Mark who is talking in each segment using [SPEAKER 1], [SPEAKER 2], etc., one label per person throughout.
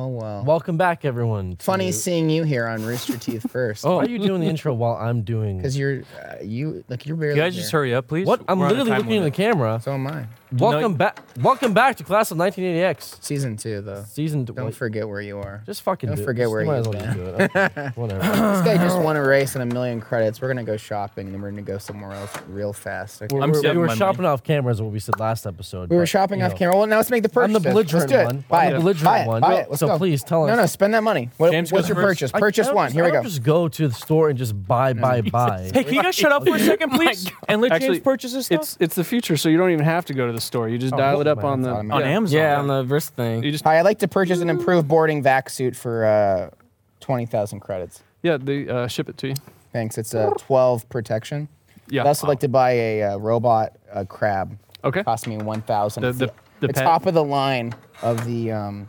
[SPEAKER 1] Welcome back, everyone. to- Oh,
[SPEAKER 2] Funny seeing you here on Rooster Teeth first.
[SPEAKER 1] Why are you doing the intro while I'm doing?
[SPEAKER 2] because you're uh, you like you're barely.
[SPEAKER 3] You guys
[SPEAKER 2] here.
[SPEAKER 3] just hurry up, please.
[SPEAKER 1] What? I'm
[SPEAKER 3] We're on a
[SPEAKER 1] literally
[SPEAKER 3] time
[SPEAKER 1] looking in the
[SPEAKER 3] limit.
[SPEAKER 1] camera.
[SPEAKER 2] So am I.
[SPEAKER 1] welcome back. Welcome back to class of 1980X
[SPEAKER 2] Season two though.
[SPEAKER 1] season.
[SPEAKER 2] Don't
[SPEAKER 1] well,
[SPEAKER 2] forget where you are.
[SPEAKER 1] Just fucking
[SPEAKER 2] don't
[SPEAKER 1] do it.
[SPEAKER 2] forget
[SPEAKER 1] Just
[SPEAKER 2] where
[SPEAKER 1] might
[SPEAKER 2] you've
[SPEAKER 1] as well just do it. Okay, Whatever.
[SPEAKER 2] This guy just won a race and a million credits. We're gonna go shopping and then we're gonna go somewhere else real fast. Okay.
[SPEAKER 1] We're,
[SPEAKER 3] I'm
[SPEAKER 1] we're- we
[SPEAKER 3] saving
[SPEAKER 1] were
[SPEAKER 3] my
[SPEAKER 1] shopping off camera is what we said last episode.
[SPEAKER 2] We were
[SPEAKER 1] but,
[SPEAKER 2] shopping
[SPEAKER 1] you
[SPEAKER 2] off
[SPEAKER 1] know,
[SPEAKER 2] camera. Well, now let's make the purchase.
[SPEAKER 1] I'm the belligerent
[SPEAKER 2] let's do it.
[SPEAKER 1] one.
[SPEAKER 2] Buy
[SPEAKER 1] I'm
[SPEAKER 2] it.
[SPEAKER 1] the belligerent
[SPEAKER 2] buy it.
[SPEAKER 1] one.
[SPEAKER 2] Buy it. Let's
[SPEAKER 1] So
[SPEAKER 2] go.
[SPEAKER 1] please tell
[SPEAKER 2] No,
[SPEAKER 1] us.
[SPEAKER 2] no, spend that money. What,
[SPEAKER 3] James
[SPEAKER 2] what's
[SPEAKER 3] goes
[SPEAKER 2] your
[SPEAKER 3] first.
[SPEAKER 2] purchase?
[SPEAKER 1] I- I
[SPEAKER 2] Purchase
[SPEAKER 1] don't
[SPEAKER 2] one.
[SPEAKER 1] just-
[SPEAKER 2] Here
[SPEAKER 1] I
[SPEAKER 2] we
[SPEAKER 1] don't
[SPEAKER 2] go.
[SPEAKER 1] Just go to the store and just buy, buy, buy.
[SPEAKER 4] Hey, can you guys shut up
[SPEAKER 3] Oh
[SPEAKER 4] for a second, please? And let James purchase his stuff.
[SPEAKER 5] It's it's the future, so you don't even have to go to the store. You just
[SPEAKER 1] Oh,
[SPEAKER 5] dial it up
[SPEAKER 1] man,
[SPEAKER 5] on
[SPEAKER 1] it's
[SPEAKER 5] the
[SPEAKER 1] automatic.
[SPEAKER 3] on
[SPEAKER 5] Yeah.
[SPEAKER 3] Amazon.
[SPEAKER 4] yeah, on the wrist thing.
[SPEAKER 5] You just
[SPEAKER 2] Hi, I'd like to purchase an improved boarding vac suit for uh, twenty thousand credits.
[SPEAKER 5] yeah they uh, ship it to you.
[SPEAKER 2] Thanks. It's a twelve protection.
[SPEAKER 5] Yeah.
[SPEAKER 2] I'd also like to buy a uh, robot uh, crab.
[SPEAKER 5] Okay.
[SPEAKER 2] Cost me one thousand.
[SPEAKER 5] The-
[SPEAKER 2] It's
[SPEAKER 5] the- the
[SPEAKER 2] it's
[SPEAKER 5] pet?
[SPEAKER 2] top of the line of the um,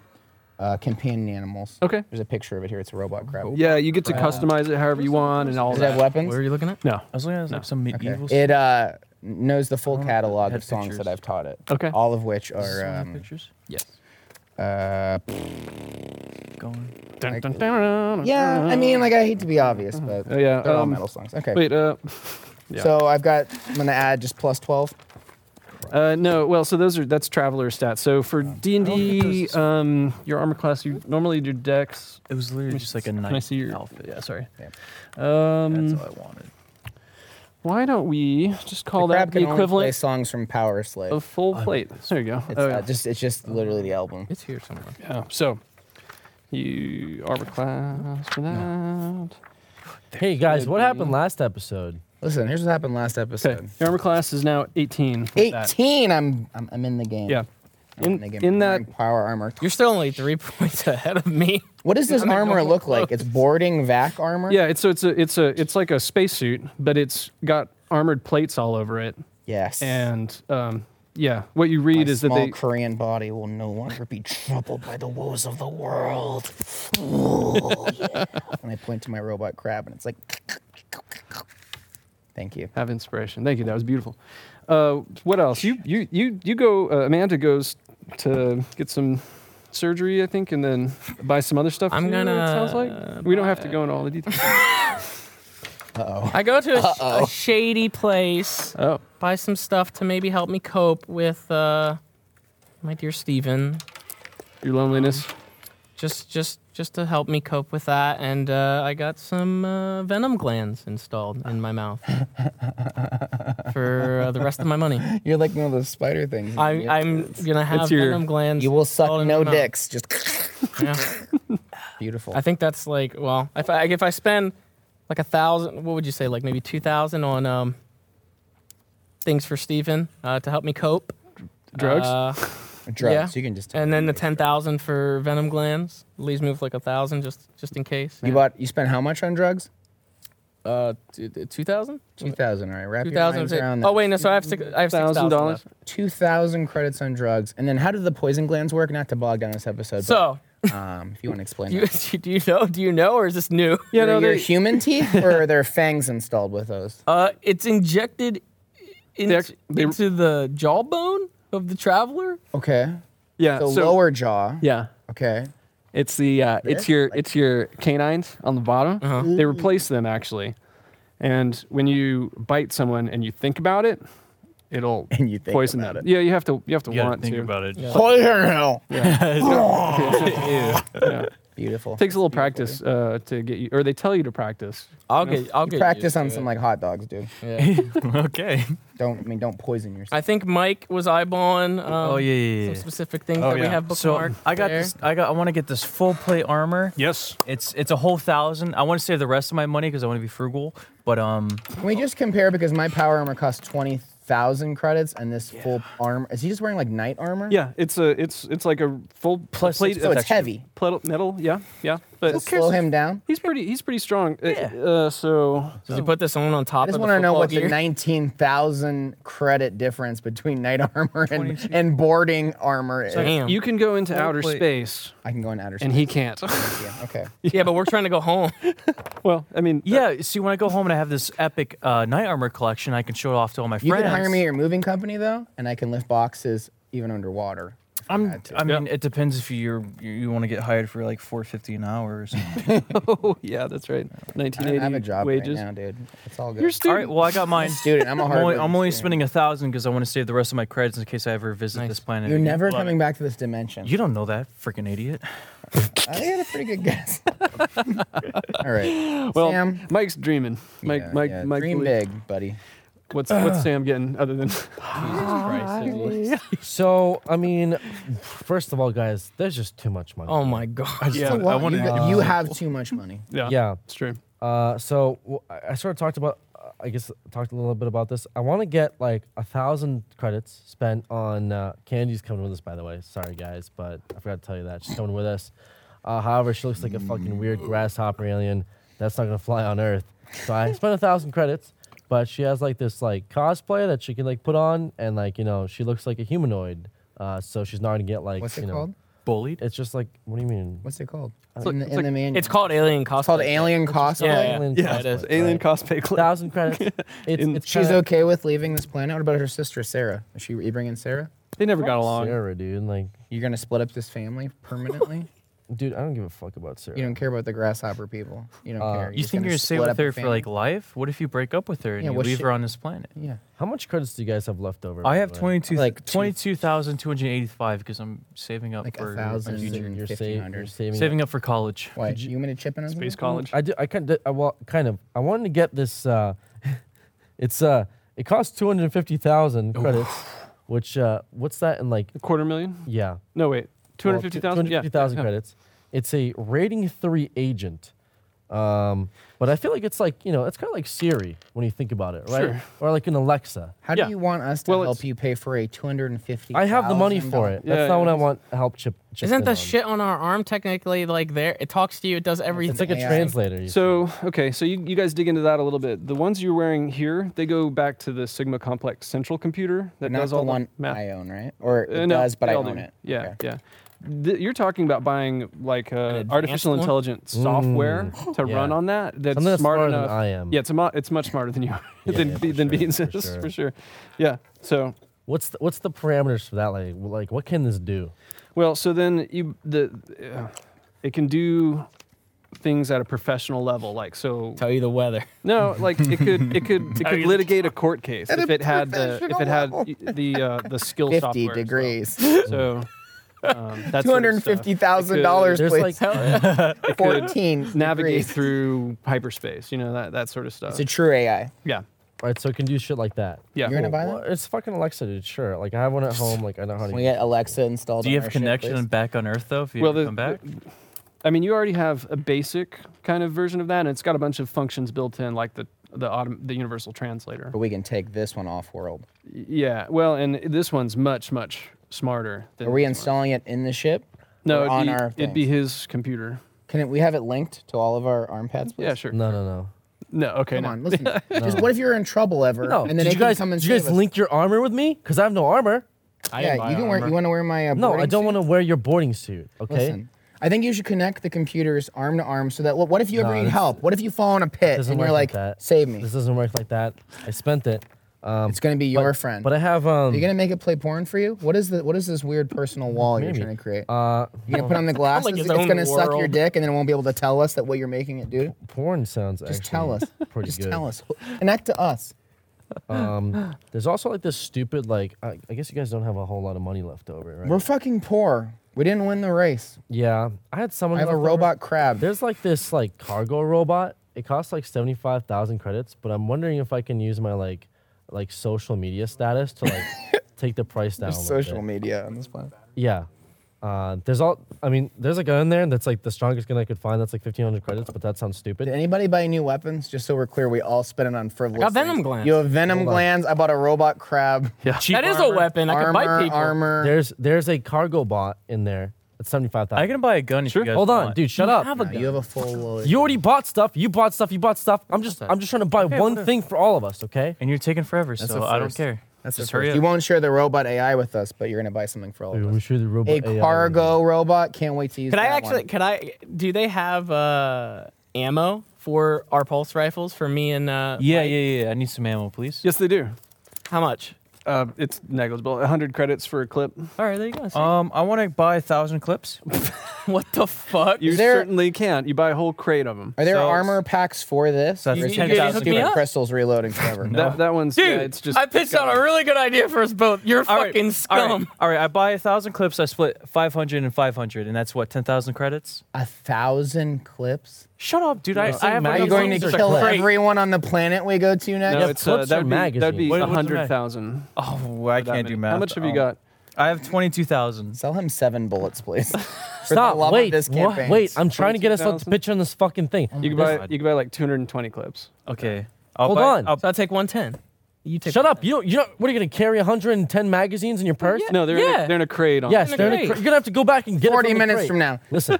[SPEAKER 2] uh, companion animals.
[SPEAKER 5] Okay.
[SPEAKER 2] There's a picture of it here. It's a robot crab.
[SPEAKER 5] Yeah, you get to customize it however you want and all
[SPEAKER 2] Does it have
[SPEAKER 5] that.
[SPEAKER 2] weapons?
[SPEAKER 4] Where are you looking at?
[SPEAKER 5] No.
[SPEAKER 3] As long as like some medieval.
[SPEAKER 2] It uh, knows the
[SPEAKER 4] Oh,
[SPEAKER 2] full catalog
[SPEAKER 3] had
[SPEAKER 2] of songs that
[SPEAKER 3] pictures.
[SPEAKER 2] I've taught it.
[SPEAKER 5] Okay.
[SPEAKER 2] All of which
[SPEAKER 3] Does
[SPEAKER 2] are
[SPEAKER 3] someone have
[SPEAKER 2] um,
[SPEAKER 3] pictures.
[SPEAKER 4] Yes.
[SPEAKER 2] uh,
[SPEAKER 3] Going.
[SPEAKER 5] Dun, dun, dun, dun.
[SPEAKER 2] yeah. I mean, like I hate to be obvious, but
[SPEAKER 5] Uh, yeah,
[SPEAKER 2] they're all
[SPEAKER 5] um,
[SPEAKER 2] metal songs. Okay.
[SPEAKER 5] Wait. Uh. yeah.
[SPEAKER 2] So I've got. I'm gonna add just plus twelve.
[SPEAKER 5] Uh, no, well, so those are that's traveler stats. So for
[SPEAKER 2] Oh,
[SPEAKER 5] D and D,
[SPEAKER 3] those-
[SPEAKER 5] um, your armor class, you normally do dex.
[SPEAKER 3] It was literally just like a
[SPEAKER 5] Can I
[SPEAKER 3] nice
[SPEAKER 5] see your-
[SPEAKER 3] outfit. Yeah, sorry. That's
[SPEAKER 4] Mm.
[SPEAKER 5] Um,
[SPEAKER 3] all I wanted.
[SPEAKER 5] why don't we just call
[SPEAKER 2] the crab
[SPEAKER 5] that the
[SPEAKER 2] can only play
[SPEAKER 5] equivalent
[SPEAKER 2] songs from Power Slave.
[SPEAKER 5] of full plate? There you go.
[SPEAKER 2] It's
[SPEAKER 5] Oh,
[SPEAKER 2] uh,
[SPEAKER 5] yeah.
[SPEAKER 2] just it's just literally the album.
[SPEAKER 4] It's here somewhere.
[SPEAKER 5] Yeah, So you armor class for that.
[SPEAKER 1] Hey guys, what happened
[SPEAKER 5] Mm.
[SPEAKER 1] last episode?
[SPEAKER 2] Listen, here's what happened last
[SPEAKER 5] Okay,
[SPEAKER 2] episode.
[SPEAKER 5] your armor class is now 18. with that.
[SPEAKER 2] 18. I'm, I'm I'm in the game.
[SPEAKER 5] Yeah.
[SPEAKER 2] I'm in,
[SPEAKER 5] In,
[SPEAKER 2] the game.
[SPEAKER 5] in
[SPEAKER 2] I'm
[SPEAKER 5] that,
[SPEAKER 2] wearing power armor.
[SPEAKER 4] You're still only three points ahead of me.
[SPEAKER 2] What does this armor look like? It's boarding vac armor.
[SPEAKER 5] yeah, it's so it's a it's a it's like a spacesuit, but it's got armored plates all over it,
[SPEAKER 2] Yes.
[SPEAKER 5] and um, yeah, what you read
[SPEAKER 2] My
[SPEAKER 5] is that
[SPEAKER 2] small
[SPEAKER 5] they
[SPEAKER 2] Korean body will no longer be troubled by the woes of the world. and I point to my robot crab, and it's like. Thank you.
[SPEAKER 5] have inspiration. Thank you, that was beautiful. Uh, what else? You you you you go. Uh, Amanda goes to get some surgery, I think, and then buy some other stuff.
[SPEAKER 4] I'm
[SPEAKER 5] too, It sounds
[SPEAKER 4] gonna
[SPEAKER 5] like we don't have to go into all the details.
[SPEAKER 4] I go to a, sh- a shady place,
[SPEAKER 5] oh,
[SPEAKER 4] buy some stuff to maybe help me cope with uh, my dear Steven.
[SPEAKER 5] your loneliness.
[SPEAKER 4] Just, just, just to help me cope with that, and uh, I got some uh, venom glands installed in my mouth for uh, the rest of my money.
[SPEAKER 2] You're like one of those spider things.
[SPEAKER 4] I,
[SPEAKER 2] You-
[SPEAKER 4] I'm gonna have
[SPEAKER 5] your-
[SPEAKER 4] venom glands.
[SPEAKER 2] you will
[SPEAKER 4] all
[SPEAKER 2] suck
[SPEAKER 4] in my
[SPEAKER 2] no
[SPEAKER 4] mouth.
[SPEAKER 2] dicks. Just
[SPEAKER 4] Yeah.
[SPEAKER 2] beautiful.
[SPEAKER 4] I think that's like well, if I if I spend like a thousand, what would you say, like maybe two thousand on um things for Stephen uh, to help me cope,
[SPEAKER 5] Drugs?
[SPEAKER 4] uh,
[SPEAKER 2] Drugs.
[SPEAKER 4] yeah.
[SPEAKER 2] You can just.
[SPEAKER 4] and then the ten thousand for venom glands leaves me with like a thousand just just in case.
[SPEAKER 2] You bought. You spent how much on drugs?
[SPEAKER 4] Uh, two thousand.
[SPEAKER 2] Two thousand. All right. Wrap
[SPEAKER 4] Two
[SPEAKER 2] your minds
[SPEAKER 4] thousand.
[SPEAKER 2] around
[SPEAKER 4] Oh
[SPEAKER 2] that.
[SPEAKER 4] wait, no. So I have six. I have six thousand
[SPEAKER 5] $1,000?
[SPEAKER 4] dollars.
[SPEAKER 2] Two thousand credits on drugs. And then how did the poison glands work? Not to bog down this episode.
[SPEAKER 4] So
[SPEAKER 2] but, um, if you want to explain.
[SPEAKER 4] do
[SPEAKER 2] that.
[SPEAKER 4] you, do you know? Do you know, or is this new?
[SPEAKER 5] Yeah, no,
[SPEAKER 2] Are your
[SPEAKER 5] they-
[SPEAKER 2] human teeth or are there fangs installed with those?
[SPEAKER 4] Uh, it's injected in,
[SPEAKER 5] They act- they-
[SPEAKER 4] into the jawbone of the traveler.
[SPEAKER 2] Okay.
[SPEAKER 4] Uh,
[SPEAKER 5] yeah.
[SPEAKER 2] So, lower jaw.
[SPEAKER 5] Yeah.
[SPEAKER 2] Okay.
[SPEAKER 5] It's the uh, it's your it's your canines on the bottom.
[SPEAKER 4] Uh-huh.
[SPEAKER 2] Mm.
[SPEAKER 5] They replace them actually, and when you bite someone and you think about it, it'll
[SPEAKER 2] And you think
[SPEAKER 5] poison
[SPEAKER 2] about
[SPEAKER 5] them.
[SPEAKER 2] it.
[SPEAKER 5] Yeah, you have to you have to
[SPEAKER 3] You gotta
[SPEAKER 5] want
[SPEAKER 3] think
[SPEAKER 5] to.
[SPEAKER 3] about it.
[SPEAKER 2] Poison hell.
[SPEAKER 5] Yeah.
[SPEAKER 2] Beautiful.
[SPEAKER 5] Takes a little practice uh, to get you, or they tell you to practice.
[SPEAKER 4] I'll get. I'll get
[SPEAKER 2] Practice
[SPEAKER 4] used
[SPEAKER 2] on
[SPEAKER 4] to
[SPEAKER 2] some
[SPEAKER 4] it.
[SPEAKER 2] like hot dogs, dude.
[SPEAKER 4] Yeah.
[SPEAKER 3] okay.
[SPEAKER 2] Don't I mean don't poison yourself.
[SPEAKER 4] I think Mike was eyeballing. Um,
[SPEAKER 3] Oh yeah, yeah, yeah.
[SPEAKER 4] Some specific things
[SPEAKER 3] Oh,
[SPEAKER 4] that we
[SPEAKER 3] yeah.
[SPEAKER 4] have bookmarked.
[SPEAKER 3] So I got
[SPEAKER 4] there.
[SPEAKER 3] this. I got. I want to get this full plate armor.
[SPEAKER 5] Yes.
[SPEAKER 3] It's it's a whole thousand. I want to save the rest of my money because I want to be frugal. But um,
[SPEAKER 2] Can we just compare because my power armor costs twenty thousand credits and this full armor is he just wearing like knight armor?
[SPEAKER 5] Yeah, it's a it's it's like a full
[SPEAKER 3] Plus
[SPEAKER 5] plate
[SPEAKER 3] it's-
[SPEAKER 2] So
[SPEAKER 5] of
[SPEAKER 2] it's
[SPEAKER 3] Protection.
[SPEAKER 2] heavy.
[SPEAKER 5] pl- metal. Yeah, yeah.
[SPEAKER 2] Does
[SPEAKER 5] But
[SPEAKER 2] it slow him down.
[SPEAKER 5] He's pretty he's pretty strong. Uh,
[SPEAKER 3] Yeah.
[SPEAKER 5] Uh, so
[SPEAKER 4] Did you put this on on top
[SPEAKER 2] I just
[SPEAKER 4] of
[SPEAKER 2] want to know what the
[SPEAKER 4] night.
[SPEAKER 2] 19,000 credit difference between knight armor and, and boarding armor is.
[SPEAKER 4] Damn.
[SPEAKER 5] you can go into
[SPEAKER 3] Full
[SPEAKER 5] outer
[SPEAKER 3] plate.
[SPEAKER 5] space,
[SPEAKER 2] I can go in outer space.
[SPEAKER 5] and he can't.
[SPEAKER 2] yeah, okay.
[SPEAKER 4] yeah, but we're trying to go home.
[SPEAKER 5] well, I mean, yeah.
[SPEAKER 3] yeah. See, when I go home and I have this epic uh, night armor collection, I can show it off to all my
[SPEAKER 2] You
[SPEAKER 3] friends.
[SPEAKER 2] can hire me at your moving company though, and I can lift boxes even underwater.
[SPEAKER 3] I'm.
[SPEAKER 2] to.
[SPEAKER 3] I mean, it depends if you're you, you want to get hired for like four fifty an hour or something.
[SPEAKER 5] Oh yeah, that's right.
[SPEAKER 2] I
[SPEAKER 5] 1980
[SPEAKER 2] don't have a job
[SPEAKER 5] wages.
[SPEAKER 2] right now, dude. It's all good.
[SPEAKER 5] You're
[SPEAKER 3] All
[SPEAKER 5] student.
[SPEAKER 3] right. Well, I got mine.
[SPEAKER 2] student. I'm a
[SPEAKER 3] I'm only,
[SPEAKER 2] Harvard
[SPEAKER 3] I'm only
[SPEAKER 2] student.
[SPEAKER 3] spending a thousand because I want to save the rest of my credits in case I ever visit
[SPEAKER 4] Nice.
[SPEAKER 3] this planet.
[SPEAKER 2] You're
[SPEAKER 3] again.
[SPEAKER 2] never
[SPEAKER 3] Love
[SPEAKER 2] coming
[SPEAKER 3] it.
[SPEAKER 2] back to this dimension.
[SPEAKER 3] You don't know that, freaking idiot.
[SPEAKER 2] I had a pretty good guess. All right.
[SPEAKER 5] well,
[SPEAKER 2] Sam.
[SPEAKER 5] Mike's dreaming. Mike,
[SPEAKER 2] Yeah,
[SPEAKER 5] Mike,
[SPEAKER 2] yeah,
[SPEAKER 5] Mike.
[SPEAKER 2] dream
[SPEAKER 5] believes-
[SPEAKER 2] big, buddy.
[SPEAKER 5] What's what's Sam getting other than
[SPEAKER 1] So, I mean, first of all, guys, there's just too much money.
[SPEAKER 4] Oh my god.
[SPEAKER 5] Yeah.
[SPEAKER 2] So what?
[SPEAKER 5] I
[SPEAKER 2] you,
[SPEAKER 5] wanna-
[SPEAKER 2] got- you have too much money.
[SPEAKER 5] yeah,
[SPEAKER 1] Yeah.
[SPEAKER 5] it's true.
[SPEAKER 1] Uh, so w- I I sort of talked about, uh, I guess, talked a little bit about this. I want to get like a thousand credits spent on uh, Candy's coming with us. By the way, sorry guys, but I forgot to tell you that she's coming with us. Uh, however, she looks like a fucking weird grasshopper alien. That's not gonna fly on Earth. So I spent a thousand credits, but she has like this like cosplay that she can like put on, and like you know she looks like a humanoid. Uh, so she's not gonna get like
[SPEAKER 2] What's
[SPEAKER 1] you
[SPEAKER 2] it
[SPEAKER 1] know,
[SPEAKER 2] called?
[SPEAKER 3] Bullied.
[SPEAKER 1] It's just like what do you mean?
[SPEAKER 2] What's it called?
[SPEAKER 4] It's
[SPEAKER 2] in the,
[SPEAKER 4] like- it's
[SPEAKER 2] in the
[SPEAKER 4] like-
[SPEAKER 2] manual.
[SPEAKER 4] It's called alien cosplay.
[SPEAKER 2] It's called Alien Cosplay.
[SPEAKER 4] Yeah, yeah.
[SPEAKER 1] Alien
[SPEAKER 5] Yeah,
[SPEAKER 1] cosplay,
[SPEAKER 5] it is.
[SPEAKER 1] right?
[SPEAKER 5] Alien cosplay clip.
[SPEAKER 1] Thousand credits. It's,
[SPEAKER 5] In-
[SPEAKER 1] it's
[SPEAKER 2] She's
[SPEAKER 1] kinda-
[SPEAKER 2] okay with leaving this planet. What about her sister Sarah? Is she you bringing Sarah?
[SPEAKER 5] They never got along.
[SPEAKER 1] Sarah, dude. Like,
[SPEAKER 2] You're gonna split up this family permanently?
[SPEAKER 1] dude, I don't give a fuck about Sarah.
[SPEAKER 2] you don't care about the grasshopper people. You don't
[SPEAKER 1] Uh,
[SPEAKER 2] care. You're
[SPEAKER 3] You
[SPEAKER 2] just
[SPEAKER 3] think
[SPEAKER 2] gonna
[SPEAKER 3] you're gonna
[SPEAKER 2] split
[SPEAKER 3] stay with
[SPEAKER 2] up the
[SPEAKER 3] her for like
[SPEAKER 2] family.
[SPEAKER 3] life? What if you break up with her and
[SPEAKER 2] Yeah,
[SPEAKER 3] you
[SPEAKER 2] well,
[SPEAKER 3] leave
[SPEAKER 2] she-
[SPEAKER 3] her on this planet?
[SPEAKER 2] yeah?
[SPEAKER 1] How much credits do you guys have left over?
[SPEAKER 3] I
[SPEAKER 1] by
[SPEAKER 3] have
[SPEAKER 1] the way?
[SPEAKER 3] twenty two
[SPEAKER 2] Like
[SPEAKER 3] like
[SPEAKER 2] two-
[SPEAKER 3] twenty two thousand two hundred eighty five because I'm saving up
[SPEAKER 2] Like
[SPEAKER 3] for
[SPEAKER 2] a thousand
[SPEAKER 1] You're sa-
[SPEAKER 2] and
[SPEAKER 1] You're, sa-
[SPEAKER 2] fifteen
[SPEAKER 1] you're
[SPEAKER 2] hundred.
[SPEAKER 1] saving.
[SPEAKER 3] saving up for college.
[SPEAKER 2] Why? You, want me to chip in on
[SPEAKER 5] Space
[SPEAKER 2] something?
[SPEAKER 5] college.
[SPEAKER 1] I do. I kind of. I, well, kind of. I wanted to get this. Uh, it's uh, it costs two hundred fifty thousand credits, which uh, what's that in like?
[SPEAKER 5] A quarter million?
[SPEAKER 1] Yeah,
[SPEAKER 5] No wait, two hundred fifty thousand.
[SPEAKER 1] Two hundred fifty thousand credits. It's a rating three agent. Um, but I feel like it's like you know, it's kind of like Siri when you think about it, right?
[SPEAKER 5] Sure.
[SPEAKER 1] Or like an Alexa.
[SPEAKER 2] How
[SPEAKER 5] Yeah.
[SPEAKER 2] do you want us to
[SPEAKER 5] Well,
[SPEAKER 2] help
[SPEAKER 5] it's-
[SPEAKER 2] you pay for a two hundred and fifty?
[SPEAKER 1] I have the money for it. That's
[SPEAKER 5] Yeah,
[SPEAKER 1] not
[SPEAKER 5] yeah,
[SPEAKER 1] what I
[SPEAKER 5] it's-
[SPEAKER 1] want help chip. chip
[SPEAKER 4] Isn't
[SPEAKER 1] in
[SPEAKER 4] the
[SPEAKER 1] on.
[SPEAKER 4] shit on our arm technically like there? It talks to you. It does everything.
[SPEAKER 1] It's like a
[SPEAKER 2] AI.
[SPEAKER 1] translator. you
[SPEAKER 5] So okay, so you, you guys dig into that a little bit. The ones you're wearing here, they go back to the Sigma Complex Central computer that
[SPEAKER 2] Not
[SPEAKER 5] does
[SPEAKER 2] the
[SPEAKER 5] all
[SPEAKER 2] one
[SPEAKER 5] the math.
[SPEAKER 2] I own, right? Or it
[SPEAKER 5] Uh, no,
[SPEAKER 2] does, but
[SPEAKER 5] they
[SPEAKER 2] I
[SPEAKER 5] all
[SPEAKER 2] own
[SPEAKER 5] do.
[SPEAKER 2] it.
[SPEAKER 5] Yeah,
[SPEAKER 2] Okay.
[SPEAKER 5] yeah. Th- you're talking about buying like uh,
[SPEAKER 4] advanced
[SPEAKER 5] artificial
[SPEAKER 4] one?
[SPEAKER 5] intelligence
[SPEAKER 2] Mm.
[SPEAKER 5] software to
[SPEAKER 1] yeah.
[SPEAKER 5] run on that. That's
[SPEAKER 1] Something that's
[SPEAKER 5] smart
[SPEAKER 1] smarter than
[SPEAKER 5] enough.
[SPEAKER 1] I am.
[SPEAKER 5] Yeah, it's a mo- it's much smarter than you are,
[SPEAKER 1] Yeah,
[SPEAKER 5] than
[SPEAKER 1] yeah,
[SPEAKER 5] be-
[SPEAKER 1] for
[SPEAKER 5] than
[SPEAKER 1] sure,
[SPEAKER 5] beans
[SPEAKER 1] for
[SPEAKER 5] is
[SPEAKER 1] sure.
[SPEAKER 5] for sure. Yeah. So
[SPEAKER 1] What's the, what's the parameters for that? Like, w- like what can this do?
[SPEAKER 5] Well, so then you the uh, it can do things at a professional level, like so.
[SPEAKER 4] Tell you the weather.
[SPEAKER 5] No, like it could it could it could litigate a court case if it had the if it had y- the uh, the skill
[SPEAKER 2] Fifty
[SPEAKER 5] software. as well.
[SPEAKER 2] degrees.
[SPEAKER 5] So um, that's
[SPEAKER 2] Two hundred and fifty thousand dollars,
[SPEAKER 1] There's
[SPEAKER 2] please.
[SPEAKER 1] like
[SPEAKER 2] Fourteen.
[SPEAKER 5] Navigate
[SPEAKER 2] degrees.
[SPEAKER 5] through hyperspace, you know that that sort of stuff.
[SPEAKER 2] It's a true AI.
[SPEAKER 5] yeah,
[SPEAKER 1] right, so it can do shit like that.
[SPEAKER 5] yeah.
[SPEAKER 2] You're gonna buy
[SPEAKER 1] Well,
[SPEAKER 2] that?
[SPEAKER 1] it's fucking Alexa, dude. Sure. Like I have one at home. Like I know how to.
[SPEAKER 2] Can we
[SPEAKER 1] use
[SPEAKER 2] get Alexa installed?
[SPEAKER 3] Do you
[SPEAKER 2] on
[SPEAKER 3] have
[SPEAKER 2] our ship,
[SPEAKER 3] connection
[SPEAKER 2] please?
[SPEAKER 3] back on Earth though? If you
[SPEAKER 5] Well,
[SPEAKER 3] ever
[SPEAKER 5] the-
[SPEAKER 3] come back,
[SPEAKER 5] I mean, you already have a basic kind of version of that, and it's got a bunch of functions built in, like the the autom- the universal translator.
[SPEAKER 2] But we can take this one off world.
[SPEAKER 5] Yeah, well, and this one's much much smarter. Than
[SPEAKER 2] Are we
[SPEAKER 5] this one.
[SPEAKER 2] installing it in the ship? or
[SPEAKER 5] No, it'd
[SPEAKER 2] on
[SPEAKER 5] be,
[SPEAKER 2] our
[SPEAKER 5] it'd be
[SPEAKER 2] things?
[SPEAKER 5] his computer.
[SPEAKER 2] Can it, we have it linked to all of our arm pads, please?
[SPEAKER 5] Yeah, sure.
[SPEAKER 1] it. No, no, no.
[SPEAKER 5] No, okay.
[SPEAKER 2] Come
[SPEAKER 5] no.
[SPEAKER 2] on, listen. Because what if you're in trouble ever,
[SPEAKER 1] No.
[SPEAKER 2] and then
[SPEAKER 1] did
[SPEAKER 2] they
[SPEAKER 1] you guys
[SPEAKER 2] can come and
[SPEAKER 1] did you guys
[SPEAKER 2] save us?
[SPEAKER 1] link your armor with me? Cause I have no armor.
[SPEAKER 4] I didn't
[SPEAKER 2] Yeah,
[SPEAKER 4] buy
[SPEAKER 2] you can
[SPEAKER 4] it,
[SPEAKER 2] wear.
[SPEAKER 4] remember?
[SPEAKER 2] You want to wear my? Uh,
[SPEAKER 1] No, I
[SPEAKER 2] boarding
[SPEAKER 1] don't
[SPEAKER 2] suit?
[SPEAKER 1] want to wear your boarding suit. Okay.
[SPEAKER 2] Listen, I think you should connect the computers arm to arm so that what, what if you ever
[SPEAKER 1] No,
[SPEAKER 2] need
[SPEAKER 1] this-
[SPEAKER 2] help? What if you fall in a pit
[SPEAKER 1] doesn't
[SPEAKER 2] and you're
[SPEAKER 1] work
[SPEAKER 2] like,
[SPEAKER 1] like that.
[SPEAKER 2] save me?
[SPEAKER 1] This doesn't work like that. I spent it. Um,
[SPEAKER 2] it's gonna be your friend.
[SPEAKER 1] but I have um.
[SPEAKER 2] Are you gonna make it play porn for you? What is the what is this weird personal wall
[SPEAKER 1] Maybe.
[SPEAKER 2] you're trying to create?
[SPEAKER 1] uh,
[SPEAKER 2] you're gonna put on the glasses.
[SPEAKER 4] his
[SPEAKER 2] it's
[SPEAKER 4] own
[SPEAKER 2] gonna suck your
[SPEAKER 4] world.
[SPEAKER 2] dick, and then it won't be able to tell us that what you're making it do.
[SPEAKER 1] porn sounds. Just actually
[SPEAKER 2] tell us.
[SPEAKER 1] Pretty
[SPEAKER 2] Just
[SPEAKER 1] good.
[SPEAKER 2] tell us. Connect to us.
[SPEAKER 1] Um, there's also like this stupid like I, I guess you guys don't have a whole lot of money left over, right?
[SPEAKER 2] We're fucking poor. We didn't win the race.
[SPEAKER 1] yeah, I had someone.
[SPEAKER 2] I have a
[SPEAKER 1] left over.
[SPEAKER 2] robot crab.
[SPEAKER 1] There's like this like cargo robot. It costs like seventy five thousand credits, but I'm wondering if I can use my like like social media status to like take the price down. a little
[SPEAKER 2] social
[SPEAKER 1] bit.
[SPEAKER 2] media on this planet.
[SPEAKER 1] Yeah. Uh, there's all. I mean, there's a gun there that's like the strongest gun I could find. That's like fifteen hundred credits, but that sounds stupid.
[SPEAKER 2] Did anybody buy new weapons? Just so we're clear, we all spend it on frivolous.
[SPEAKER 4] got venom
[SPEAKER 2] things.
[SPEAKER 4] glands.
[SPEAKER 2] You have venom
[SPEAKER 1] Hold on.
[SPEAKER 2] glands. I bought a robot crab.
[SPEAKER 5] Yeah.
[SPEAKER 3] Cheap
[SPEAKER 4] That is a
[SPEAKER 3] armor.
[SPEAKER 4] weapon. I can bite
[SPEAKER 2] armor,
[SPEAKER 4] people.
[SPEAKER 2] armor.
[SPEAKER 1] There's there's a cargo bot in there. It's seventy five
[SPEAKER 3] I
[SPEAKER 1] thousand.
[SPEAKER 3] can buy a gun. If
[SPEAKER 5] Sure.
[SPEAKER 3] you guys
[SPEAKER 1] Hold on,
[SPEAKER 3] want.
[SPEAKER 1] dude. Shut up.
[SPEAKER 4] have
[SPEAKER 2] No, you have a full load.
[SPEAKER 1] You already bought stuff. You bought stuff. You bought stuff. I'm just I'm just trying to buy one thing for all of us, okay?
[SPEAKER 3] And you're taking forever,
[SPEAKER 2] That's
[SPEAKER 3] so
[SPEAKER 2] a
[SPEAKER 3] I don't
[SPEAKER 2] first.
[SPEAKER 3] care.
[SPEAKER 2] That's
[SPEAKER 3] just
[SPEAKER 2] the
[SPEAKER 3] hurry
[SPEAKER 2] first.
[SPEAKER 3] up.
[SPEAKER 2] You won't share the robot AI with us, but you're gonna buy something for all of us.
[SPEAKER 1] sure the robot
[SPEAKER 2] A cargo robot. Can't wait to use.
[SPEAKER 4] Can I
[SPEAKER 2] that
[SPEAKER 4] actually?
[SPEAKER 2] One.
[SPEAKER 4] Can I? Do they have uh, ammo for our pulse rifles for me and? Uh,
[SPEAKER 3] Yeah,
[SPEAKER 4] Mike?
[SPEAKER 3] yeah, yeah. I need some ammo, please.
[SPEAKER 5] Yes, they do.
[SPEAKER 4] How much?
[SPEAKER 5] Uh, it's negligible. 100 credits for a clip.
[SPEAKER 4] All right, there you go. See?
[SPEAKER 3] Um, I want to buy a thousand clips.
[SPEAKER 4] what the fuck?
[SPEAKER 5] You
[SPEAKER 2] Is there-
[SPEAKER 5] certainly can't. You buy a whole crate of them.
[SPEAKER 2] Are there
[SPEAKER 3] So-
[SPEAKER 2] armor packs for this?
[SPEAKER 3] So that's
[SPEAKER 2] Or is it
[SPEAKER 3] 10,000
[SPEAKER 2] just
[SPEAKER 3] hook
[SPEAKER 4] me
[SPEAKER 2] stupid
[SPEAKER 4] up.
[SPEAKER 2] crystals reloading forever.
[SPEAKER 5] That, that one's
[SPEAKER 4] Dude,
[SPEAKER 5] yeah, it's just
[SPEAKER 4] I pitched out a really good idea for us both. You're
[SPEAKER 3] All right,
[SPEAKER 4] fucking
[SPEAKER 3] all right,
[SPEAKER 4] scum.
[SPEAKER 3] all right, I buy a thousand clips. I split 500 and 500, and that's what 10,000 credits.
[SPEAKER 2] A thousand clips.
[SPEAKER 3] Shut up, dude. I,
[SPEAKER 1] No,
[SPEAKER 3] I have
[SPEAKER 2] Are
[SPEAKER 1] Are you
[SPEAKER 2] you
[SPEAKER 3] enough
[SPEAKER 2] going
[SPEAKER 3] things
[SPEAKER 2] to
[SPEAKER 3] a
[SPEAKER 2] kill
[SPEAKER 3] crate.
[SPEAKER 2] everyone on the planet we go to next?
[SPEAKER 5] No, it's uh,
[SPEAKER 1] clips or
[SPEAKER 5] that'd be that'd
[SPEAKER 1] magazines?
[SPEAKER 5] be
[SPEAKER 1] What-
[SPEAKER 3] what's the mag?
[SPEAKER 5] 100,000.
[SPEAKER 3] Oh, I
[SPEAKER 5] for that
[SPEAKER 3] can't do
[SPEAKER 5] many.
[SPEAKER 3] math.
[SPEAKER 5] How much have
[SPEAKER 3] Oh.
[SPEAKER 5] you got?
[SPEAKER 3] I have 22,000.
[SPEAKER 2] Sell him seven bullets, please. For
[SPEAKER 1] Stop.
[SPEAKER 2] The love
[SPEAKER 1] wait.
[SPEAKER 2] Of this
[SPEAKER 1] what-
[SPEAKER 2] campaign.
[SPEAKER 1] Wait. I'm trying to get us all
[SPEAKER 5] 22,000?
[SPEAKER 1] to pitch on this fucking thing.
[SPEAKER 5] You can buy you can buy like 220 clips.
[SPEAKER 3] Okay. I'll
[SPEAKER 1] Hold
[SPEAKER 3] buy-
[SPEAKER 1] on.
[SPEAKER 3] I'll-
[SPEAKER 4] So I take 110. You take
[SPEAKER 1] Shut up. You don't, you don't, what are you gonna carry 110 magazines in your purse?
[SPEAKER 5] No, they're in
[SPEAKER 4] yeah.
[SPEAKER 5] a, they're in a crate on.
[SPEAKER 1] Yes,
[SPEAKER 4] In a
[SPEAKER 1] they're in a
[SPEAKER 4] crate.
[SPEAKER 1] cra- you're gonna have to go back and get it
[SPEAKER 2] 40
[SPEAKER 1] from the
[SPEAKER 2] minutes
[SPEAKER 1] crate.
[SPEAKER 2] from now.
[SPEAKER 1] Listen,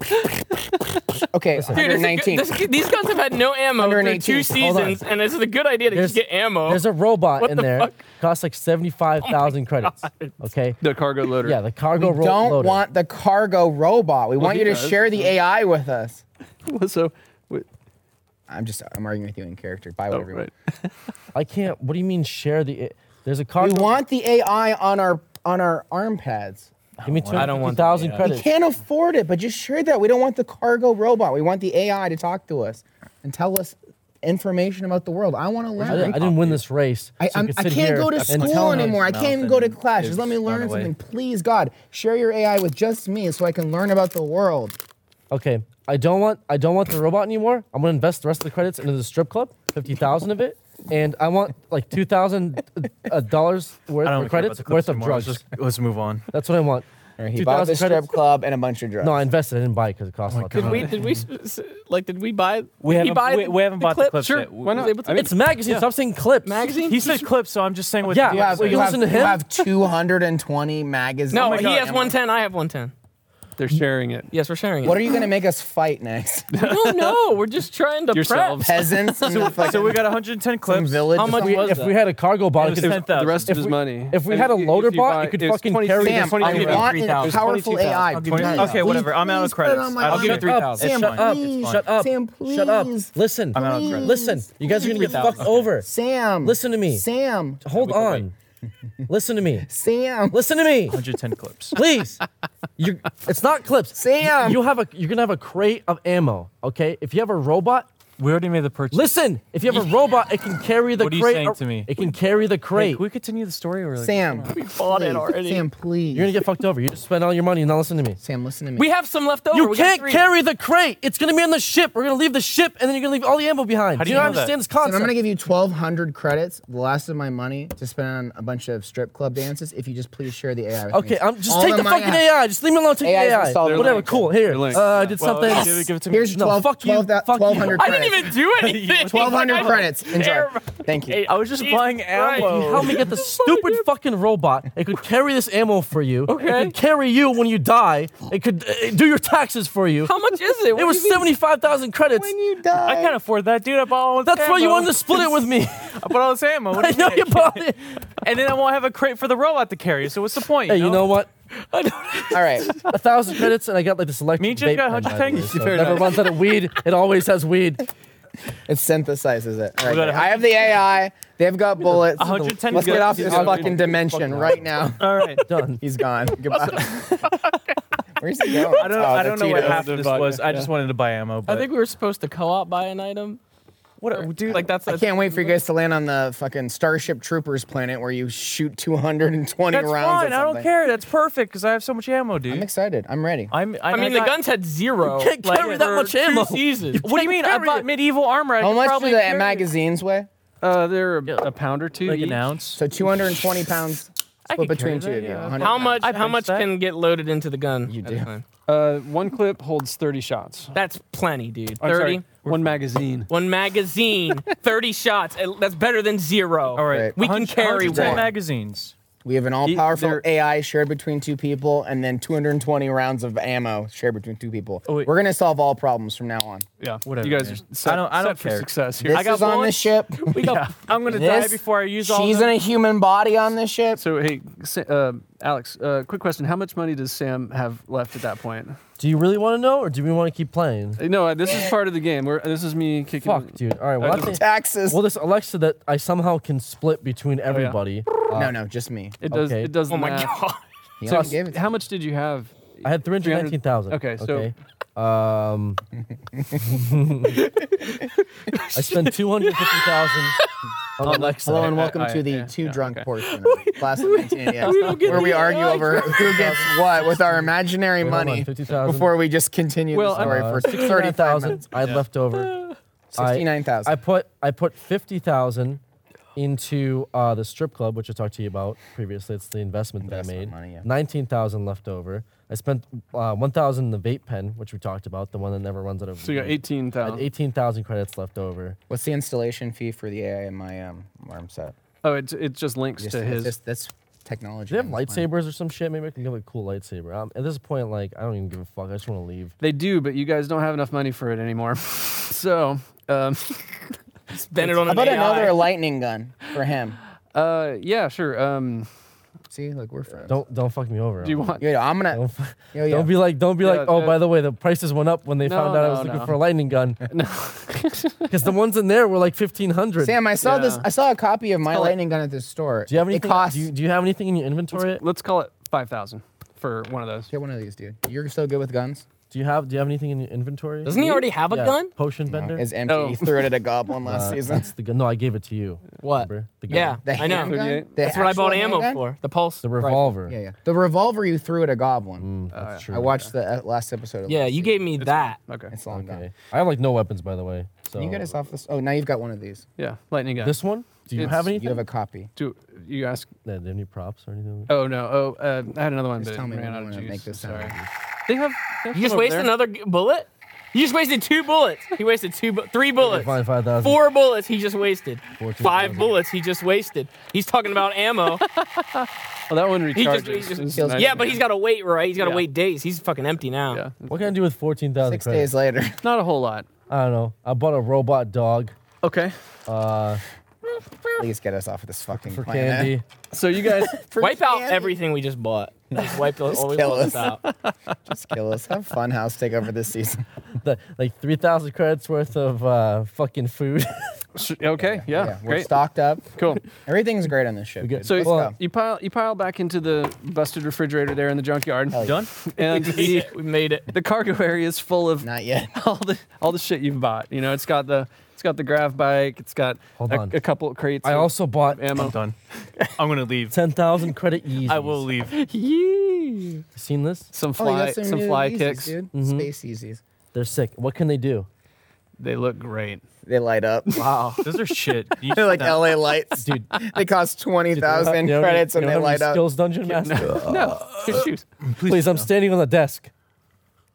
[SPEAKER 2] Okay,
[SPEAKER 4] Dude, it's a
[SPEAKER 2] 119.
[SPEAKER 4] good- this- these guys have had no ammo for
[SPEAKER 2] 118.
[SPEAKER 4] two
[SPEAKER 1] Hold on.
[SPEAKER 4] seasons, and this is a good idea to
[SPEAKER 1] There's-
[SPEAKER 4] just get ammo.
[SPEAKER 1] there's a robot
[SPEAKER 4] Oh. What
[SPEAKER 1] in
[SPEAKER 4] the
[SPEAKER 1] there.
[SPEAKER 4] fuck?
[SPEAKER 1] Costs like 75,000 credits. Okay.
[SPEAKER 5] The cargo loader.
[SPEAKER 1] Yeah, the
[SPEAKER 2] we
[SPEAKER 1] cargo ro-
[SPEAKER 2] don't
[SPEAKER 1] loader.
[SPEAKER 2] want the cargo robot. We want
[SPEAKER 5] he
[SPEAKER 2] you to
[SPEAKER 5] does.
[SPEAKER 2] share the AI with us.
[SPEAKER 5] so wait,
[SPEAKER 2] I'm just, I'm arguing with you in character. Buy
[SPEAKER 5] oh,
[SPEAKER 2] whatever you
[SPEAKER 5] right.
[SPEAKER 2] want.
[SPEAKER 1] I can't. What do you mean share the? There's a
[SPEAKER 2] We
[SPEAKER 1] cargo.
[SPEAKER 2] want the AI on our on our arm pads.
[SPEAKER 1] Give me two
[SPEAKER 3] I don't
[SPEAKER 1] hundred
[SPEAKER 3] want
[SPEAKER 1] thousand
[SPEAKER 3] that, yeah.
[SPEAKER 2] We
[SPEAKER 1] credits.
[SPEAKER 2] can't afford it, but just share that. We don't want the cargo robot. We want the AI to talk to us and tell us information about the world. I want to
[SPEAKER 1] I
[SPEAKER 2] learn.
[SPEAKER 1] didn't, I didn't win this race.
[SPEAKER 2] I,
[SPEAKER 1] so you
[SPEAKER 2] I'm,
[SPEAKER 1] could
[SPEAKER 2] I
[SPEAKER 1] sit
[SPEAKER 2] can't
[SPEAKER 1] here
[SPEAKER 2] go to
[SPEAKER 1] and
[SPEAKER 2] school
[SPEAKER 1] tell me.
[SPEAKER 2] anymore. I
[SPEAKER 3] mouth
[SPEAKER 2] can't even go to
[SPEAKER 3] and
[SPEAKER 2] class.
[SPEAKER 3] is
[SPEAKER 2] Just let me
[SPEAKER 3] on
[SPEAKER 2] learn
[SPEAKER 3] the way.
[SPEAKER 2] something. Please, God, share your AI with just me so I can learn about the world.
[SPEAKER 1] Okay, I don't want. I don't want the robot anymore. I'm gonna invest the rest of the credits into the strip club, fifty thousand of it, and I want like two thousand uh, dollars worth
[SPEAKER 3] I
[SPEAKER 1] of
[SPEAKER 3] don't care about
[SPEAKER 1] credits
[SPEAKER 3] the clips
[SPEAKER 1] worth of
[SPEAKER 3] anymore. Let's
[SPEAKER 1] drugs.
[SPEAKER 3] just let's move on.
[SPEAKER 1] That's what I want.
[SPEAKER 2] He bought
[SPEAKER 1] 2,000
[SPEAKER 2] the strip
[SPEAKER 1] credits.
[SPEAKER 2] club and a bunch of drugs.
[SPEAKER 1] No, I invested. I didn't buy it because it
[SPEAKER 3] Oh
[SPEAKER 1] cost a lot.
[SPEAKER 4] did we? Did we? s- s- Like, did we buy?
[SPEAKER 3] We
[SPEAKER 4] he
[SPEAKER 3] haven't,
[SPEAKER 4] buy
[SPEAKER 3] we, we haven't bought the clips
[SPEAKER 5] Sure,
[SPEAKER 3] yet.
[SPEAKER 5] why not?
[SPEAKER 4] was able to-
[SPEAKER 5] I mean,
[SPEAKER 1] It's magazines. Stop saying clips.
[SPEAKER 4] Magazine?
[SPEAKER 3] He said clips, so I'm just saying what.
[SPEAKER 1] Yeah,
[SPEAKER 2] You have,
[SPEAKER 1] Well, you
[SPEAKER 2] you, have,
[SPEAKER 1] listen to
[SPEAKER 2] you
[SPEAKER 1] him?
[SPEAKER 2] have 220 magazines.
[SPEAKER 4] No,
[SPEAKER 2] Oh my
[SPEAKER 4] he
[SPEAKER 2] God,
[SPEAKER 4] has
[SPEAKER 2] Emma.
[SPEAKER 4] 110. I have 110.
[SPEAKER 5] they're sharing it.
[SPEAKER 4] Yes, we're sharing it.
[SPEAKER 2] What are you going to make us fight next?
[SPEAKER 4] no, no, we're just trying to
[SPEAKER 5] Yourselves.
[SPEAKER 4] prep.
[SPEAKER 2] Peasants in the fucking
[SPEAKER 3] So we got 110 clips.
[SPEAKER 2] village?
[SPEAKER 4] How
[SPEAKER 2] or
[SPEAKER 4] much
[SPEAKER 1] If we,
[SPEAKER 2] something?
[SPEAKER 4] was
[SPEAKER 1] if
[SPEAKER 4] that?
[SPEAKER 1] we had a cargo bot, it
[SPEAKER 3] was
[SPEAKER 1] could
[SPEAKER 3] ten
[SPEAKER 5] The
[SPEAKER 3] thousand.
[SPEAKER 5] rest
[SPEAKER 1] If
[SPEAKER 5] of his
[SPEAKER 1] we-
[SPEAKER 5] money.
[SPEAKER 1] if we
[SPEAKER 5] And
[SPEAKER 1] had a
[SPEAKER 5] you-
[SPEAKER 1] loader
[SPEAKER 5] if you
[SPEAKER 1] bought,
[SPEAKER 5] buy-
[SPEAKER 1] you could
[SPEAKER 5] it was
[SPEAKER 1] fucking
[SPEAKER 5] 20
[SPEAKER 1] carry
[SPEAKER 5] it was
[SPEAKER 2] Sam, I
[SPEAKER 5] 22,000.
[SPEAKER 2] want a
[SPEAKER 3] 23,000.
[SPEAKER 2] powerful AI.
[SPEAKER 4] I'll give you
[SPEAKER 2] please.
[SPEAKER 4] 20.
[SPEAKER 3] Okay, whatever. I'm out of
[SPEAKER 2] Please put it
[SPEAKER 3] credits.
[SPEAKER 2] on my
[SPEAKER 3] I'll give you
[SPEAKER 2] mind.
[SPEAKER 3] three thousand.
[SPEAKER 2] Sam,
[SPEAKER 1] Shut up.
[SPEAKER 2] please.
[SPEAKER 1] Shut up.
[SPEAKER 2] Sam,
[SPEAKER 1] Shut up.
[SPEAKER 2] please.
[SPEAKER 1] Listen.
[SPEAKER 3] I'm out of credits.
[SPEAKER 1] Listen. You guys are gonna get
[SPEAKER 3] 23,000.
[SPEAKER 1] fucked over.
[SPEAKER 2] Sam.
[SPEAKER 1] Listen to me.
[SPEAKER 2] Sam.
[SPEAKER 1] Hold
[SPEAKER 3] we can
[SPEAKER 1] on. Listen to me.
[SPEAKER 2] Sam.
[SPEAKER 1] Listen to me.
[SPEAKER 3] 110 clips.
[SPEAKER 1] Please. You it's not clips.
[SPEAKER 2] Sam.
[SPEAKER 1] You have a you're gonna have a crate of ammo, okay? If you have a robot,
[SPEAKER 3] We already made the purchase.
[SPEAKER 1] listen, if you have a robot, it can carry the
[SPEAKER 3] What are
[SPEAKER 1] crate.
[SPEAKER 3] you saying
[SPEAKER 1] ar-
[SPEAKER 3] to me?
[SPEAKER 1] It can carry the
[SPEAKER 3] Hey,
[SPEAKER 1] crate.
[SPEAKER 3] can we continue the story or like,
[SPEAKER 2] Sam.
[SPEAKER 4] We bought it
[SPEAKER 2] please.
[SPEAKER 4] already.
[SPEAKER 2] Sam, please.
[SPEAKER 1] You're gonna get fucked over. You just spent all your money and not listen to me.
[SPEAKER 2] Sam, listen to me.
[SPEAKER 4] We have some left over.
[SPEAKER 1] You
[SPEAKER 4] we got
[SPEAKER 1] can't
[SPEAKER 4] three.
[SPEAKER 1] carry the crate. It's gonna be on the ship. We're gonna leave the ship and then you're gonna leave all the ammo behind.
[SPEAKER 3] How do
[SPEAKER 1] you
[SPEAKER 3] you
[SPEAKER 1] not
[SPEAKER 3] know that?
[SPEAKER 1] understand this
[SPEAKER 2] and
[SPEAKER 1] concept?
[SPEAKER 2] I'm gonna give you 1,200 credits, the last of my money, to spend on a bunch of strip club dances. If you just please share the AI with me.
[SPEAKER 1] Okay, I'm just
[SPEAKER 2] All
[SPEAKER 1] take the
[SPEAKER 2] money
[SPEAKER 1] fucking
[SPEAKER 2] I have.
[SPEAKER 1] AI. Just leave me alone. Take
[SPEAKER 2] AI is
[SPEAKER 1] the AI.
[SPEAKER 2] what's all the
[SPEAKER 1] Whatever.
[SPEAKER 2] money.
[SPEAKER 1] Cool. Here.
[SPEAKER 5] They're linked.
[SPEAKER 1] Uh, I did
[SPEAKER 3] Well,
[SPEAKER 1] something.
[SPEAKER 3] give it- give it to me.
[SPEAKER 2] Here's
[SPEAKER 1] no,
[SPEAKER 2] 12,
[SPEAKER 1] fuck you.
[SPEAKER 2] 12,
[SPEAKER 1] Fuck you.
[SPEAKER 2] 1,200
[SPEAKER 4] I
[SPEAKER 2] credits.
[SPEAKER 4] didn't even do anything.
[SPEAKER 2] 1,200
[SPEAKER 4] I'm
[SPEAKER 2] credits. Enjoy.
[SPEAKER 4] terrible.
[SPEAKER 2] Thank you.
[SPEAKER 3] I was just
[SPEAKER 4] Jesus
[SPEAKER 3] buying
[SPEAKER 4] Christ.
[SPEAKER 3] ammo.
[SPEAKER 1] Help me get the stupid fucking robot. It could carry this ammo for you. It
[SPEAKER 4] Okay.
[SPEAKER 1] could carry you when you die. It could uh, do your taxes for you.
[SPEAKER 4] How much is it?
[SPEAKER 1] It was seventy-five thousand credits.
[SPEAKER 2] you die.
[SPEAKER 3] I can't afford that, dude. I bought all this
[SPEAKER 1] That's why you wanted to split it with me.
[SPEAKER 3] I bought all this ammo. What do
[SPEAKER 1] I
[SPEAKER 3] you
[SPEAKER 1] know
[SPEAKER 3] mean?
[SPEAKER 1] you bought it.
[SPEAKER 3] And then I won't have a crate for the robot to carry. So what's the point?
[SPEAKER 1] Hey, you know what?
[SPEAKER 2] All right.
[SPEAKER 1] A thousand credits, and I got like this electric.
[SPEAKER 3] Me and Jim
[SPEAKER 1] vape
[SPEAKER 3] got
[SPEAKER 1] pen, by the
[SPEAKER 3] 110.
[SPEAKER 1] way, so
[SPEAKER 3] Fair
[SPEAKER 1] it Never
[SPEAKER 3] enough.
[SPEAKER 1] runs out of weed. It always has weed.
[SPEAKER 2] It synthesizes it. All right,
[SPEAKER 3] got
[SPEAKER 2] great. I have the AI. They've got bullets.
[SPEAKER 3] 110
[SPEAKER 2] Let's get off
[SPEAKER 3] guns.
[SPEAKER 2] this
[SPEAKER 3] He's
[SPEAKER 2] fucking
[SPEAKER 1] gone.
[SPEAKER 2] dimension right now.
[SPEAKER 3] All right.
[SPEAKER 1] Done.
[SPEAKER 2] He's gone. Goodbye. Where's he going?
[SPEAKER 3] I don't,
[SPEAKER 2] Oh,
[SPEAKER 3] I
[SPEAKER 2] the
[SPEAKER 3] don't know what
[SPEAKER 2] Cheetos.
[SPEAKER 3] half of this was. I just wanted to buy ammo.
[SPEAKER 4] I
[SPEAKER 3] But
[SPEAKER 4] think we were supposed to co-op buy an item.
[SPEAKER 3] what, dude,
[SPEAKER 4] Like that's.
[SPEAKER 2] I can't wait for you guys to land on the fucking Starship Troopers planet where you shoot 220
[SPEAKER 3] That's
[SPEAKER 2] rounds. at
[SPEAKER 3] fine. I don't
[SPEAKER 2] something.
[SPEAKER 3] care. That's perfect because I have so much ammo, dude.
[SPEAKER 2] I'm excited. I'm ready.
[SPEAKER 3] I'm,
[SPEAKER 4] I mean, the
[SPEAKER 3] got-
[SPEAKER 4] guns had zero.
[SPEAKER 1] You can't carry
[SPEAKER 4] like,
[SPEAKER 1] that
[SPEAKER 4] for
[SPEAKER 1] much ammo.
[SPEAKER 4] Two seasons.
[SPEAKER 3] What do you mean? I
[SPEAKER 1] carry
[SPEAKER 3] bought
[SPEAKER 1] it.
[SPEAKER 3] medieval armor. I
[SPEAKER 2] How
[SPEAKER 3] could
[SPEAKER 2] much do
[SPEAKER 3] probably
[SPEAKER 2] the
[SPEAKER 3] carry it.
[SPEAKER 2] magazines weigh?
[SPEAKER 5] Uh, they're a, a pound or two
[SPEAKER 3] Like an
[SPEAKER 5] each.
[SPEAKER 3] ounce.
[SPEAKER 2] So 220 pounds
[SPEAKER 3] I
[SPEAKER 2] split
[SPEAKER 3] could
[SPEAKER 2] between two
[SPEAKER 3] carry
[SPEAKER 2] of
[SPEAKER 3] that,
[SPEAKER 2] you.
[SPEAKER 3] yeah.
[SPEAKER 2] 100
[SPEAKER 4] How
[SPEAKER 2] pounds.
[SPEAKER 4] much? How
[SPEAKER 3] fixed
[SPEAKER 4] much
[SPEAKER 3] that.
[SPEAKER 4] can get loaded into the gun?
[SPEAKER 2] You
[SPEAKER 4] at a
[SPEAKER 2] do.
[SPEAKER 4] time?
[SPEAKER 5] Uh, one clip holds 30 shots.
[SPEAKER 4] That's plenty, dude.
[SPEAKER 5] I'm sorry,
[SPEAKER 4] Thirty.
[SPEAKER 5] One magazine.
[SPEAKER 4] One magazine. Thirty shots. Uh, That's better than zero.
[SPEAKER 3] All
[SPEAKER 2] Right.
[SPEAKER 3] right,
[SPEAKER 4] We can
[SPEAKER 3] 100
[SPEAKER 4] carry
[SPEAKER 3] 110
[SPEAKER 4] one.
[SPEAKER 3] magazines.
[SPEAKER 2] We have an all powerful
[SPEAKER 5] they're-
[SPEAKER 2] AI shared between two people and then 220 rounds of ammo shared between two people.
[SPEAKER 3] Oh, wait.
[SPEAKER 2] We're going to solve all problems from now on.
[SPEAKER 5] Yeah,
[SPEAKER 3] Whatever,
[SPEAKER 5] You guys
[SPEAKER 3] man.
[SPEAKER 5] are set,
[SPEAKER 3] I don't- I don't
[SPEAKER 5] set for
[SPEAKER 3] care.
[SPEAKER 5] success here.
[SPEAKER 2] This
[SPEAKER 3] got
[SPEAKER 2] is on
[SPEAKER 3] one-
[SPEAKER 2] the ship.
[SPEAKER 3] We got, I'm gonna die
[SPEAKER 2] This-
[SPEAKER 3] before I use all.
[SPEAKER 2] She's
[SPEAKER 3] them.
[SPEAKER 2] in a human body on this ship.
[SPEAKER 5] so hey, Sa- uh, Alex, uh, quick question: How much money does Sam have left at that point?
[SPEAKER 1] Do you really want to know, or do we want to keep playing?
[SPEAKER 5] Uh, No, uh, this is part of the game. Where this is me kicking.
[SPEAKER 1] Fuck, dude. All right. Well,
[SPEAKER 5] I
[SPEAKER 1] that's it.
[SPEAKER 2] Taxes.
[SPEAKER 1] well, there's Alexa that I somehow can split between everybody. Uh,
[SPEAKER 2] no, no, just me.
[SPEAKER 5] It does.
[SPEAKER 1] Okay.
[SPEAKER 5] It does.
[SPEAKER 3] Oh my
[SPEAKER 5] math.
[SPEAKER 3] god.
[SPEAKER 2] He
[SPEAKER 5] So
[SPEAKER 2] only gave it to
[SPEAKER 5] how
[SPEAKER 2] me.
[SPEAKER 5] much did you have?
[SPEAKER 1] I had 319,000.
[SPEAKER 5] Okay, so-
[SPEAKER 1] so. Um, I spent 250,000 on Alexa.
[SPEAKER 2] Hello and
[SPEAKER 5] I-
[SPEAKER 2] welcome
[SPEAKER 5] I-
[SPEAKER 2] to the
[SPEAKER 5] yeah,
[SPEAKER 2] two
[SPEAKER 5] yeah,
[SPEAKER 2] drunk portion of Class of 1988,
[SPEAKER 4] get
[SPEAKER 2] where we
[SPEAKER 4] the
[SPEAKER 2] argue
[SPEAKER 4] AI
[SPEAKER 2] over who gets what with our imaginary
[SPEAKER 1] Wait, hold on,
[SPEAKER 2] money
[SPEAKER 1] 50,000.
[SPEAKER 2] before we just continue
[SPEAKER 5] Well,
[SPEAKER 2] the story
[SPEAKER 1] Uh,
[SPEAKER 2] for 35 minutes.
[SPEAKER 1] 69,000 I had left over. I-
[SPEAKER 2] 69,000.
[SPEAKER 1] I put I put fifty thousand into uh, the strip club, which I talked to you about previously. It's the investment that I
[SPEAKER 2] Investment
[SPEAKER 1] made.
[SPEAKER 2] money, yeah.
[SPEAKER 1] Nineteen thousand left over. I spent uh, one thousand in the vape pen, which we talked about, the one that never runs out of.
[SPEAKER 5] So you got
[SPEAKER 1] vape. I
[SPEAKER 5] eighteen
[SPEAKER 1] had
[SPEAKER 5] thousand.
[SPEAKER 1] eighteen thousand credits left over.
[SPEAKER 2] What's the installation fee for the AI in my um, arm set?
[SPEAKER 5] Oh, it it just links
[SPEAKER 2] Just-
[SPEAKER 5] to
[SPEAKER 2] that's
[SPEAKER 5] his.
[SPEAKER 2] just- that's technology.
[SPEAKER 1] Do they have
[SPEAKER 2] on this
[SPEAKER 1] lightsabers or some shit? Maybe I can get a cool lightsaber. Um, at this point, like I don't even give a fuck. I just want to leave.
[SPEAKER 5] They do, but you guys don't have enough money for it anymore. so, um,
[SPEAKER 4] Spend it
[SPEAKER 2] planet. How
[SPEAKER 4] on an
[SPEAKER 2] about
[SPEAKER 4] AI.
[SPEAKER 2] another lightning gun for him?
[SPEAKER 5] uh, yeah, sure. Um,
[SPEAKER 2] See, look, we're friends.
[SPEAKER 1] Don't don't fuck me over.
[SPEAKER 5] do you
[SPEAKER 1] Elmer.
[SPEAKER 5] want?
[SPEAKER 2] Yo, yo, I'm gonna.
[SPEAKER 1] Don't,
[SPEAKER 2] Yo, yo.
[SPEAKER 1] don't be like don't be like
[SPEAKER 5] Yeah,
[SPEAKER 1] oh
[SPEAKER 5] uh,
[SPEAKER 1] by the way the prices went up when they
[SPEAKER 5] No,
[SPEAKER 1] found out I was
[SPEAKER 5] no,
[SPEAKER 1] looking
[SPEAKER 5] no.
[SPEAKER 1] for a lightning gun because the ones in there were like fifteen hundred.
[SPEAKER 2] Sam, I saw this.
[SPEAKER 5] Yeah.
[SPEAKER 2] I saw a copy of my
[SPEAKER 5] called-
[SPEAKER 2] lightning gun at the store.
[SPEAKER 1] Do you have
[SPEAKER 2] It
[SPEAKER 1] anything?
[SPEAKER 2] costs.
[SPEAKER 1] Do you, do you have anything in your inventory?
[SPEAKER 5] Let's call it five thousand for one of those.
[SPEAKER 2] Get one of these, dude. You're so good with guns.
[SPEAKER 1] Do you have Do you have anything in your inventory?
[SPEAKER 4] Doesn't he already have a
[SPEAKER 1] Yeah,
[SPEAKER 4] gun?
[SPEAKER 1] Potion vendor.
[SPEAKER 2] It's empty.
[SPEAKER 5] No.
[SPEAKER 4] Oh.
[SPEAKER 2] He threw it at E a goblin
[SPEAKER 1] Uh,
[SPEAKER 2] last season.
[SPEAKER 1] that's the gun. No, I gave it to you.
[SPEAKER 4] What?
[SPEAKER 1] Remember? The gun.
[SPEAKER 4] Yeah,
[SPEAKER 2] The
[SPEAKER 4] I know.
[SPEAKER 2] handgun? The
[SPEAKER 5] Thirty-eight.
[SPEAKER 4] That's what I
[SPEAKER 2] actual
[SPEAKER 4] bought ammo
[SPEAKER 2] handgun?
[SPEAKER 4] for. The pulse.
[SPEAKER 1] The
[SPEAKER 4] rifle.
[SPEAKER 1] revolver.
[SPEAKER 2] Yeah, yeah. The revolver you threw at a goblin.
[SPEAKER 1] Mm, that's true.
[SPEAKER 2] I watched the uh, last episode. Of
[SPEAKER 4] Yeah,
[SPEAKER 2] last
[SPEAKER 4] you
[SPEAKER 2] season.
[SPEAKER 4] gave me that.
[SPEAKER 5] Okay.
[SPEAKER 2] It's long gone.
[SPEAKER 1] Okay. I have like no weapons, by the way. So
[SPEAKER 2] Can you get us off this? Oh, now you've got one of these.
[SPEAKER 5] Yeah, lightning gun.
[SPEAKER 1] this one? Do you
[SPEAKER 5] It's-
[SPEAKER 1] have
[SPEAKER 5] you
[SPEAKER 1] anything?
[SPEAKER 2] You have a copy.
[SPEAKER 5] Do you ask?
[SPEAKER 1] Yeah, do you have any props or anything?
[SPEAKER 5] Oh no. Oh, uh, I had another one,
[SPEAKER 2] Just
[SPEAKER 5] but
[SPEAKER 2] tell
[SPEAKER 5] it
[SPEAKER 2] me when
[SPEAKER 5] ran
[SPEAKER 2] you
[SPEAKER 5] out of
[SPEAKER 2] wanna
[SPEAKER 5] juice.
[SPEAKER 2] make this
[SPEAKER 5] Sorry.
[SPEAKER 2] sound.
[SPEAKER 5] They have. they have
[SPEAKER 4] You
[SPEAKER 5] some
[SPEAKER 4] just
[SPEAKER 5] over
[SPEAKER 4] wasted
[SPEAKER 5] there.
[SPEAKER 4] another g- bullet? You just wasted two bullets. He wasted two, bu- three bullets.
[SPEAKER 1] Fine, 5,000.
[SPEAKER 4] Four bullets he just wasted.
[SPEAKER 1] 14,000.
[SPEAKER 4] Five bullets he just wasted. He's talking about ammo.
[SPEAKER 5] Oh, that one
[SPEAKER 4] He
[SPEAKER 5] recharges.
[SPEAKER 4] just, he just-
[SPEAKER 5] It's nice.
[SPEAKER 4] yeah, but he's got to wait, right? He's got to
[SPEAKER 5] Yeah.
[SPEAKER 4] wait days. He's fucking empty now.
[SPEAKER 5] Yeah.
[SPEAKER 1] What can I do with fourteen thousand
[SPEAKER 2] Six
[SPEAKER 1] credits?
[SPEAKER 2] days later.
[SPEAKER 5] Not a whole lot.
[SPEAKER 1] I don't know. I bought a robot dog
[SPEAKER 5] Okay.
[SPEAKER 1] uh,
[SPEAKER 2] Please get us off of this fucking
[SPEAKER 1] for
[SPEAKER 2] planet.
[SPEAKER 1] candy.
[SPEAKER 5] So you guys,
[SPEAKER 2] For
[SPEAKER 4] Wipe out
[SPEAKER 2] candy.
[SPEAKER 4] everything we just bought. Just wipe those, all these
[SPEAKER 2] kill
[SPEAKER 4] bullets
[SPEAKER 2] us.
[SPEAKER 4] out.
[SPEAKER 2] Just kill us. Have fun house take over this season.
[SPEAKER 1] The, like three thousand credits worth of uh, fucking food.
[SPEAKER 5] sh- okay, yeah,
[SPEAKER 2] Yeah, we're
[SPEAKER 5] great,
[SPEAKER 2] stocked up.
[SPEAKER 5] cool.
[SPEAKER 2] Everything's great on this ship.
[SPEAKER 1] get-
[SPEAKER 2] dude.
[SPEAKER 5] So
[SPEAKER 2] Let's
[SPEAKER 1] Well,
[SPEAKER 2] go.
[SPEAKER 5] you pile you pile back into the busted refrigerator there in the junkyard,
[SPEAKER 2] Hell yeah.
[SPEAKER 3] Done?
[SPEAKER 5] and
[SPEAKER 4] We
[SPEAKER 5] the,
[SPEAKER 4] we made it.
[SPEAKER 5] the cargo area is full of
[SPEAKER 2] Not yet.
[SPEAKER 5] all the all the shit you've bought. You know, it's got the it's got the grav bike. It's got
[SPEAKER 1] Hold
[SPEAKER 5] a,
[SPEAKER 1] on.
[SPEAKER 5] a couple of crates.
[SPEAKER 1] I
[SPEAKER 5] of
[SPEAKER 1] also bought
[SPEAKER 5] ammo.
[SPEAKER 3] I'm done. I'm gonna leave.
[SPEAKER 1] ten thousand credit Yeezys.
[SPEAKER 3] I will leave.
[SPEAKER 5] Yee.
[SPEAKER 1] Seen this?
[SPEAKER 5] Some
[SPEAKER 2] Oh, you
[SPEAKER 5] fly
[SPEAKER 2] got
[SPEAKER 5] some,
[SPEAKER 2] new
[SPEAKER 5] fly
[SPEAKER 2] Yeezys,
[SPEAKER 5] kicks.
[SPEAKER 2] dude.
[SPEAKER 1] Mm-hmm.
[SPEAKER 2] Space Yeezys.
[SPEAKER 1] They're sick. What can they do?
[SPEAKER 5] They look great.
[SPEAKER 2] They light up.
[SPEAKER 3] Wow, those are shit. You-
[SPEAKER 2] They're like LA lights.
[SPEAKER 1] Dude,
[SPEAKER 2] They cost twenty thousand
[SPEAKER 1] You don't have-
[SPEAKER 2] credits
[SPEAKER 1] you
[SPEAKER 2] and
[SPEAKER 1] don't
[SPEAKER 2] they
[SPEAKER 1] have any
[SPEAKER 2] light up.
[SPEAKER 1] Skills dungeon master.
[SPEAKER 5] No, your shoes.
[SPEAKER 1] Please, I'm standing on the desk.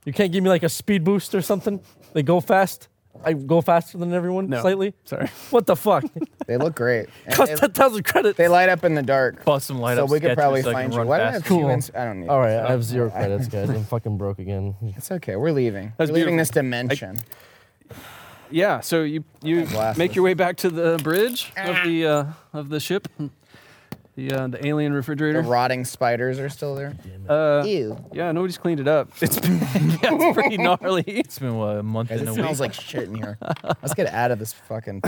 [SPEAKER 1] You can't give me like a speed boost or something. They go fast. I go faster than everyone
[SPEAKER 5] No.
[SPEAKER 1] slightly.
[SPEAKER 5] Sorry.
[SPEAKER 1] What the fuck?
[SPEAKER 2] They look great. And
[SPEAKER 1] Cost
[SPEAKER 2] they-
[SPEAKER 1] ten thousand credits.
[SPEAKER 2] They light up in the dark.
[SPEAKER 3] Bought some light
[SPEAKER 2] so
[SPEAKER 3] up
[SPEAKER 2] we could
[SPEAKER 3] sketches
[SPEAKER 2] probably
[SPEAKER 3] so I can
[SPEAKER 2] find you.
[SPEAKER 3] run
[SPEAKER 2] Why do I
[SPEAKER 3] fast.
[SPEAKER 2] have two
[SPEAKER 1] Cool.
[SPEAKER 2] ins- I don't need.
[SPEAKER 1] All
[SPEAKER 2] it.
[SPEAKER 1] right, I have zero credits, guys. I'm fucking broke again.
[SPEAKER 2] It's okay. We're leaving.
[SPEAKER 5] That's
[SPEAKER 2] we're leaving this
[SPEAKER 5] beautiful.
[SPEAKER 2] dimension.
[SPEAKER 5] Yeah. So you you
[SPEAKER 2] Glasses.
[SPEAKER 5] make your way back to the bridge of the uh, of the ship, the uh, the alien refrigerator.
[SPEAKER 2] the rotting spiders are still there.
[SPEAKER 5] Uh,
[SPEAKER 2] Ew.
[SPEAKER 5] yeah, nobody's cleaned it up. It's, been- yeah, it's pretty gnarly.
[SPEAKER 3] It's been what, a month
[SPEAKER 2] Guys,
[SPEAKER 3] and
[SPEAKER 2] it
[SPEAKER 3] a week.
[SPEAKER 2] smells like shit in here. Let's get out of this fucking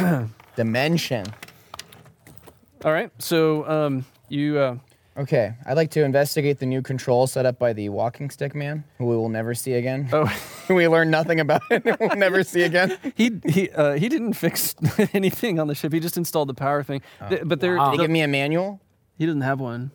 [SPEAKER 2] dimension.
[SPEAKER 5] All right, so um, you uh,
[SPEAKER 2] Okay, I'd like to investigate the new control set up by the walking stick man, who we will never see again.
[SPEAKER 5] oh
[SPEAKER 2] we learn nothing about it. and we'll never see again.
[SPEAKER 5] he he uh, he didn't fix anything on the ship. He just installed the power thing.
[SPEAKER 2] Oh.
[SPEAKER 5] Th- but there
[SPEAKER 4] Wow.
[SPEAKER 2] They
[SPEAKER 5] the-
[SPEAKER 2] give me a manual.
[SPEAKER 5] he doesn't have one.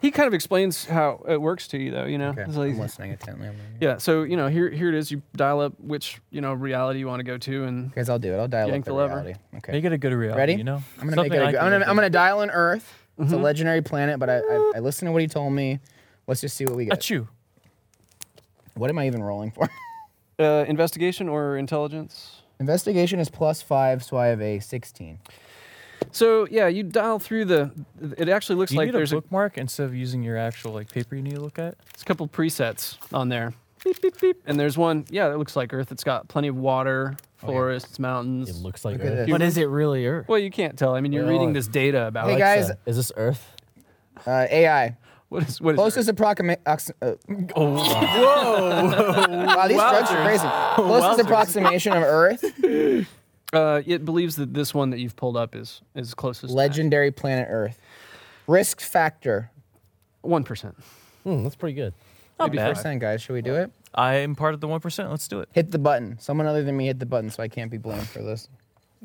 [SPEAKER 5] He kind of explains how it works to you though. You know,
[SPEAKER 2] Okay,
[SPEAKER 5] It's like-
[SPEAKER 2] I'm listening intently. I'm listening.
[SPEAKER 5] yeah. So you know here here it is. You dial up which you know reality you want to go to, and
[SPEAKER 2] Guys, I'll do it. I'll dial
[SPEAKER 5] Yank
[SPEAKER 2] up the,
[SPEAKER 5] the lever.
[SPEAKER 2] reality. Okay.
[SPEAKER 3] Make it a good reality,
[SPEAKER 2] Ready?
[SPEAKER 3] you know?
[SPEAKER 2] I'm gonna
[SPEAKER 3] Something
[SPEAKER 2] make it. A
[SPEAKER 3] I
[SPEAKER 2] good, I'm
[SPEAKER 3] can
[SPEAKER 2] gonna.
[SPEAKER 3] live
[SPEAKER 2] I'm
[SPEAKER 3] with.
[SPEAKER 2] gonna dial in Earth. It's a
[SPEAKER 3] Mm-hmm.
[SPEAKER 2] legendary planet, but I, I I listened to what he told me. Let's just see what we get.
[SPEAKER 3] Achoo.
[SPEAKER 2] What am I even rolling for?
[SPEAKER 5] uh, investigation or intelligence.
[SPEAKER 2] Investigation is plus five, so I have a 16.
[SPEAKER 5] So yeah, you dial through the. It actually looks
[SPEAKER 3] Do you
[SPEAKER 5] like
[SPEAKER 3] need a
[SPEAKER 5] there's a,
[SPEAKER 3] bookmark instead of using your actual like paper you need to look at?
[SPEAKER 5] there's a couple presets on there. Beep, beep, beep. And there's one, yeah, that looks like Earth. It's got plenty of water, forests, mountains.
[SPEAKER 1] It looks like
[SPEAKER 2] Look at
[SPEAKER 1] Earth.
[SPEAKER 2] this.
[SPEAKER 4] What is it really, Earth?
[SPEAKER 5] Well, you can't tell. I mean, you're
[SPEAKER 1] Well,
[SPEAKER 5] reading this data about.
[SPEAKER 2] Hey, guys.
[SPEAKER 1] Alexa, is this Earth?
[SPEAKER 2] Uh, AI.
[SPEAKER 5] What is what is
[SPEAKER 2] Closest approximation. Uh,
[SPEAKER 3] Oh,
[SPEAKER 2] whoa! wow, these drugs are crazy. Closest approximation of Earth,
[SPEAKER 5] Uh, it believes that this one that you've pulled up is is closest.
[SPEAKER 2] legendary planet Earth. Risk factor.
[SPEAKER 5] One percent.
[SPEAKER 1] Hmm, that's pretty good.
[SPEAKER 3] Not bad.
[SPEAKER 2] Percent, guys. Should we do it?
[SPEAKER 3] I am part of the one percent. Let's do it.
[SPEAKER 2] Hit the button. Someone other than me hit the button, so I can't be blamed for this.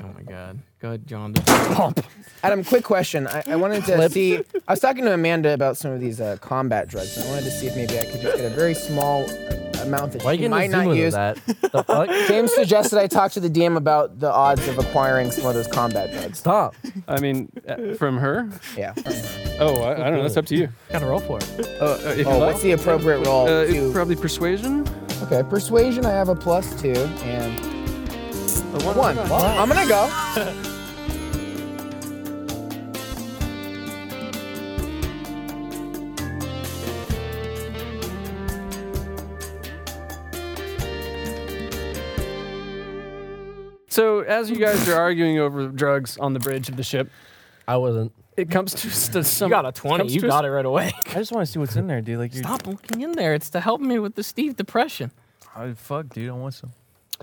[SPEAKER 4] Oh my god. Go ahead, John. Pump.
[SPEAKER 2] Adam, quick question. I, I wanted to see. I was talking to Amanda about some of these uh, combat drugs, and I wanted to see if maybe I could just get a very small amount that
[SPEAKER 1] Why
[SPEAKER 2] she
[SPEAKER 1] you
[SPEAKER 2] might
[SPEAKER 1] getting a
[SPEAKER 2] not
[SPEAKER 1] zoom into
[SPEAKER 2] use.
[SPEAKER 1] that? The fuck?
[SPEAKER 2] James suggested I talk to the DM about the odds of acquiring some of those combat drugs.
[SPEAKER 1] Stop.
[SPEAKER 5] I mean, uh, from her.
[SPEAKER 2] Yeah.
[SPEAKER 5] Oh, I, I don't know. That's up to you.
[SPEAKER 4] Gotta roll for it.
[SPEAKER 5] Uh, uh, if
[SPEAKER 2] Oh,
[SPEAKER 5] you
[SPEAKER 2] what's Oh,
[SPEAKER 5] like.
[SPEAKER 2] the appropriate roll?
[SPEAKER 5] Uh,
[SPEAKER 2] to-
[SPEAKER 5] it- probably persuasion.
[SPEAKER 2] okay, persuasion. I have a plus two and
[SPEAKER 5] Uh, one.
[SPEAKER 2] one. I'm gonna go.
[SPEAKER 5] So as you guys are arguing over drugs on the bridge of the ship,
[SPEAKER 1] I wasn't.
[SPEAKER 5] it comes to st- some.
[SPEAKER 4] You got a 20. You got it right away.
[SPEAKER 3] I just want to see what's in there, dude. Like, you're,
[SPEAKER 4] Stop looking in there. It's to help me with the Steve depression.
[SPEAKER 3] Oh, fuck, dude. I want some.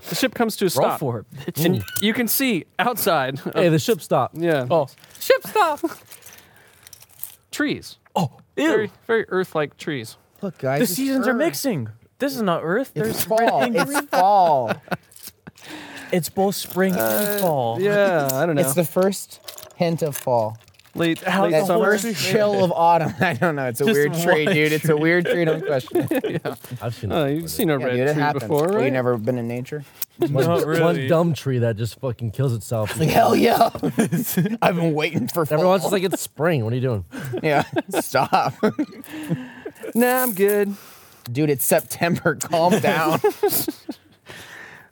[SPEAKER 5] The ship comes to a
[SPEAKER 4] Roll
[SPEAKER 5] stop.
[SPEAKER 4] for it, bitch.
[SPEAKER 5] And you can see outside. uh, of-
[SPEAKER 1] Mm. Hey, the ship stopped.
[SPEAKER 5] yeah.
[SPEAKER 4] Oh, ship stop.
[SPEAKER 5] Trees.
[SPEAKER 3] Oh, ew.
[SPEAKER 5] Very, very earth-like trees.
[SPEAKER 2] Look, guys.
[SPEAKER 3] The
[SPEAKER 2] it's
[SPEAKER 3] seasons are
[SPEAKER 2] Earth.
[SPEAKER 3] mixing. This is not Earth.
[SPEAKER 2] It's
[SPEAKER 3] There's
[SPEAKER 2] fall.
[SPEAKER 3] red and
[SPEAKER 2] It's
[SPEAKER 3] green.
[SPEAKER 2] fall.
[SPEAKER 3] It's both spring
[SPEAKER 2] Uh,
[SPEAKER 3] and fall.
[SPEAKER 5] Yeah, I don't know.
[SPEAKER 2] It's the first hint of fall.
[SPEAKER 5] late,
[SPEAKER 3] How
[SPEAKER 5] late
[SPEAKER 3] the
[SPEAKER 5] summer.
[SPEAKER 3] horse-
[SPEAKER 2] First chill of autumn. I don't know. It's a
[SPEAKER 3] Just
[SPEAKER 2] weird tree,
[SPEAKER 3] one
[SPEAKER 2] dude. It's a weird tree. Don't question. it.
[SPEAKER 1] I've seen
[SPEAKER 5] Oh,
[SPEAKER 1] it.
[SPEAKER 5] you've seen a
[SPEAKER 2] Yeah,
[SPEAKER 5] red
[SPEAKER 2] dude, it
[SPEAKER 5] tree
[SPEAKER 2] happens.
[SPEAKER 5] before,
[SPEAKER 2] Well,
[SPEAKER 5] right?
[SPEAKER 2] you never been in nature?
[SPEAKER 1] one,
[SPEAKER 3] Not
[SPEAKER 1] one
[SPEAKER 3] really.
[SPEAKER 1] dumb tree that just fucking kills itself. Like,
[SPEAKER 2] Hell yeah! I've been waiting for fall.
[SPEAKER 1] Everyone's just like, it's spring. What are you doing?
[SPEAKER 2] yeah. Stop,
[SPEAKER 5] Nah, I'm good.
[SPEAKER 2] dude. It's September. Calm down.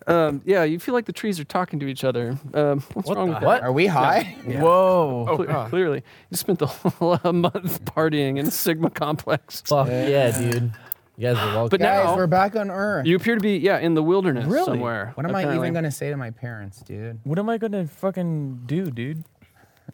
[SPEAKER 5] Um, yeah, you feel like the trees are talking to each other. Um, what's
[SPEAKER 1] What
[SPEAKER 5] wrong
[SPEAKER 1] the
[SPEAKER 5] with
[SPEAKER 1] heck?
[SPEAKER 5] that?
[SPEAKER 2] Are we high?
[SPEAKER 3] Whoa.
[SPEAKER 2] Oh,
[SPEAKER 5] Cle- Clearly, you spent the whole uh, month partying in Sigma Complex.
[SPEAKER 1] Fuck yeah, dude. You guys are welcome.
[SPEAKER 5] But
[SPEAKER 2] Guys,
[SPEAKER 5] now
[SPEAKER 2] we're back on Earth.
[SPEAKER 5] you appear to be, yeah, in the wilderness
[SPEAKER 3] Really?
[SPEAKER 5] somewhere.
[SPEAKER 2] what am I
[SPEAKER 5] apparently.
[SPEAKER 2] even gonna say to my parents, dude?
[SPEAKER 3] What am I gonna fucking do, dude?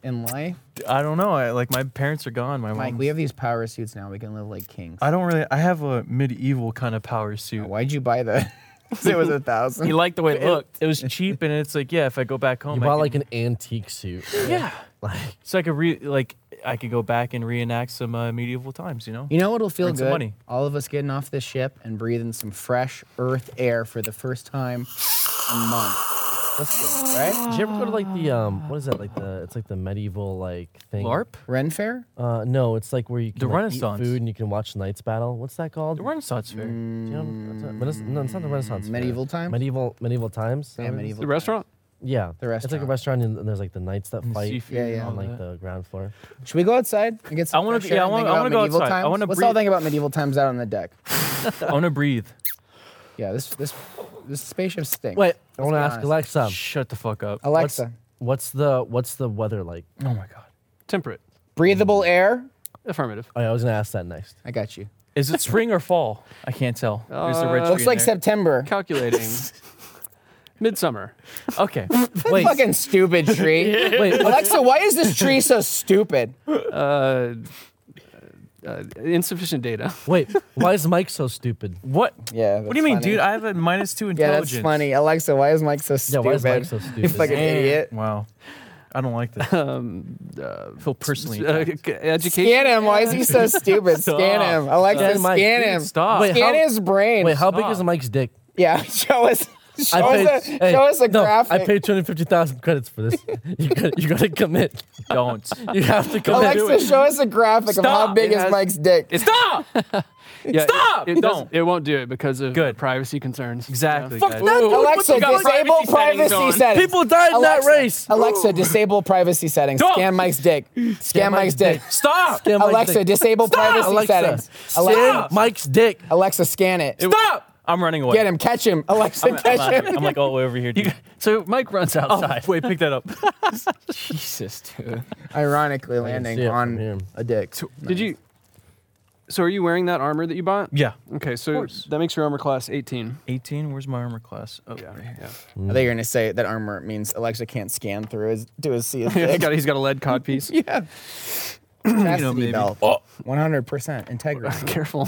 [SPEAKER 2] In life,
[SPEAKER 3] I don't know. I like my parents are gone. My
[SPEAKER 2] Mike,
[SPEAKER 3] mom.
[SPEAKER 2] we have these power suits now. We can live like kings.
[SPEAKER 3] I don't really. I have a medieval kind of power suit.
[SPEAKER 2] Why'd you buy that? it was a thousand.
[SPEAKER 4] You like the way it
[SPEAKER 3] Look,
[SPEAKER 4] looked.
[SPEAKER 3] it was cheap, and it's like, yeah, if I go back home,
[SPEAKER 1] you
[SPEAKER 3] I
[SPEAKER 1] bought
[SPEAKER 3] could-
[SPEAKER 1] like an antique suit.
[SPEAKER 3] yeah,
[SPEAKER 1] Like,
[SPEAKER 3] so I could re like I could go back and reenact some uh, medieval times, you know?
[SPEAKER 2] You know what'll feel
[SPEAKER 3] Earn some
[SPEAKER 2] good?
[SPEAKER 3] money.
[SPEAKER 2] All of us getting off this ship and breathing some fresh Earth air for the first time in months. Let's do it, right?
[SPEAKER 1] did you ever go to like the um? What is that like the? It's like the medieval like thing.
[SPEAKER 3] LARP.
[SPEAKER 2] Ren Fair?
[SPEAKER 1] Uh, no, it's like where you can
[SPEAKER 3] The
[SPEAKER 1] like, eat
[SPEAKER 3] Renaissance.
[SPEAKER 1] food and you can watch Knights Battle. What's that called?
[SPEAKER 3] The Renaissance fair.
[SPEAKER 2] mm,
[SPEAKER 1] Do you know, that's not- Renas- no, it's not the Renaissance. fair.
[SPEAKER 2] Medieval time?
[SPEAKER 1] Medieval medieval times.
[SPEAKER 2] Yeah, medieval.
[SPEAKER 5] The restaurant?
[SPEAKER 1] Yeah,
[SPEAKER 2] The
[SPEAKER 1] It's like a
[SPEAKER 2] restaurant.
[SPEAKER 1] restaurant and, and there's like the knights that
[SPEAKER 3] and
[SPEAKER 1] fight
[SPEAKER 3] seafood
[SPEAKER 2] Yeah,
[SPEAKER 3] and
[SPEAKER 2] yeah.
[SPEAKER 3] all
[SPEAKER 1] on like
[SPEAKER 3] that.
[SPEAKER 1] the ground floor.
[SPEAKER 2] Should we go outside and get some
[SPEAKER 3] I wanna-
[SPEAKER 2] fresh
[SPEAKER 3] yeah,
[SPEAKER 2] air
[SPEAKER 3] I
[SPEAKER 2] and
[SPEAKER 3] wanna-
[SPEAKER 2] think
[SPEAKER 3] I
[SPEAKER 2] about
[SPEAKER 3] wanna go
[SPEAKER 2] medieval
[SPEAKER 3] outside. I
[SPEAKER 2] times?
[SPEAKER 3] wanna
[SPEAKER 2] Let's all
[SPEAKER 3] breathe.
[SPEAKER 2] think about medieval times out on the deck.
[SPEAKER 3] I want to breathe.
[SPEAKER 2] Yeah, this this this spaceship stinks.
[SPEAKER 1] Wait, I want to
[SPEAKER 2] be
[SPEAKER 1] ask
[SPEAKER 2] honest.
[SPEAKER 1] Alexa.
[SPEAKER 3] Shut the fuck up.
[SPEAKER 1] What's,
[SPEAKER 2] Alexa,
[SPEAKER 1] what's the what's the weather like?
[SPEAKER 3] Oh my god.
[SPEAKER 5] Temperate.
[SPEAKER 2] breathable air?
[SPEAKER 5] Affirmative.
[SPEAKER 1] Oh, yeah, I was gonna ask that next.
[SPEAKER 2] I got you.
[SPEAKER 3] Is it spring or fall? I can't tell. There's a red
[SPEAKER 5] Uh,
[SPEAKER 3] tree
[SPEAKER 2] Looks
[SPEAKER 3] in
[SPEAKER 2] like
[SPEAKER 3] there.
[SPEAKER 2] September.
[SPEAKER 5] Calculating. Midsummer.
[SPEAKER 3] Okay.
[SPEAKER 1] Wait,
[SPEAKER 2] Fucking stupid tree.
[SPEAKER 1] wait, what-
[SPEAKER 2] Alexa, why is this tree so stupid?
[SPEAKER 5] Uh, uh, insufficient data.
[SPEAKER 1] wait. Why is Mike so stupid?
[SPEAKER 3] What?
[SPEAKER 2] Yeah.
[SPEAKER 3] What do you mean, dude? I have a minus two
[SPEAKER 2] Yeah,
[SPEAKER 3] intelligence.
[SPEAKER 2] that's funny. Alexa, why is Mike so
[SPEAKER 1] Yeah,
[SPEAKER 2] stupid?
[SPEAKER 1] why is Mike so stupid?
[SPEAKER 2] He's like an
[SPEAKER 3] Damn.
[SPEAKER 2] idiot.
[SPEAKER 3] Wow. I don't like this.
[SPEAKER 5] Um, uh,
[SPEAKER 3] I feel personally.
[SPEAKER 5] uh,
[SPEAKER 3] attacked.
[SPEAKER 5] c- education.
[SPEAKER 2] Scan him. Why is he so stupid? Scan
[SPEAKER 3] Stop.
[SPEAKER 2] him. Alexa,
[SPEAKER 1] Scan Mike.
[SPEAKER 2] scan
[SPEAKER 1] Dude,
[SPEAKER 2] him.
[SPEAKER 3] stop. Wait,
[SPEAKER 2] Scan
[SPEAKER 1] how-
[SPEAKER 2] his brain.
[SPEAKER 1] Wait, how big is
[SPEAKER 3] Stop.
[SPEAKER 1] Mike's dick?
[SPEAKER 2] Yeah, show us. Show,
[SPEAKER 1] I paid,
[SPEAKER 2] us, a,
[SPEAKER 1] hey,
[SPEAKER 2] show us a
[SPEAKER 1] no,
[SPEAKER 2] graphic.
[SPEAKER 1] I paid 250,000 credits for this. you, gotta, you gotta commit.
[SPEAKER 3] Don't.
[SPEAKER 1] You have to commit.
[SPEAKER 2] Alexa, show us a graphic of how
[SPEAKER 3] Stop.
[SPEAKER 2] big
[SPEAKER 5] It
[SPEAKER 2] is
[SPEAKER 5] has-
[SPEAKER 2] Mike's dick.
[SPEAKER 3] Stop!
[SPEAKER 5] Yeah, it-
[SPEAKER 3] Stop!
[SPEAKER 5] It, doesn't-
[SPEAKER 3] Don't.
[SPEAKER 5] it won't do it because of
[SPEAKER 3] Good.
[SPEAKER 5] privacy concerns.
[SPEAKER 3] Exactly.
[SPEAKER 4] Fuck
[SPEAKER 3] guys.
[SPEAKER 4] that. Dude, what
[SPEAKER 2] Alexa,
[SPEAKER 4] you got
[SPEAKER 2] disable
[SPEAKER 4] privacy settings
[SPEAKER 2] privacy
[SPEAKER 4] on?
[SPEAKER 2] settings.
[SPEAKER 1] People died in that
[SPEAKER 2] Alexa,
[SPEAKER 1] race.
[SPEAKER 2] Alexa, disable privacy settings.
[SPEAKER 3] Don't.
[SPEAKER 2] Scan Mike's dick. Scan Mike's
[SPEAKER 1] Mike's
[SPEAKER 2] dick.
[SPEAKER 3] Stop!
[SPEAKER 1] Scan Mike's
[SPEAKER 2] Alexa,
[SPEAKER 1] dick.
[SPEAKER 2] disable privacy
[SPEAKER 1] Alexa,
[SPEAKER 2] settings.
[SPEAKER 1] scan
[SPEAKER 2] Alexa,
[SPEAKER 1] Mike's dick.
[SPEAKER 2] Alexa, scan it.
[SPEAKER 3] Stop! I'm running away.
[SPEAKER 2] Get him. Catch him. Alexa,
[SPEAKER 3] I'm,
[SPEAKER 2] catch
[SPEAKER 3] out of here.
[SPEAKER 2] him.
[SPEAKER 3] I'm like all the way over here. Dude. Oh,
[SPEAKER 5] So Mike runs outside.
[SPEAKER 3] Wait, pick that up.
[SPEAKER 4] Jesus, dude.
[SPEAKER 2] Ironically,
[SPEAKER 1] see
[SPEAKER 2] landing
[SPEAKER 1] it from here.
[SPEAKER 2] on a dick.
[SPEAKER 5] Did you? So are you wearing that armor that you bought?
[SPEAKER 3] Yeah.
[SPEAKER 5] Okay, so
[SPEAKER 3] course.
[SPEAKER 5] that makes your armor class 18.
[SPEAKER 3] 18. Where's my armor class? Oh, right here.
[SPEAKER 5] Yeah.
[SPEAKER 2] I think you're gonna say that armor means Alexa can't scan through his to his see his
[SPEAKER 5] he's
[SPEAKER 2] dick.
[SPEAKER 5] got he's got a lead cod piece.
[SPEAKER 2] yeah. Chastity
[SPEAKER 3] maybe.
[SPEAKER 2] belt. 100% integrity.
[SPEAKER 5] Careful.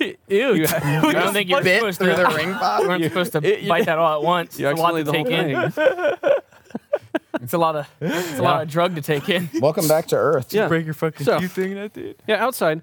[SPEAKER 4] Ew.
[SPEAKER 5] You-
[SPEAKER 4] I don't think you're
[SPEAKER 2] Bit
[SPEAKER 4] supposed
[SPEAKER 2] through
[SPEAKER 4] to.
[SPEAKER 2] the ring
[SPEAKER 4] we
[SPEAKER 2] pop.
[SPEAKER 4] weren't supposed to
[SPEAKER 3] It- you-
[SPEAKER 4] bite that all at once.
[SPEAKER 5] You
[SPEAKER 4] it's a lot
[SPEAKER 5] accidentally
[SPEAKER 4] to
[SPEAKER 5] the whole
[SPEAKER 4] take in.
[SPEAKER 5] thing.
[SPEAKER 4] It's a lot of. It's a lot of drug to take in.
[SPEAKER 2] Welcome back to Earth.
[SPEAKER 5] Yeah.
[SPEAKER 3] Break your fucking
[SPEAKER 5] So-
[SPEAKER 3] tooth thing, that dude.
[SPEAKER 5] Yeah, outside.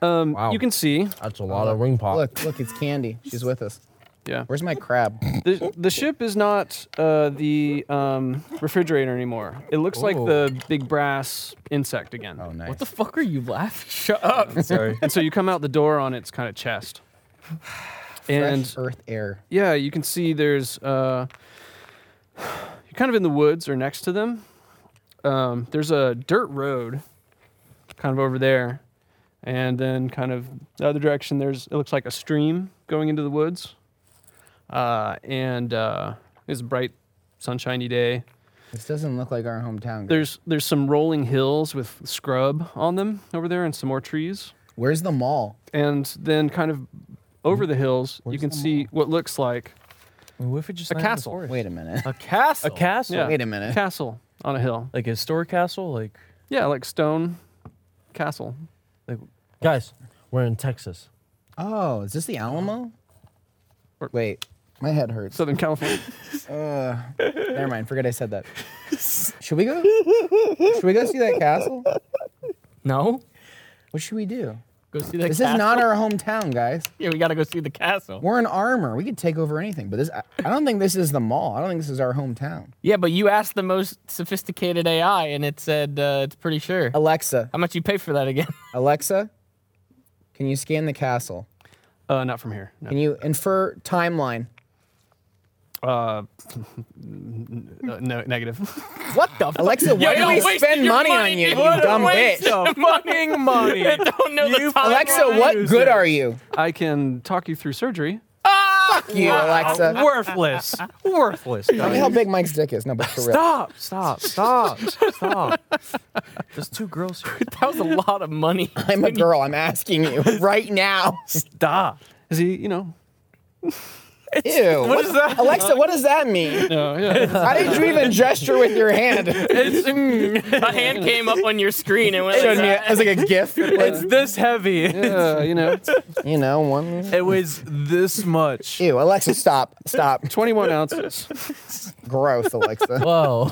[SPEAKER 5] Um,
[SPEAKER 1] Wow.
[SPEAKER 5] You can see
[SPEAKER 1] That's a lot of ring pop.
[SPEAKER 2] Look, look, it's Candy. She's with us.
[SPEAKER 5] Yeah.
[SPEAKER 2] Where's my crab?
[SPEAKER 5] the, the ship is not uh, the um, refrigerator anymore. It looks like
[SPEAKER 1] Ooh.
[SPEAKER 5] the big brass insect again.
[SPEAKER 2] Oh, nice.
[SPEAKER 4] What the fuck are you laughing? Shut up.
[SPEAKER 3] Sorry.
[SPEAKER 5] And so you come out the door on its kind of chest.
[SPEAKER 2] Fresh
[SPEAKER 5] And
[SPEAKER 2] Earth air.
[SPEAKER 5] yeah, you can see there's uh, you're kind of in the woods or next to them. Um, there's a dirt road, kind of over there, and then kind of the other direction. There's it looks like a stream going into the woods, uh, and uh, it's a bright, sunshiny day.
[SPEAKER 2] This doesn't look like our hometown. guys.
[SPEAKER 5] There's there's some rolling hills with scrub on them over there, and some more trees.
[SPEAKER 2] Where's the mall?
[SPEAKER 5] And then kind of over the hills, you
[SPEAKER 1] Hmm? Where's
[SPEAKER 5] can
[SPEAKER 1] the
[SPEAKER 5] see what looks like
[SPEAKER 3] What if it just
[SPEAKER 5] A
[SPEAKER 3] landed in the
[SPEAKER 5] castle.
[SPEAKER 3] forest?
[SPEAKER 2] Wait a minute.
[SPEAKER 4] Uh,
[SPEAKER 3] A castle. A castle.
[SPEAKER 5] Yeah.
[SPEAKER 2] Wait a minute.
[SPEAKER 5] castle on a hill.
[SPEAKER 3] Like a historic castle. Like
[SPEAKER 5] Yeah, like stone castle.
[SPEAKER 1] Guys, we're in Texas.
[SPEAKER 2] Oh, is this the Alamo?
[SPEAKER 5] Or-
[SPEAKER 2] Wait, my head hurts.
[SPEAKER 5] Southern California.
[SPEAKER 2] Uh, never mind. Forget I said that. Should we go? Should we go see that castle?
[SPEAKER 4] No.
[SPEAKER 2] What should we do?
[SPEAKER 4] Go see the
[SPEAKER 2] This
[SPEAKER 4] castle.
[SPEAKER 2] is not our hometown, guys.
[SPEAKER 4] Yeah, we gotta go see the castle.
[SPEAKER 2] We're in armor. We could take over anything, but this I, I don't think this is the mall. I don't think this is our hometown.
[SPEAKER 4] Yeah, but you asked the most sophisticated AI, and it said uh, it's pretty sure.
[SPEAKER 2] Oh. Alexa,
[SPEAKER 4] How much you pay for that again?
[SPEAKER 2] Alexa, can you scan the castle?
[SPEAKER 5] Uh, not from here. No.
[SPEAKER 2] Can you infer timeline?
[SPEAKER 5] Uh, uh, no, negative.
[SPEAKER 4] What the? fuck?
[SPEAKER 2] Alexa, why
[SPEAKER 4] Yo,
[SPEAKER 2] do we
[SPEAKER 4] you're wasting
[SPEAKER 2] spend
[SPEAKER 4] your
[SPEAKER 2] money,
[SPEAKER 4] money,
[SPEAKER 2] on you, you
[SPEAKER 4] dude. What a
[SPEAKER 2] dumb
[SPEAKER 4] waste
[SPEAKER 2] bitch?
[SPEAKER 3] fucking money.
[SPEAKER 4] I don't know the
[SPEAKER 3] You
[SPEAKER 4] time.
[SPEAKER 2] Alexa,
[SPEAKER 4] line.
[SPEAKER 2] what good are you?
[SPEAKER 5] I can talk you through surgery.
[SPEAKER 2] Fuck you, Alexa.
[SPEAKER 3] Worthless. Worthless.
[SPEAKER 2] Look at how big Mike's dick is. No, but for real.
[SPEAKER 3] Stop. Stop. Stop. Stop. There's two girls here.
[SPEAKER 4] That was a lot of money.
[SPEAKER 2] I'm a girl. I'm asking you right now.
[SPEAKER 3] Stop.
[SPEAKER 5] Is he, you know?
[SPEAKER 2] Ew. What is that? Alexa, what does that mean?
[SPEAKER 5] No, Oh, yeah.
[SPEAKER 2] How did you even gesture with your hand? It
[SPEAKER 4] My hand came up on your screen and went.
[SPEAKER 2] showed
[SPEAKER 4] Like
[SPEAKER 2] me
[SPEAKER 4] that.
[SPEAKER 2] as like a gif.
[SPEAKER 3] It's this heavy.
[SPEAKER 5] yeah, you know.
[SPEAKER 2] you know, one.
[SPEAKER 3] It weighs this much.
[SPEAKER 2] Ew, Alexa, stop. Stop.
[SPEAKER 5] 21 ounces.
[SPEAKER 2] Gross, Alexa.
[SPEAKER 1] Whoa.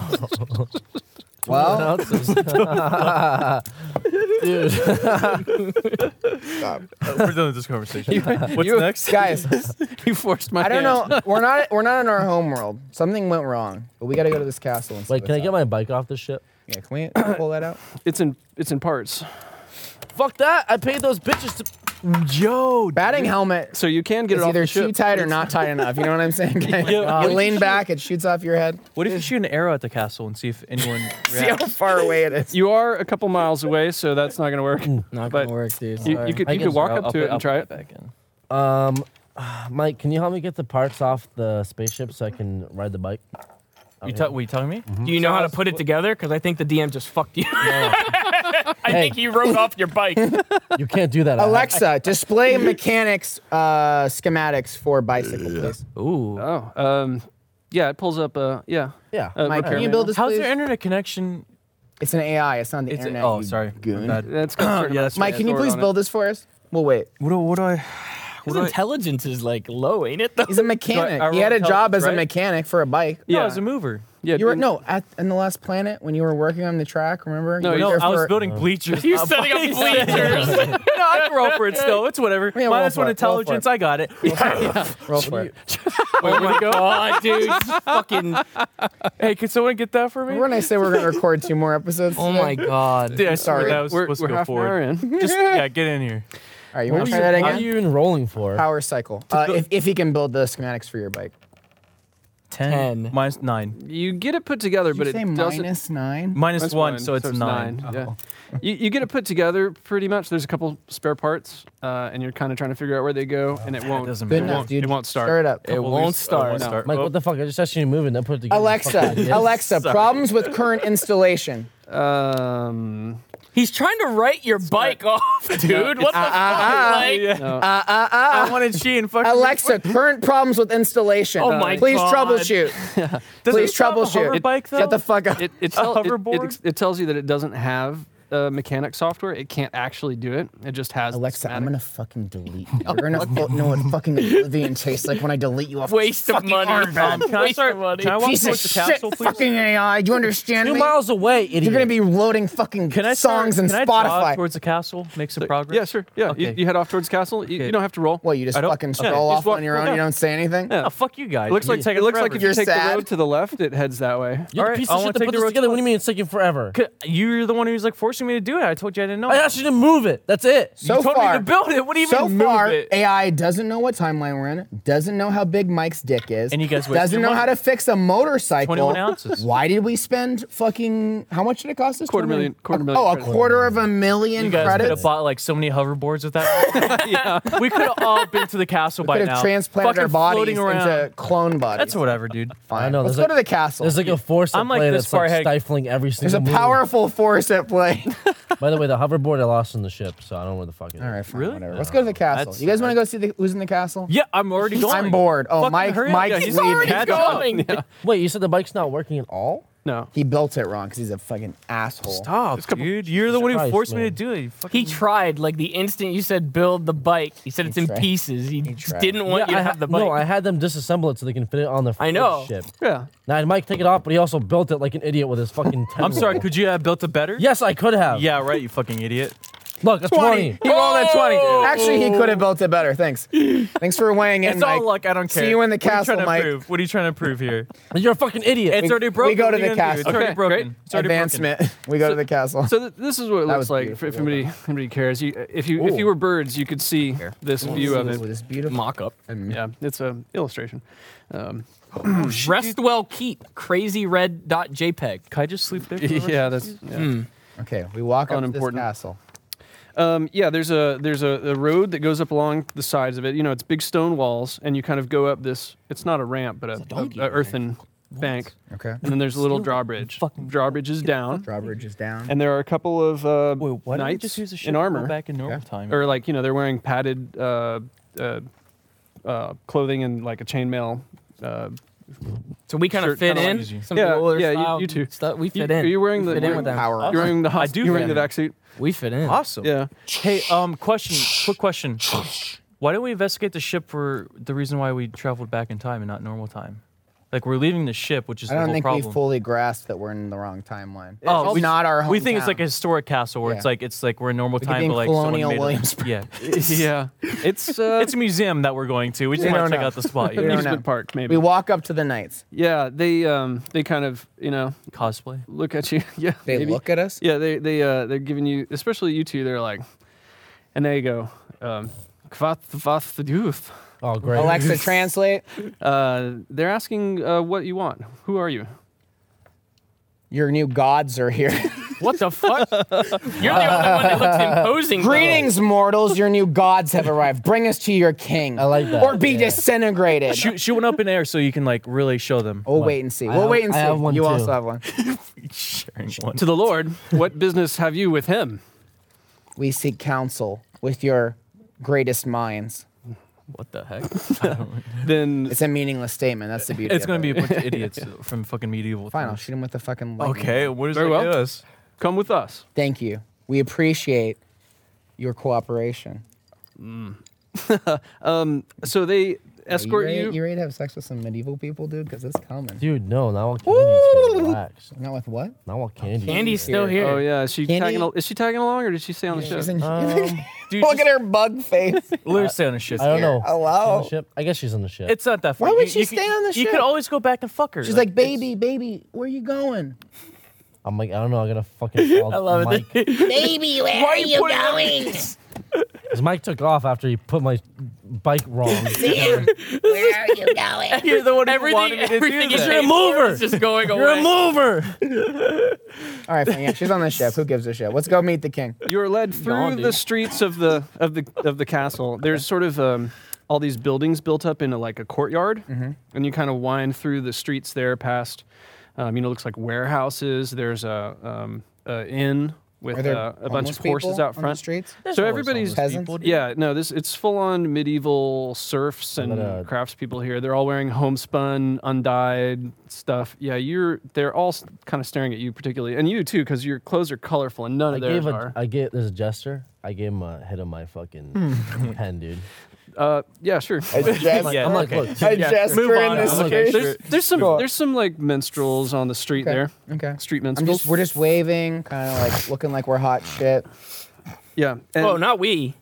[SPEAKER 2] Well,
[SPEAKER 1] Ounces.
[SPEAKER 2] stop.
[SPEAKER 3] We're done with this conversation. What's
[SPEAKER 5] you-
[SPEAKER 3] next?
[SPEAKER 2] Guys,
[SPEAKER 5] you forced my
[SPEAKER 2] I don't
[SPEAKER 5] hand.
[SPEAKER 2] know. We're not we're not in our home world. Something went wrong. But we gotta go to this castle and see
[SPEAKER 1] Wait, can I
[SPEAKER 2] what's
[SPEAKER 1] get my bike off this ship?
[SPEAKER 2] up. Yeah, can we pull that out?
[SPEAKER 5] It's in, it's in parts.
[SPEAKER 1] Fuck that! I paid those bitches to.
[SPEAKER 3] Yo,
[SPEAKER 2] Batting helmet
[SPEAKER 5] So you can get
[SPEAKER 2] is
[SPEAKER 5] it off
[SPEAKER 2] either
[SPEAKER 5] the
[SPEAKER 2] too
[SPEAKER 5] ship.
[SPEAKER 2] tight or not tight enough. You know what I'm saying? guys? you lean back, it shoots off your head.
[SPEAKER 3] what if you shoot an arrow at the castle and see if anyone
[SPEAKER 2] See how
[SPEAKER 3] reacts?
[SPEAKER 2] far away it is.
[SPEAKER 5] You are a couple miles away, so that's not going to work.
[SPEAKER 2] Mm,
[SPEAKER 4] Not
[SPEAKER 5] gonna
[SPEAKER 4] gonna
[SPEAKER 5] But
[SPEAKER 4] work, dude.
[SPEAKER 5] You, you could, you
[SPEAKER 1] can
[SPEAKER 5] could walk
[SPEAKER 3] I'll-
[SPEAKER 5] up
[SPEAKER 3] I'll
[SPEAKER 5] to
[SPEAKER 3] put-
[SPEAKER 5] it
[SPEAKER 3] I'll
[SPEAKER 5] and try
[SPEAKER 3] put
[SPEAKER 5] it.
[SPEAKER 3] Back in.
[SPEAKER 1] Um, Mike, can you help me get the parts off the spaceship so I can ride the bike?
[SPEAKER 3] You, ta- what, you telling me?
[SPEAKER 4] Do you know how to put it together? Because I think the DM just fucked you. I
[SPEAKER 1] Hey.
[SPEAKER 4] think you rode off your bike.
[SPEAKER 1] You can't do that. I-
[SPEAKER 2] Alexa, display mechanics uh, schematics for bicycle, please.
[SPEAKER 3] Ooh.
[SPEAKER 5] Oh, um, yeah, it pulls up. Uh, yeah,
[SPEAKER 1] yeah.
[SPEAKER 5] uh,
[SPEAKER 2] Mike, can you
[SPEAKER 5] repair manual.
[SPEAKER 2] build this,
[SPEAKER 3] How's
[SPEAKER 2] please?
[SPEAKER 3] your internet connection?
[SPEAKER 2] it's an AI. It's not the
[SPEAKER 3] It's
[SPEAKER 2] internet.
[SPEAKER 3] oh,
[SPEAKER 2] you
[SPEAKER 3] sorry.
[SPEAKER 2] Goon.
[SPEAKER 3] My bad.
[SPEAKER 5] That's got a certain
[SPEAKER 3] Yeah,
[SPEAKER 5] amount
[SPEAKER 3] that's
[SPEAKER 5] of
[SPEAKER 2] Mike,
[SPEAKER 5] space
[SPEAKER 2] can you
[SPEAKER 5] stored
[SPEAKER 2] please
[SPEAKER 5] on it.
[SPEAKER 2] build this for us? We'll wait.
[SPEAKER 3] What do, what do I?
[SPEAKER 4] His
[SPEAKER 3] do I-
[SPEAKER 4] intelligence is like low, ain't it? though?
[SPEAKER 2] He's a mechanic.
[SPEAKER 3] I
[SPEAKER 2] he had a
[SPEAKER 3] roll
[SPEAKER 2] job as a
[SPEAKER 3] intelligence, right?
[SPEAKER 2] mechanic for a bike.
[SPEAKER 3] Yeah,
[SPEAKER 5] Yeah.
[SPEAKER 3] as a mover.
[SPEAKER 5] Yeah,
[SPEAKER 2] You were
[SPEAKER 5] and-
[SPEAKER 2] no at in the last planet when you were working on the track. Remember?
[SPEAKER 5] No,
[SPEAKER 2] you
[SPEAKER 5] no,
[SPEAKER 2] were there
[SPEAKER 3] I was
[SPEAKER 2] for-
[SPEAKER 3] building bleachers.
[SPEAKER 4] You
[SPEAKER 3] not
[SPEAKER 4] setting up
[SPEAKER 3] bikes.
[SPEAKER 4] bleachers.
[SPEAKER 3] no, I can roll for it still. It's whatever.
[SPEAKER 2] Yeah, roll
[SPEAKER 3] Minus
[SPEAKER 2] for
[SPEAKER 3] one
[SPEAKER 2] it, roll for
[SPEAKER 3] intelligence.
[SPEAKER 2] it.
[SPEAKER 3] I got it.
[SPEAKER 2] Roll for it.
[SPEAKER 4] oh my god, dude! Fucking.
[SPEAKER 3] hey, could someone get that for me?
[SPEAKER 2] Remember when I said we are gonna record two more episodes?
[SPEAKER 4] Oh
[SPEAKER 2] today?
[SPEAKER 4] my god.
[SPEAKER 3] Dude, I swear
[SPEAKER 2] Sorry.
[SPEAKER 3] that was
[SPEAKER 5] we're,
[SPEAKER 3] supposed
[SPEAKER 5] we're
[SPEAKER 3] to go
[SPEAKER 5] half an hour
[SPEAKER 3] forward.
[SPEAKER 5] in.
[SPEAKER 3] Just yeah, get in here.
[SPEAKER 2] All right, you want
[SPEAKER 1] What are
[SPEAKER 2] to
[SPEAKER 1] you,
[SPEAKER 2] try that
[SPEAKER 1] what are
[SPEAKER 2] again?
[SPEAKER 1] you even rolling for?
[SPEAKER 2] Power cycle. Uh, if, if he can build the schematics for your bike.
[SPEAKER 4] Ten.
[SPEAKER 3] minus nine.
[SPEAKER 5] You get it put together, but
[SPEAKER 2] you
[SPEAKER 5] it
[SPEAKER 2] say
[SPEAKER 5] doesn't.
[SPEAKER 2] minus nine?
[SPEAKER 3] Minus
[SPEAKER 5] That's
[SPEAKER 3] one, so it's, nine. Oh.
[SPEAKER 5] Yeah, you, you get it put together pretty much. There's a couple spare parts, uh, and you're kind of trying to figure out where they go, and it won't. it
[SPEAKER 3] doesn't
[SPEAKER 2] Good
[SPEAKER 3] matter.
[SPEAKER 5] won't-
[SPEAKER 2] enough, dude.
[SPEAKER 5] It won't start.
[SPEAKER 2] Start it up.
[SPEAKER 3] It
[SPEAKER 4] won't
[SPEAKER 3] oh,
[SPEAKER 5] it
[SPEAKER 4] start.
[SPEAKER 5] won't start.
[SPEAKER 1] Mike, what the fuck? I just asked you to move and then put it together. Fuck
[SPEAKER 2] Alexa,
[SPEAKER 1] idiots.
[SPEAKER 2] Alexa, problems with current installation.
[SPEAKER 5] Um,
[SPEAKER 4] He's trying to write your bike off, dude. What the
[SPEAKER 2] uh,
[SPEAKER 4] fuck? Like,
[SPEAKER 5] no.
[SPEAKER 3] Oh, I wanted she and fucking
[SPEAKER 2] Alexa, current problems with installation.
[SPEAKER 4] Oh my
[SPEAKER 2] Please
[SPEAKER 4] God.
[SPEAKER 2] troubleshoot.
[SPEAKER 3] Does
[SPEAKER 2] Please
[SPEAKER 3] it stop a
[SPEAKER 2] troubleshoot.
[SPEAKER 3] hover bike, though?
[SPEAKER 2] Get the fuck up.
[SPEAKER 5] it, it, tell- it- it
[SPEAKER 3] hoverboard?
[SPEAKER 5] ex- it tells you that it doesn't have uh, mechanic software, it can't actually do it. It just has.
[SPEAKER 2] Alexa, I'm
[SPEAKER 5] schematic-
[SPEAKER 2] gonna fucking delete you. You're gonna fo- know what fucking oblivion tastes like when I delete you off.
[SPEAKER 4] Waste of
[SPEAKER 2] fucking
[SPEAKER 4] money.
[SPEAKER 2] Armband.
[SPEAKER 3] Um, can I
[SPEAKER 4] Waste
[SPEAKER 3] start?
[SPEAKER 4] of money.
[SPEAKER 3] Can I walk
[SPEAKER 2] Piece of
[SPEAKER 3] towards the
[SPEAKER 2] shit,
[SPEAKER 3] capsule, please?
[SPEAKER 2] fucking AI. Do you understand
[SPEAKER 1] Two
[SPEAKER 2] me?
[SPEAKER 1] miles away, idiot.
[SPEAKER 2] You're gonna be loading fucking
[SPEAKER 3] Can I start-
[SPEAKER 2] songs and
[SPEAKER 3] can I jog
[SPEAKER 2] Spotify.
[SPEAKER 3] towards the castle? Make some progress.
[SPEAKER 5] Yeah, sure. Yeah, you,
[SPEAKER 3] Okay.
[SPEAKER 5] you head off towards castle. You, you
[SPEAKER 3] Okay.
[SPEAKER 5] don't have to roll.
[SPEAKER 2] What, you just
[SPEAKER 5] I don't-
[SPEAKER 2] fucking
[SPEAKER 5] yeah,
[SPEAKER 2] stroll
[SPEAKER 5] you
[SPEAKER 2] off
[SPEAKER 5] just walk-
[SPEAKER 2] on your own?
[SPEAKER 5] yeah.
[SPEAKER 2] You don't say anything?
[SPEAKER 5] Yeah.
[SPEAKER 3] Oh, fuck you guys.
[SPEAKER 5] It looks like
[SPEAKER 3] taking
[SPEAKER 5] it looks like if
[SPEAKER 3] forever.
[SPEAKER 5] you
[SPEAKER 2] You're
[SPEAKER 5] take the
[SPEAKER 2] sad.
[SPEAKER 5] road to the left, it heads that way.
[SPEAKER 1] You're
[SPEAKER 3] Alright,
[SPEAKER 1] the piece
[SPEAKER 3] I
[SPEAKER 1] of
[SPEAKER 3] wanna
[SPEAKER 1] shit to
[SPEAKER 3] take
[SPEAKER 1] put
[SPEAKER 3] the
[SPEAKER 1] this
[SPEAKER 3] road
[SPEAKER 1] together. What do you mean it's taking forever?
[SPEAKER 3] C- you're the one who's like forcing me to do it. I told you I didn't know.
[SPEAKER 1] I asked you to move it. That's it.
[SPEAKER 2] So
[SPEAKER 3] you told
[SPEAKER 2] Oh, far,
[SPEAKER 3] me to build it. What do you
[SPEAKER 2] so
[SPEAKER 3] mean
[SPEAKER 2] far,
[SPEAKER 3] move it?
[SPEAKER 2] AI doesn't know what timeline we're in. Doesn't know how big Mike's dick is.
[SPEAKER 3] And you guys wasted
[SPEAKER 2] doesn't
[SPEAKER 3] your
[SPEAKER 2] know how
[SPEAKER 3] money.
[SPEAKER 2] to fix a motorcycle.
[SPEAKER 3] 21 ounces.
[SPEAKER 2] Why did we spend fucking? How much did it cost us?
[SPEAKER 5] Quarter
[SPEAKER 2] 20?
[SPEAKER 5] million- quarter
[SPEAKER 2] A-
[SPEAKER 5] million
[SPEAKER 2] Oh, a
[SPEAKER 5] credits.
[SPEAKER 2] quarter of a million
[SPEAKER 3] you guys could
[SPEAKER 2] credits.
[SPEAKER 3] have bought like so many hoverboards with that. We could have all been to the castle by
[SPEAKER 2] could
[SPEAKER 3] now.
[SPEAKER 2] have transplanted
[SPEAKER 3] Fucking
[SPEAKER 2] our bodies
[SPEAKER 3] floating around.
[SPEAKER 2] into clone bodies.
[SPEAKER 3] That's whatever, dude.
[SPEAKER 2] Fine.
[SPEAKER 1] I know,
[SPEAKER 2] Let's
[SPEAKER 1] there's
[SPEAKER 2] go to
[SPEAKER 1] like-
[SPEAKER 2] the castle.
[SPEAKER 1] There's like a force at
[SPEAKER 3] I'm, like,
[SPEAKER 1] play
[SPEAKER 3] this
[SPEAKER 1] that's like
[SPEAKER 3] far ahead.
[SPEAKER 1] stifling every single.
[SPEAKER 2] There's a
[SPEAKER 1] move.
[SPEAKER 2] powerful force at play.
[SPEAKER 1] By the way, the hoverboard I lost in the ship, so I don't know where the fuck it is.
[SPEAKER 2] All right, fine,
[SPEAKER 3] Really?
[SPEAKER 2] whatever. Let's go to the castle.
[SPEAKER 3] That's-
[SPEAKER 2] you guys want to go see the, who's in the castle?
[SPEAKER 3] Yeah, I'm already going.
[SPEAKER 2] I'm bored. Oh,
[SPEAKER 3] Fucking
[SPEAKER 2] Mike,
[SPEAKER 3] hurry up,
[SPEAKER 2] Mike's
[SPEAKER 3] guys. He's
[SPEAKER 2] leaving.
[SPEAKER 3] already
[SPEAKER 4] It's
[SPEAKER 3] Cat's up.
[SPEAKER 4] going.
[SPEAKER 1] Wait, you said the bike's not working at all?
[SPEAKER 5] No.
[SPEAKER 2] He built it wrong because he's a fucking asshole.
[SPEAKER 1] Oh,
[SPEAKER 3] Stop, Oh, dude. You're the one who
[SPEAKER 1] Christ,
[SPEAKER 3] forced me to
[SPEAKER 1] man.
[SPEAKER 3] do it. You fucking-
[SPEAKER 4] He tried like the instant you said build the bike. He said it's in
[SPEAKER 2] tried.
[SPEAKER 4] pieces. He, just
[SPEAKER 2] tried.
[SPEAKER 4] didn't want you
[SPEAKER 1] I
[SPEAKER 4] to
[SPEAKER 1] ha-
[SPEAKER 4] have the bike.
[SPEAKER 1] no, I had them disassemble it so they can fit it on the
[SPEAKER 4] I
[SPEAKER 1] freaking
[SPEAKER 4] know.
[SPEAKER 1] ship.
[SPEAKER 5] Yeah.
[SPEAKER 1] Now, and Mike take it off, but he also built it like an idiot with his fucking.
[SPEAKER 3] I'm sorry.
[SPEAKER 1] tendril.
[SPEAKER 3] Could you have built a better?
[SPEAKER 1] Yes, I could have.
[SPEAKER 3] Yeah, right. You fucking idiot.
[SPEAKER 1] Look, that's
[SPEAKER 2] 20.
[SPEAKER 1] 20.
[SPEAKER 2] He rolled at 20.
[SPEAKER 4] Oh!
[SPEAKER 2] Actually, he could have built it better. Thanks. Thanks for weighing in,
[SPEAKER 3] It's
[SPEAKER 2] Mike.
[SPEAKER 3] all luck. I don't
[SPEAKER 2] See
[SPEAKER 3] care.
[SPEAKER 2] you in the
[SPEAKER 3] What are
[SPEAKER 2] castle,
[SPEAKER 3] trying to
[SPEAKER 2] Mike.
[SPEAKER 3] prove? What are you trying to prove here?
[SPEAKER 1] You're a fucking idiot.
[SPEAKER 3] It's already broken.
[SPEAKER 2] go to
[SPEAKER 3] What are
[SPEAKER 2] the
[SPEAKER 3] you gonna do?
[SPEAKER 2] castle.
[SPEAKER 3] It's already
[SPEAKER 5] Okay,
[SPEAKER 3] broken.
[SPEAKER 5] great.
[SPEAKER 3] It's already broken.
[SPEAKER 2] Advancement. we go to the castle.
[SPEAKER 5] So th- this is what
[SPEAKER 2] That
[SPEAKER 5] it looks
[SPEAKER 2] was
[SPEAKER 5] like. If,
[SPEAKER 2] beautiful.
[SPEAKER 5] if
[SPEAKER 2] Well
[SPEAKER 5] anybody if anybody cares, you, if you if you
[SPEAKER 1] Ooh.
[SPEAKER 5] were birds, you could see this view of
[SPEAKER 2] With
[SPEAKER 5] it.
[SPEAKER 2] this beautiful
[SPEAKER 4] Mock up.
[SPEAKER 5] Yeah, it's a illustration. Um,
[SPEAKER 4] Rest well keep. Crazy red dot E JPEG.
[SPEAKER 3] Can I just sleep there? for Hmm. the rest
[SPEAKER 5] yeah,
[SPEAKER 3] of
[SPEAKER 5] that's
[SPEAKER 3] the season?
[SPEAKER 5] yeah.
[SPEAKER 2] Okay, we walk up to this
[SPEAKER 5] Unimportant.
[SPEAKER 2] castle.
[SPEAKER 5] Um, yeah, there's a there's a, a road that goes up along the sides of it. You know, it's big stone walls, and you kind of go up this. It's not a ramp, but a,
[SPEAKER 4] donkey
[SPEAKER 5] a- a
[SPEAKER 4] there.
[SPEAKER 5] earthen bank,
[SPEAKER 2] Okay.
[SPEAKER 5] and then there's a little drawbridge.
[SPEAKER 3] fucking-
[SPEAKER 5] Drawbridge is down,
[SPEAKER 2] Drawbridge is down.
[SPEAKER 5] and there are a couple of uh,
[SPEAKER 3] Wait, why don't we
[SPEAKER 5] knights
[SPEAKER 3] just use the ship
[SPEAKER 5] in
[SPEAKER 3] and go
[SPEAKER 5] armor,
[SPEAKER 3] back in normal
[SPEAKER 2] Okay.
[SPEAKER 3] time?
[SPEAKER 5] or like you know they're wearing padded uh, uh, uh, clothing and like a chainmail. Uh,
[SPEAKER 4] So we kind
[SPEAKER 3] Sure,
[SPEAKER 4] of fit
[SPEAKER 3] kinda like
[SPEAKER 4] in.
[SPEAKER 3] you.
[SPEAKER 4] Some
[SPEAKER 5] Yeah,
[SPEAKER 4] roller
[SPEAKER 5] yeah, you-
[SPEAKER 4] style
[SPEAKER 5] you two.
[SPEAKER 4] Stuff. We
[SPEAKER 5] you-
[SPEAKER 4] fit in.
[SPEAKER 5] Are you wearing the
[SPEAKER 4] fit in with them.
[SPEAKER 2] power.
[SPEAKER 5] You're wearing the
[SPEAKER 3] I
[SPEAKER 5] I
[SPEAKER 3] do
[SPEAKER 5] You're wearing
[SPEAKER 3] fit
[SPEAKER 5] the
[SPEAKER 3] in.
[SPEAKER 5] vac suit.
[SPEAKER 4] We fit in.
[SPEAKER 3] awesome.
[SPEAKER 5] Yeah.
[SPEAKER 3] Hey, um, question. Quick question. Why don't we investigate the ship for the reason why we traveled back in time and not normal time? Like we're leaving the ship, which is
[SPEAKER 2] I
[SPEAKER 3] the
[SPEAKER 2] don't
[SPEAKER 3] whole
[SPEAKER 2] think
[SPEAKER 3] problem.
[SPEAKER 2] we fully grasped that we're in the wrong timeline.
[SPEAKER 3] Oh,
[SPEAKER 2] it's
[SPEAKER 3] we-
[SPEAKER 2] not our hometown.
[SPEAKER 3] we think it's like a historic castle where it's
[SPEAKER 2] Yeah.
[SPEAKER 3] like it's like we're in normal
[SPEAKER 2] could be
[SPEAKER 3] time,
[SPEAKER 2] in
[SPEAKER 3] but like someone
[SPEAKER 2] Colonial
[SPEAKER 3] made
[SPEAKER 2] Williamsburg.
[SPEAKER 3] It. Yeah,
[SPEAKER 5] yeah, it's uh,
[SPEAKER 3] it's a museum that we're going to. We just
[SPEAKER 2] We
[SPEAKER 3] want
[SPEAKER 2] don't
[SPEAKER 3] to check
[SPEAKER 2] know.
[SPEAKER 3] out the spot.
[SPEAKER 2] We
[SPEAKER 3] You know?
[SPEAKER 2] don't know.
[SPEAKER 5] amusement park maybe.
[SPEAKER 2] We walk up to the knights.
[SPEAKER 5] yeah, they um they kind of you know
[SPEAKER 3] Cosplay.
[SPEAKER 5] look at you. Yeah,
[SPEAKER 2] They
[SPEAKER 5] maybe.
[SPEAKER 2] look at us.
[SPEAKER 5] Yeah, they they uh they're giving you, especially you two. They're like, and there you go. Um, kvat vath duf.
[SPEAKER 1] oh, great.
[SPEAKER 2] Alexa, translate.
[SPEAKER 5] Uh, they're asking uh, what you want. Who are you?
[SPEAKER 2] Your new gods are here.
[SPEAKER 4] What the fuck? You're the only one that looks imposing. though.
[SPEAKER 2] Greetings, mortals. Your new gods have arrived. Bring us to your king.
[SPEAKER 1] I like that.
[SPEAKER 2] Or be
[SPEAKER 1] Yeah.
[SPEAKER 2] disintegrated.
[SPEAKER 3] Shoot, shoot one up in air so you can like really show them.
[SPEAKER 2] We'll
[SPEAKER 3] like,
[SPEAKER 2] wait and see.
[SPEAKER 1] I
[SPEAKER 2] We'll
[SPEAKER 1] have-
[SPEAKER 2] wait and
[SPEAKER 1] I
[SPEAKER 2] see.
[SPEAKER 1] have one
[SPEAKER 2] you
[SPEAKER 1] too.
[SPEAKER 2] also have one.
[SPEAKER 3] sharing one.
[SPEAKER 5] To the Lord, what business have you with him?
[SPEAKER 2] We seek counsel with your greatest minds.
[SPEAKER 4] What the heck?
[SPEAKER 5] Then
[SPEAKER 2] It's a meaningless statement. That's the beauty.
[SPEAKER 3] It's
[SPEAKER 2] of
[SPEAKER 3] gonna
[SPEAKER 2] it.
[SPEAKER 3] be a bunch of idiots from fucking medieval.
[SPEAKER 2] fine. I'll
[SPEAKER 3] times.
[SPEAKER 2] shoot him with the fucking. lightning.
[SPEAKER 3] Okay, what does
[SPEAKER 5] Very
[SPEAKER 3] that
[SPEAKER 5] well.
[SPEAKER 3] give us?
[SPEAKER 5] come with us.
[SPEAKER 2] Thank you. We appreciate your cooperation.
[SPEAKER 5] So they escort
[SPEAKER 2] Are you,
[SPEAKER 5] you.
[SPEAKER 2] ready, you ready to have sex with some medieval people, dude? Because it's coming.
[SPEAKER 1] Dude, no, now I want candy. Relax.
[SPEAKER 2] Not with what?
[SPEAKER 1] Now I want candy.
[SPEAKER 4] Candy's still here.
[SPEAKER 5] Oh yeah, is she
[SPEAKER 2] Can
[SPEAKER 5] tagging?
[SPEAKER 2] he-
[SPEAKER 5] al- Is she tagging along, or did she stay on the show?
[SPEAKER 2] She's in-
[SPEAKER 1] Um,
[SPEAKER 3] Dude,
[SPEAKER 2] Look
[SPEAKER 3] just
[SPEAKER 2] at her bug face.
[SPEAKER 3] literally stay on the ship.
[SPEAKER 1] I don't know.
[SPEAKER 2] Hello?
[SPEAKER 1] On the ship? I guess she's on the ship.
[SPEAKER 3] It's not that far.
[SPEAKER 2] Why would
[SPEAKER 3] You-
[SPEAKER 2] she
[SPEAKER 3] you could-
[SPEAKER 2] stay on the
[SPEAKER 3] You
[SPEAKER 2] ship?
[SPEAKER 3] could always go back and fuck her.
[SPEAKER 2] She's like,
[SPEAKER 3] it's-
[SPEAKER 2] baby, baby, where you going?
[SPEAKER 1] I'm like, I don't know. I'm gonna fucking. I love Mike. it.
[SPEAKER 6] Baby, where are you going?
[SPEAKER 1] Because Mike took off after he put my bike wrong.
[SPEAKER 6] Damn, where are you going?
[SPEAKER 3] You're the one who
[SPEAKER 4] Everything,
[SPEAKER 3] wanted me to do
[SPEAKER 4] everything
[SPEAKER 3] that.
[SPEAKER 4] is
[SPEAKER 1] You're a mover.
[SPEAKER 4] It's just going away.
[SPEAKER 1] You're a mover.
[SPEAKER 2] All right, fine. Yeah, she's on the ship. Who gives a shit? Let's go meet the king.
[SPEAKER 5] You're led through
[SPEAKER 4] Gone,
[SPEAKER 5] the
[SPEAKER 4] dude.
[SPEAKER 5] streets of the of the of the castle. There's sort of um, all these buildings built up into like a courtyard,
[SPEAKER 2] Mm-hmm.
[SPEAKER 5] and you kind of wind through the streets there past. Um, you know, looks like warehouses. There's a, um, a inn with
[SPEAKER 2] Are there
[SPEAKER 5] uh, a bunch
[SPEAKER 2] homeless
[SPEAKER 5] of horses
[SPEAKER 2] people
[SPEAKER 5] out
[SPEAKER 2] on the
[SPEAKER 5] front.
[SPEAKER 2] streets?
[SPEAKER 5] So everybody's
[SPEAKER 2] homeless Peasants? people,
[SPEAKER 5] yeah, no, this it's full on medieval serfs and
[SPEAKER 1] gonna-
[SPEAKER 5] craftspeople here. They're all wearing homespun, undyed stuff. Yeah, you're they're all kind of staring at you particularly, and you too, because your clothes are colorful and none
[SPEAKER 1] I
[SPEAKER 5] of theirs
[SPEAKER 1] gave
[SPEAKER 5] are.
[SPEAKER 1] a, I gave there's a jester. I gave him a hit of my fucking pen, dude.
[SPEAKER 5] uh, yeah, sure.
[SPEAKER 2] Jester.
[SPEAKER 1] I'm like, look,
[SPEAKER 2] A jester
[SPEAKER 3] move on.
[SPEAKER 2] in this
[SPEAKER 3] I'm
[SPEAKER 2] space.
[SPEAKER 3] okay.
[SPEAKER 5] There's, there's some
[SPEAKER 2] Cool.
[SPEAKER 5] there's some like minstrels on the street
[SPEAKER 2] Okay.
[SPEAKER 5] there.
[SPEAKER 2] Okay.
[SPEAKER 5] Street
[SPEAKER 2] I'm
[SPEAKER 5] minstrels.
[SPEAKER 2] just we're just waving, kind of like looking like we're hot shit.
[SPEAKER 5] yeah. and-
[SPEAKER 4] Oh, not we.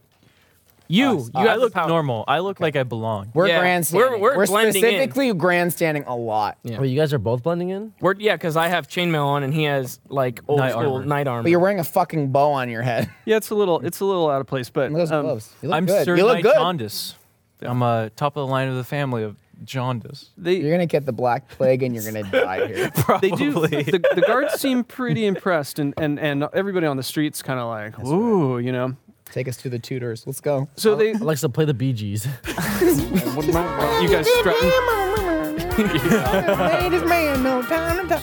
[SPEAKER 4] You. you
[SPEAKER 3] I
[SPEAKER 4] have the
[SPEAKER 3] look
[SPEAKER 4] power.
[SPEAKER 3] normal. I look like I belong.
[SPEAKER 2] We're
[SPEAKER 4] Yeah, we're-
[SPEAKER 2] grandstanding.
[SPEAKER 4] we're blending in.
[SPEAKER 2] specifically grandstanding a lot.
[SPEAKER 4] Yeah.
[SPEAKER 1] Wait, you guys are both blending in?
[SPEAKER 4] We're, yeah, because I have chainmail on and he has like old
[SPEAKER 3] Knight
[SPEAKER 4] school
[SPEAKER 3] armor.
[SPEAKER 4] knight armor.
[SPEAKER 2] But you're wearing a fucking bow on your head.
[SPEAKER 5] Yeah, it's a little it's a little out of place, but
[SPEAKER 2] Look at those
[SPEAKER 5] um,
[SPEAKER 2] gloves. You look
[SPEAKER 3] I'm
[SPEAKER 2] good.
[SPEAKER 3] Sir
[SPEAKER 2] You look
[SPEAKER 3] Knight
[SPEAKER 2] good.
[SPEAKER 3] Jaundice. I'm uh, top of the line of the family of jaundice.
[SPEAKER 5] they
[SPEAKER 2] You're gonna get the black plague and you're gonna die here.
[SPEAKER 5] they do.
[SPEAKER 3] Probably.
[SPEAKER 5] The, the guards seem pretty impressed, and, and, and everybody on the streets kind of like, ooh, you know.
[SPEAKER 2] Take us to the tutors. Let's go.
[SPEAKER 5] So they,
[SPEAKER 1] Alexa, play the Bee Gees.
[SPEAKER 5] you guys strutting.
[SPEAKER 2] Ladies man, no time to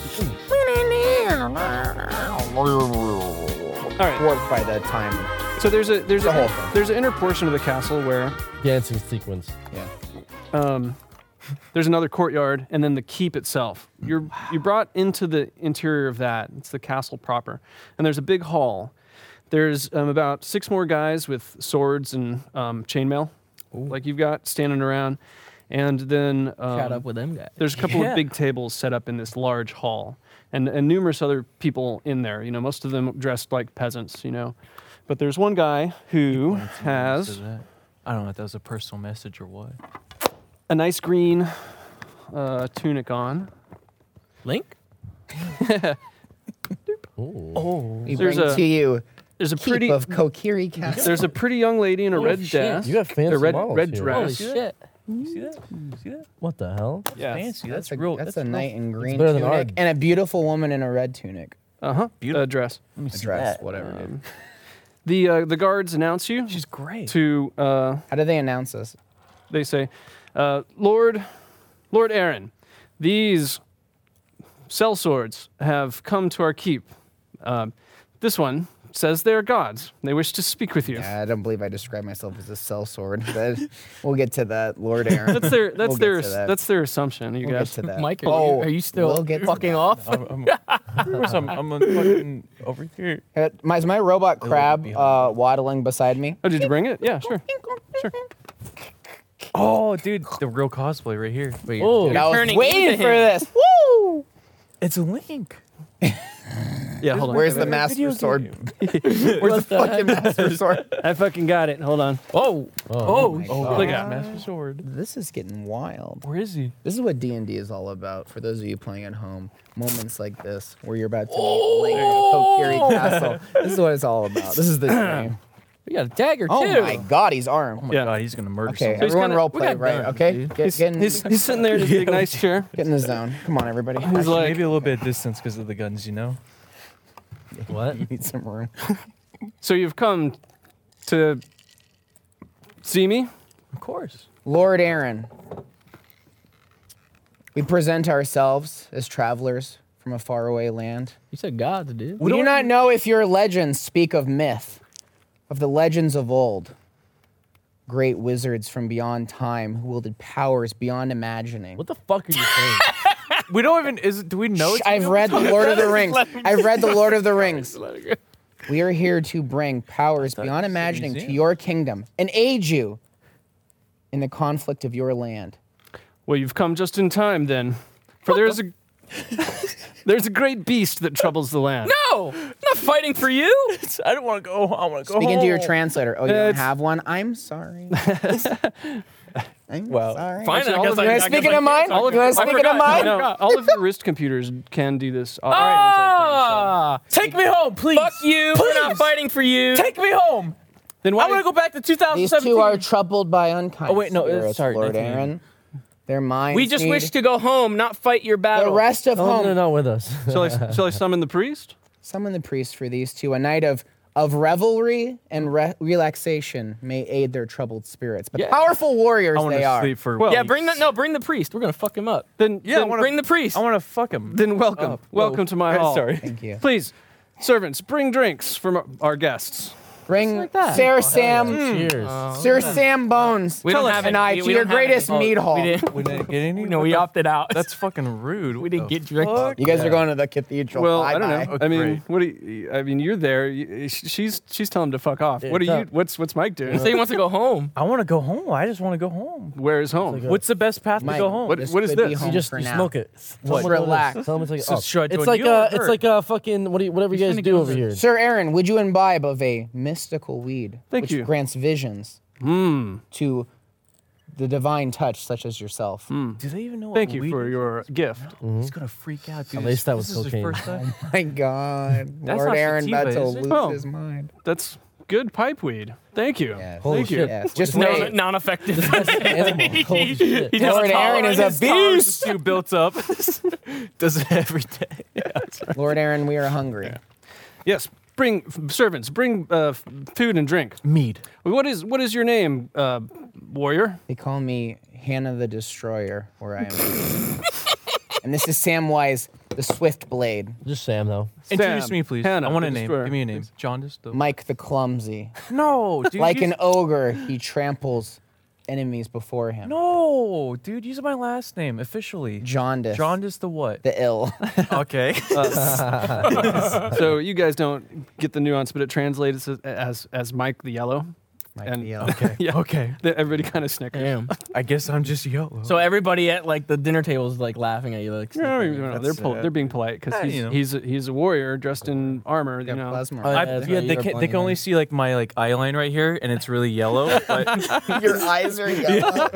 [SPEAKER 5] All right.
[SPEAKER 2] Dwarfed by the time.
[SPEAKER 5] So there's a there's
[SPEAKER 2] The
[SPEAKER 5] a
[SPEAKER 2] whole thing.
[SPEAKER 5] there's an inner portion of the castle where
[SPEAKER 1] Dancing sequence.
[SPEAKER 2] Yeah.
[SPEAKER 5] um, there's another courtyard, and then the keep itself. You're you brought into the interior of that. It's the castle proper, and there's a big hall. There's um, about six more guys with swords and um, chainmail, like you've got standing around, and then um,
[SPEAKER 4] Shut up with them guys.
[SPEAKER 5] There's a couple
[SPEAKER 3] Yeah.
[SPEAKER 5] of big tables set up in this large hall, and, and numerous other people in there. You know, most of them dressed like peasants. You know, but there's one guy who has
[SPEAKER 3] I don't know if that was a personal message or what.
[SPEAKER 5] a nice green uh, tunic on.
[SPEAKER 4] Link?
[SPEAKER 1] Ooh.
[SPEAKER 3] Oh.
[SPEAKER 2] We
[SPEAKER 5] There's
[SPEAKER 2] bring
[SPEAKER 5] a-
[SPEAKER 2] to you
[SPEAKER 5] There's a
[SPEAKER 2] keep
[SPEAKER 5] pretty
[SPEAKER 2] of Kokiri Castle.
[SPEAKER 5] there's a pretty young lady in a
[SPEAKER 4] Oh,
[SPEAKER 5] red
[SPEAKER 4] shit.
[SPEAKER 5] dress.
[SPEAKER 1] You have fancy
[SPEAKER 5] a red
[SPEAKER 1] models
[SPEAKER 5] red
[SPEAKER 1] here.
[SPEAKER 5] dress.
[SPEAKER 4] Holy shit.
[SPEAKER 3] You see that? You see that?
[SPEAKER 1] What the hell?
[SPEAKER 5] Yeah.
[SPEAKER 3] Fancy. That's,
[SPEAKER 2] a,
[SPEAKER 3] real.
[SPEAKER 2] That's, a knight in green
[SPEAKER 1] better than
[SPEAKER 2] tunic
[SPEAKER 1] ours.
[SPEAKER 2] and a beautiful woman in a red tunic.
[SPEAKER 5] Uh huh.
[SPEAKER 3] Beautiful.
[SPEAKER 5] A dress.
[SPEAKER 2] A dress, whatever. dude.
[SPEAKER 5] The uh, the guards announce you
[SPEAKER 3] She's great.
[SPEAKER 5] to uh,
[SPEAKER 2] How do they announce us?
[SPEAKER 5] they say, uh, Lord, Lord Aaron, these cell swords have come to our keep. Uh, this one says they are gods. They wish to speak with you.
[SPEAKER 2] Yeah, I don't believe I describe myself as a cell sword, but we'll get to that, Lord Aaron.
[SPEAKER 5] That's their that's
[SPEAKER 2] We'll get
[SPEAKER 5] their
[SPEAKER 2] to that.
[SPEAKER 5] that's their assumption. You
[SPEAKER 2] We'll get
[SPEAKER 5] guys,
[SPEAKER 2] to that. Oh,
[SPEAKER 4] Mike, are, you, are you still
[SPEAKER 2] we'll get to
[SPEAKER 4] fucking
[SPEAKER 2] that.
[SPEAKER 4] off?
[SPEAKER 3] I'm, I'm, of course I'm, I'm a fucking over here.
[SPEAKER 2] Uh, my- Is my robot crab
[SPEAKER 3] be
[SPEAKER 2] uh, waddling beside me?
[SPEAKER 5] oh, did you bring it? Yeah, sure.
[SPEAKER 3] Oh, dude, the real cosplay right here.
[SPEAKER 4] Wait,
[SPEAKER 2] Dude, I was
[SPEAKER 4] turning
[SPEAKER 2] waiting
[SPEAKER 4] into
[SPEAKER 2] for
[SPEAKER 4] him.
[SPEAKER 2] this. Woo!
[SPEAKER 3] It's a link.
[SPEAKER 5] Yeah, hold on.
[SPEAKER 2] Where's the
[SPEAKER 5] Wait, wait,
[SPEAKER 2] master
[SPEAKER 3] video Oh
[SPEAKER 2] sword? Where's the fucking master sword?
[SPEAKER 5] wait. I fucking got it. Hold on.
[SPEAKER 4] Oh, oh,
[SPEAKER 5] Oh, look at that.
[SPEAKER 3] Master Sword.
[SPEAKER 2] This is getting wild.
[SPEAKER 3] Where is he?
[SPEAKER 2] This is what D and D is all about. For those of you playing at home, moments like this where you're about to meet Link of Kokiri Castle. This is what it's all about. This is the game.
[SPEAKER 4] we got a dagger
[SPEAKER 2] Oh
[SPEAKER 4] too.
[SPEAKER 2] my God, he's armed.
[SPEAKER 3] Oh my
[SPEAKER 5] Yeah.
[SPEAKER 3] god, he's gonna murder
[SPEAKER 2] Okay,
[SPEAKER 3] someone.
[SPEAKER 2] everyone
[SPEAKER 5] kinda-
[SPEAKER 2] role
[SPEAKER 5] we
[SPEAKER 2] play
[SPEAKER 5] got
[SPEAKER 2] right.
[SPEAKER 5] guns,
[SPEAKER 2] okay, get, get, in,
[SPEAKER 5] He's, he's sitting there in his big nice chair.
[SPEAKER 2] get in the zone. Come on, everybody.
[SPEAKER 5] He's like,
[SPEAKER 3] Maybe a little bit of distance because of the guns, you know?
[SPEAKER 1] What?
[SPEAKER 2] need some room.
[SPEAKER 5] so you've come to see me?
[SPEAKER 3] Of course.
[SPEAKER 2] Lord Aaron, we present ourselves as travelers from a faraway land.
[SPEAKER 4] You said gods, dude.
[SPEAKER 2] We do not know if your legends speak of myth, of the legends of old. Great wizards from beyond time who wielded powers beyond imagining.
[SPEAKER 1] What the fuck are you saying?
[SPEAKER 3] We don't even is do we know
[SPEAKER 2] Shh, I've read the Lord of the Rings. I've read the Lord of the Rings. We are here to bring powers beyond imagining to
[SPEAKER 3] museum.
[SPEAKER 2] your kingdom and aid you in the conflict of your land.
[SPEAKER 5] Well, you've come just in time then, for there's a there's a great beast that troubles the land.
[SPEAKER 4] No, I'm not fighting for you.
[SPEAKER 3] I don't wanna go I wanna go.
[SPEAKER 2] Speak into your
[SPEAKER 3] home.
[SPEAKER 2] translator. Oh, you don't
[SPEAKER 5] It's-
[SPEAKER 2] have one? I'm sorry. I'm
[SPEAKER 3] Well,
[SPEAKER 2] sorry.
[SPEAKER 4] Fine,
[SPEAKER 5] Actually,
[SPEAKER 4] I
[SPEAKER 5] all
[SPEAKER 4] guess
[SPEAKER 5] of
[SPEAKER 4] I,
[SPEAKER 5] you-
[SPEAKER 2] Can I
[SPEAKER 5] I
[SPEAKER 2] speak
[SPEAKER 4] guess
[SPEAKER 2] into mine?
[SPEAKER 5] all of
[SPEAKER 2] Can I
[SPEAKER 5] you-
[SPEAKER 2] speak into
[SPEAKER 4] forgot.
[SPEAKER 2] mine?
[SPEAKER 5] No, all of your wrist computers can do this. All
[SPEAKER 2] Oh!
[SPEAKER 5] right.
[SPEAKER 4] Ah,
[SPEAKER 3] Take me home, please.
[SPEAKER 4] fuck you. We're not
[SPEAKER 3] Please.
[SPEAKER 4] fighting for you.
[SPEAKER 3] Take me home.
[SPEAKER 5] Then why?
[SPEAKER 3] I wanna go back to
[SPEAKER 2] These
[SPEAKER 3] 2017.
[SPEAKER 2] two are troubled by unkind.
[SPEAKER 3] Oh, wait, no, uh,
[SPEAKER 2] spirits,
[SPEAKER 3] sorry,
[SPEAKER 2] Lord
[SPEAKER 3] 19.
[SPEAKER 2] Aaron. Their minds.
[SPEAKER 4] we just
[SPEAKER 2] need
[SPEAKER 4] wish to go home, not fight your
[SPEAKER 2] the
[SPEAKER 4] battle.
[SPEAKER 2] rest of
[SPEAKER 1] Oh,
[SPEAKER 2] home.
[SPEAKER 1] no, not with us.
[SPEAKER 5] shall, I, shall I summon the priest?
[SPEAKER 2] Summon the priest for these two. A night of of revelry and re- relaxation may aid their troubled spirits. But powerful warriors
[SPEAKER 3] I wanna
[SPEAKER 2] they are.
[SPEAKER 3] sleep for
[SPEAKER 5] Well,
[SPEAKER 4] yeah, bring the no, bring the priest. We're gonna fuck him up.
[SPEAKER 5] Then
[SPEAKER 3] Yeah, I
[SPEAKER 5] then,
[SPEAKER 3] wanna-
[SPEAKER 4] bring the priest.
[SPEAKER 3] I wanna fuck him.
[SPEAKER 5] then welcome,
[SPEAKER 3] Oh,
[SPEAKER 5] welcome
[SPEAKER 3] whoa.
[SPEAKER 5] to my
[SPEAKER 3] Uh,
[SPEAKER 5] hall.
[SPEAKER 3] Sorry.
[SPEAKER 2] Thank you.
[SPEAKER 5] Please Servants, bring drinks from our guests.
[SPEAKER 2] Bring
[SPEAKER 4] like that.
[SPEAKER 2] Sarah
[SPEAKER 3] Hmm.
[SPEAKER 2] Sam,
[SPEAKER 1] Cheers.
[SPEAKER 4] Uh,
[SPEAKER 2] Sir Sam Bones,
[SPEAKER 4] We don't
[SPEAKER 2] Tullis
[SPEAKER 4] have
[SPEAKER 2] and
[SPEAKER 4] any.
[SPEAKER 2] I
[SPEAKER 4] We-
[SPEAKER 2] to
[SPEAKER 4] we
[SPEAKER 2] your
[SPEAKER 4] don't have
[SPEAKER 2] greatest
[SPEAKER 4] any.
[SPEAKER 2] meat
[SPEAKER 4] We
[SPEAKER 2] hall.
[SPEAKER 4] didn't,
[SPEAKER 7] We didn't get any.
[SPEAKER 4] no, we opted out.
[SPEAKER 3] That's fucking rude.
[SPEAKER 4] we didn't get drinks.
[SPEAKER 2] You guys are going to the cathedral.
[SPEAKER 5] Well,
[SPEAKER 2] Bye
[SPEAKER 5] I don't
[SPEAKER 2] bye.
[SPEAKER 5] know. I mean, what do you, I mean, you're there. You, she's she's telling him to fuck off. What are
[SPEAKER 1] Yeah.
[SPEAKER 5] you? What's what's Mike doing?
[SPEAKER 4] So he wants to go home.
[SPEAKER 7] I want to go home. I just want to go home.
[SPEAKER 5] Where is home?
[SPEAKER 3] What's the best path
[SPEAKER 2] Mike,
[SPEAKER 3] to go home?
[SPEAKER 5] What-
[SPEAKER 2] this
[SPEAKER 5] what is
[SPEAKER 2] could be
[SPEAKER 5] this? You
[SPEAKER 1] You
[SPEAKER 2] home
[SPEAKER 1] just
[SPEAKER 2] for
[SPEAKER 1] you
[SPEAKER 2] now.
[SPEAKER 1] smoke it.
[SPEAKER 2] Just relax.
[SPEAKER 1] Tell him to take it
[SPEAKER 3] So
[SPEAKER 1] off.
[SPEAKER 3] should I
[SPEAKER 1] it's
[SPEAKER 3] join
[SPEAKER 1] like
[SPEAKER 3] you
[SPEAKER 1] a,
[SPEAKER 3] or
[SPEAKER 1] it's
[SPEAKER 3] her?
[SPEAKER 1] like a fucking what do you, whatever you guys do over here.
[SPEAKER 2] Sir Aaron, would you imbibe of a mystical weed
[SPEAKER 5] Thank
[SPEAKER 2] which
[SPEAKER 5] you.
[SPEAKER 2] grants visions to the divine touch, such as yourself?
[SPEAKER 3] Do they even know?
[SPEAKER 5] Thank
[SPEAKER 3] what
[SPEAKER 5] you
[SPEAKER 3] weed
[SPEAKER 5] for
[SPEAKER 3] is?
[SPEAKER 5] your gift.
[SPEAKER 3] He's gonna freak out, dude.
[SPEAKER 1] At least that
[SPEAKER 3] This
[SPEAKER 1] was
[SPEAKER 3] is his
[SPEAKER 1] cocaine.
[SPEAKER 3] first time.
[SPEAKER 2] My God,
[SPEAKER 3] That's
[SPEAKER 2] Lord
[SPEAKER 3] not
[SPEAKER 2] Aaron about to
[SPEAKER 3] sativa, is it?
[SPEAKER 2] lose
[SPEAKER 5] Oh.
[SPEAKER 2] his mind.
[SPEAKER 5] That's good pipe weed. Thank you.
[SPEAKER 2] Yes.
[SPEAKER 1] Holy
[SPEAKER 5] Thank you.
[SPEAKER 1] shit.
[SPEAKER 2] Yes, just
[SPEAKER 4] No,
[SPEAKER 2] wait.
[SPEAKER 4] non-effective.
[SPEAKER 1] Animal. Holy shit.
[SPEAKER 4] He doesn't
[SPEAKER 2] Lord Aaron
[SPEAKER 4] tolerate
[SPEAKER 2] is a
[SPEAKER 4] his tolerance is
[SPEAKER 2] beast.
[SPEAKER 4] Too built up.
[SPEAKER 3] Does it every day?
[SPEAKER 2] Lord Aaron, we are hungry.
[SPEAKER 5] Yes. Bring f- servants. Bring uh, f- food and drink.
[SPEAKER 3] Mead.
[SPEAKER 5] What is what is your name, uh, warrior?
[SPEAKER 2] They call me Hannah the Destroyer, where I am. and this is Samwise the Swift Blade,
[SPEAKER 1] Just Sam though.
[SPEAKER 3] Introduce
[SPEAKER 5] Sam,
[SPEAKER 3] me, please.
[SPEAKER 5] Hannah,
[SPEAKER 3] I want a
[SPEAKER 5] the
[SPEAKER 3] name.
[SPEAKER 5] destroyer.
[SPEAKER 3] Give me a name. John just the.
[SPEAKER 2] Mike the Clumsy.
[SPEAKER 3] No, dude.
[SPEAKER 2] Like
[SPEAKER 3] you-
[SPEAKER 2] an ogre, he tramples enemies before him.
[SPEAKER 3] No, dude. Use my last name officially.
[SPEAKER 2] Jaundice,
[SPEAKER 3] Jaundice the what?
[SPEAKER 2] the ill.
[SPEAKER 3] okay.
[SPEAKER 5] so you guys don't get the nuance, but it translates as as, as Mike the Yellow.
[SPEAKER 2] Mike
[SPEAKER 5] And-
[SPEAKER 2] the ill.
[SPEAKER 5] yeah.
[SPEAKER 3] okay.
[SPEAKER 5] That Everybody kind of snickers.
[SPEAKER 4] Damn.
[SPEAKER 3] I guess I'm just yellow.
[SPEAKER 4] So everybody at like the dinner table is like laughing at you. Like,
[SPEAKER 5] No, no, no, no, they're
[SPEAKER 7] That's,
[SPEAKER 5] pol-
[SPEAKER 7] uh,
[SPEAKER 5] they're being polite because
[SPEAKER 3] Yeah,
[SPEAKER 5] he's
[SPEAKER 3] you know.
[SPEAKER 5] he's a, he's a warrior dressed in armor. You
[SPEAKER 2] Got
[SPEAKER 5] know,
[SPEAKER 2] plasma.
[SPEAKER 3] I-
[SPEAKER 1] that's
[SPEAKER 3] yeah,
[SPEAKER 1] right,
[SPEAKER 3] they
[SPEAKER 1] you're
[SPEAKER 3] can they can only
[SPEAKER 2] blending
[SPEAKER 3] see like my like eye line right here, and it's really yellow. But
[SPEAKER 2] Your eyes are yellow.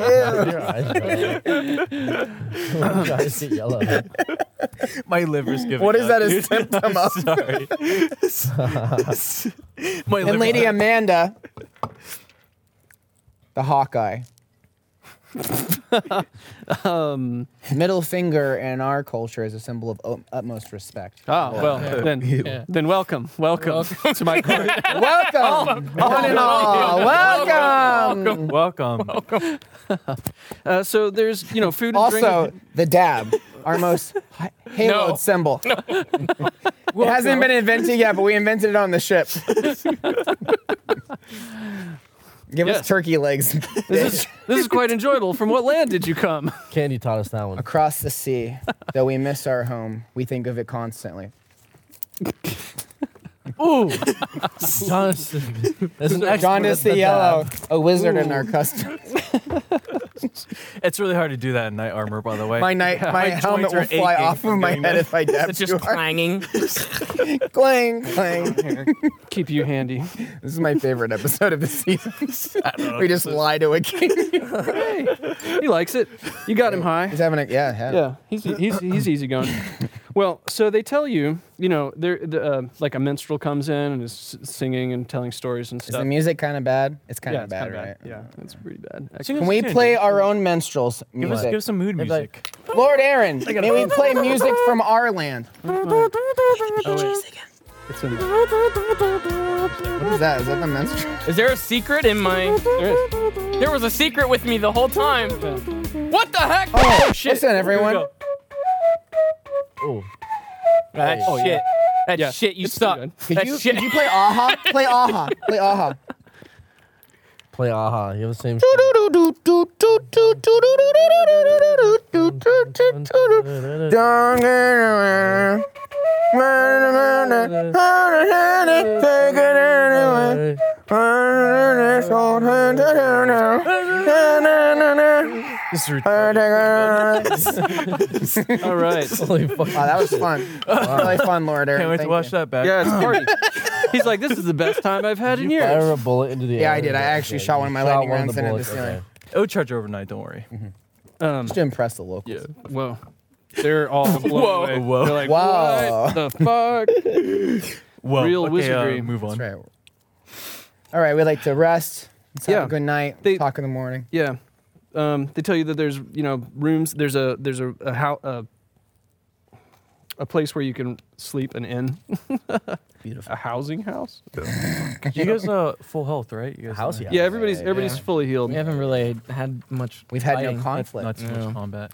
[SPEAKER 1] Your eyes are yellow. Your eyes get yellow.
[SPEAKER 3] my liver's giving.
[SPEAKER 2] What is
[SPEAKER 3] out,
[SPEAKER 2] that a
[SPEAKER 3] dude.
[SPEAKER 2] symptom of?
[SPEAKER 3] Sorry. my
[SPEAKER 2] And Lady Amanda, the Hawkeye.
[SPEAKER 4] Um,
[SPEAKER 2] Middle finger in our culture is a symbol of ut- utmost respect.
[SPEAKER 5] Ah, well, then
[SPEAKER 4] Yeah.
[SPEAKER 5] then welcome, welcome, to my court.
[SPEAKER 4] Oh,
[SPEAKER 2] Welcome, on and all.
[SPEAKER 4] oh,
[SPEAKER 2] Welcome.
[SPEAKER 3] Welcome.
[SPEAKER 5] Uh, so there's you know food
[SPEAKER 4] oh,
[SPEAKER 5] and
[SPEAKER 2] Also,
[SPEAKER 5] drink.
[SPEAKER 2] the dab, our most hi- haloed
[SPEAKER 4] No.
[SPEAKER 2] symbol. it hasn't been invented yet, but we invented it on the ship. Give
[SPEAKER 5] Yes.
[SPEAKER 2] us turkey legs.
[SPEAKER 5] This is this is quite enjoyable. From what land did you come?
[SPEAKER 1] Candy taught us that one.
[SPEAKER 2] Across the sea, though we miss our home, we think of it constantly.
[SPEAKER 1] Ooh. Jonas. There's an expert
[SPEAKER 2] John
[SPEAKER 1] at
[SPEAKER 2] is the yellow, a wizard in our custom.
[SPEAKER 3] It's really hard to do that in night armor, by the way.
[SPEAKER 2] My night, my,
[SPEAKER 3] joints
[SPEAKER 2] helmet
[SPEAKER 3] are
[SPEAKER 2] will fly
[SPEAKER 3] aching
[SPEAKER 2] off of
[SPEAKER 3] from
[SPEAKER 2] my
[SPEAKER 3] doing
[SPEAKER 2] head if I dab
[SPEAKER 4] it's just
[SPEAKER 2] too hard.
[SPEAKER 4] clanging.
[SPEAKER 2] Clang, clang.
[SPEAKER 5] Keep you handy.
[SPEAKER 2] This is my favorite episode of the season. we just lie to a king.
[SPEAKER 5] Hey, he likes it. You got him high.
[SPEAKER 2] He's having a yeah, yeah.
[SPEAKER 5] Yeah, he's he's he's easygoing. Well, so they tell you, you know, there the, uh, like a minstrel comes in and is s- singing and telling stories and
[SPEAKER 2] Is
[SPEAKER 5] stuff.
[SPEAKER 2] the music kind of bad? It's kind
[SPEAKER 5] yeah,
[SPEAKER 2] of
[SPEAKER 5] it's
[SPEAKER 2] bad,
[SPEAKER 5] kinda
[SPEAKER 2] right?
[SPEAKER 5] Yeah, it's pretty bad. Actually.
[SPEAKER 3] Sing us
[SPEAKER 2] Can
[SPEAKER 3] a
[SPEAKER 2] we
[SPEAKER 3] tune,
[SPEAKER 2] play
[SPEAKER 3] dude.
[SPEAKER 2] our own minstrels
[SPEAKER 3] Give us, give
[SPEAKER 2] music?
[SPEAKER 3] us some mood music.
[SPEAKER 2] Lord Aaron, may we play music from our land?
[SPEAKER 5] Oh, It's in
[SPEAKER 2] What is that? Is that the minstrel?
[SPEAKER 4] Is there a secret in my?
[SPEAKER 5] there. There
[SPEAKER 4] There was a secret with me the whole time.
[SPEAKER 5] it is.
[SPEAKER 4] What the heck?
[SPEAKER 2] Oh,
[SPEAKER 4] shit.
[SPEAKER 2] listen, everyone.
[SPEAKER 4] Here
[SPEAKER 1] Ooh.
[SPEAKER 4] we go. That shit. That
[SPEAKER 5] Yeah,
[SPEAKER 4] shit. You
[SPEAKER 5] it's
[SPEAKER 4] suck.
[SPEAKER 5] pretty
[SPEAKER 2] Could
[SPEAKER 4] That
[SPEAKER 2] you,
[SPEAKER 4] shit.
[SPEAKER 2] could you play aha? Play aha. Play aha.
[SPEAKER 1] Play aha. You have the same.
[SPEAKER 3] This is retarded.
[SPEAKER 5] All right.
[SPEAKER 1] Holy fuck.
[SPEAKER 2] Wow, that was fun. Really fun, Lord Aaron.
[SPEAKER 3] Can't wait to
[SPEAKER 2] Thank
[SPEAKER 3] watch
[SPEAKER 2] you.
[SPEAKER 3] that back.
[SPEAKER 5] Yeah, it's a party. He's like, this is the best time I've had in
[SPEAKER 1] You fire
[SPEAKER 5] years.
[SPEAKER 1] a bullet into the air.
[SPEAKER 2] Yeah, I did. I actually shot one of my
[SPEAKER 1] Shot
[SPEAKER 2] lightning
[SPEAKER 1] one of
[SPEAKER 2] rounds
[SPEAKER 1] the
[SPEAKER 2] and it
[SPEAKER 1] bullets,
[SPEAKER 2] just, you know,
[SPEAKER 1] okay.
[SPEAKER 7] Oh,
[SPEAKER 3] It'll charge overnight. Don't worry.
[SPEAKER 5] Um,
[SPEAKER 2] Just to impress the locals.
[SPEAKER 5] yeah. Whoa. They're all blown
[SPEAKER 3] Whoa,
[SPEAKER 5] away.
[SPEAKER 3] whoa.
[SPEAKER 5] Mm-hmm. They're like,
[SPEAKER 2] Wow.
[SPEAKER 5] what the fuck?
[SPEAKER 3] Well,
[SPEAKER 5] Real
[SPEAKER 3] okay,
[SPEAKER 5] wizardry.
[SPEAKER 3] Uh, move on.
[SPEAKER 2] That's right. All right, we like to rest. Let's have
[SPEAKER 5] Yeah.
[SPEAKER 2] a good night.
[SPEAKER 5] They-
[SPEAKER 2] talk in the morning.
[SPEAKER 5] Yeah. Um, they tell you that there's you know rooms. There's a there's a a, how, a a place where you can sleep, an inn,
[SPEAKER 2] Beautiful.
[SPEAKER 5] a housing house.
[SPEAKER 3] You guys uh full health, right? You guys
[SPEAKER 1] House,
[SPEAKER 3] uh,
[SPEAKER 1] yeah.
[SPEAKER 5] Yeah, everybody's everybody's
[SPEAKER 4] Yeah.
[SPEAKER 5] fully healed.
[SPEAKER 4] We haven't really had much.
[SPEAKER 2] We've had no
[SPEAKER 4] fighting.
[SPEAKER 2] conflict.
[SPEAKER 3] Not too much
[SPEAKER 4] No.
[SPEAKER 3] combat.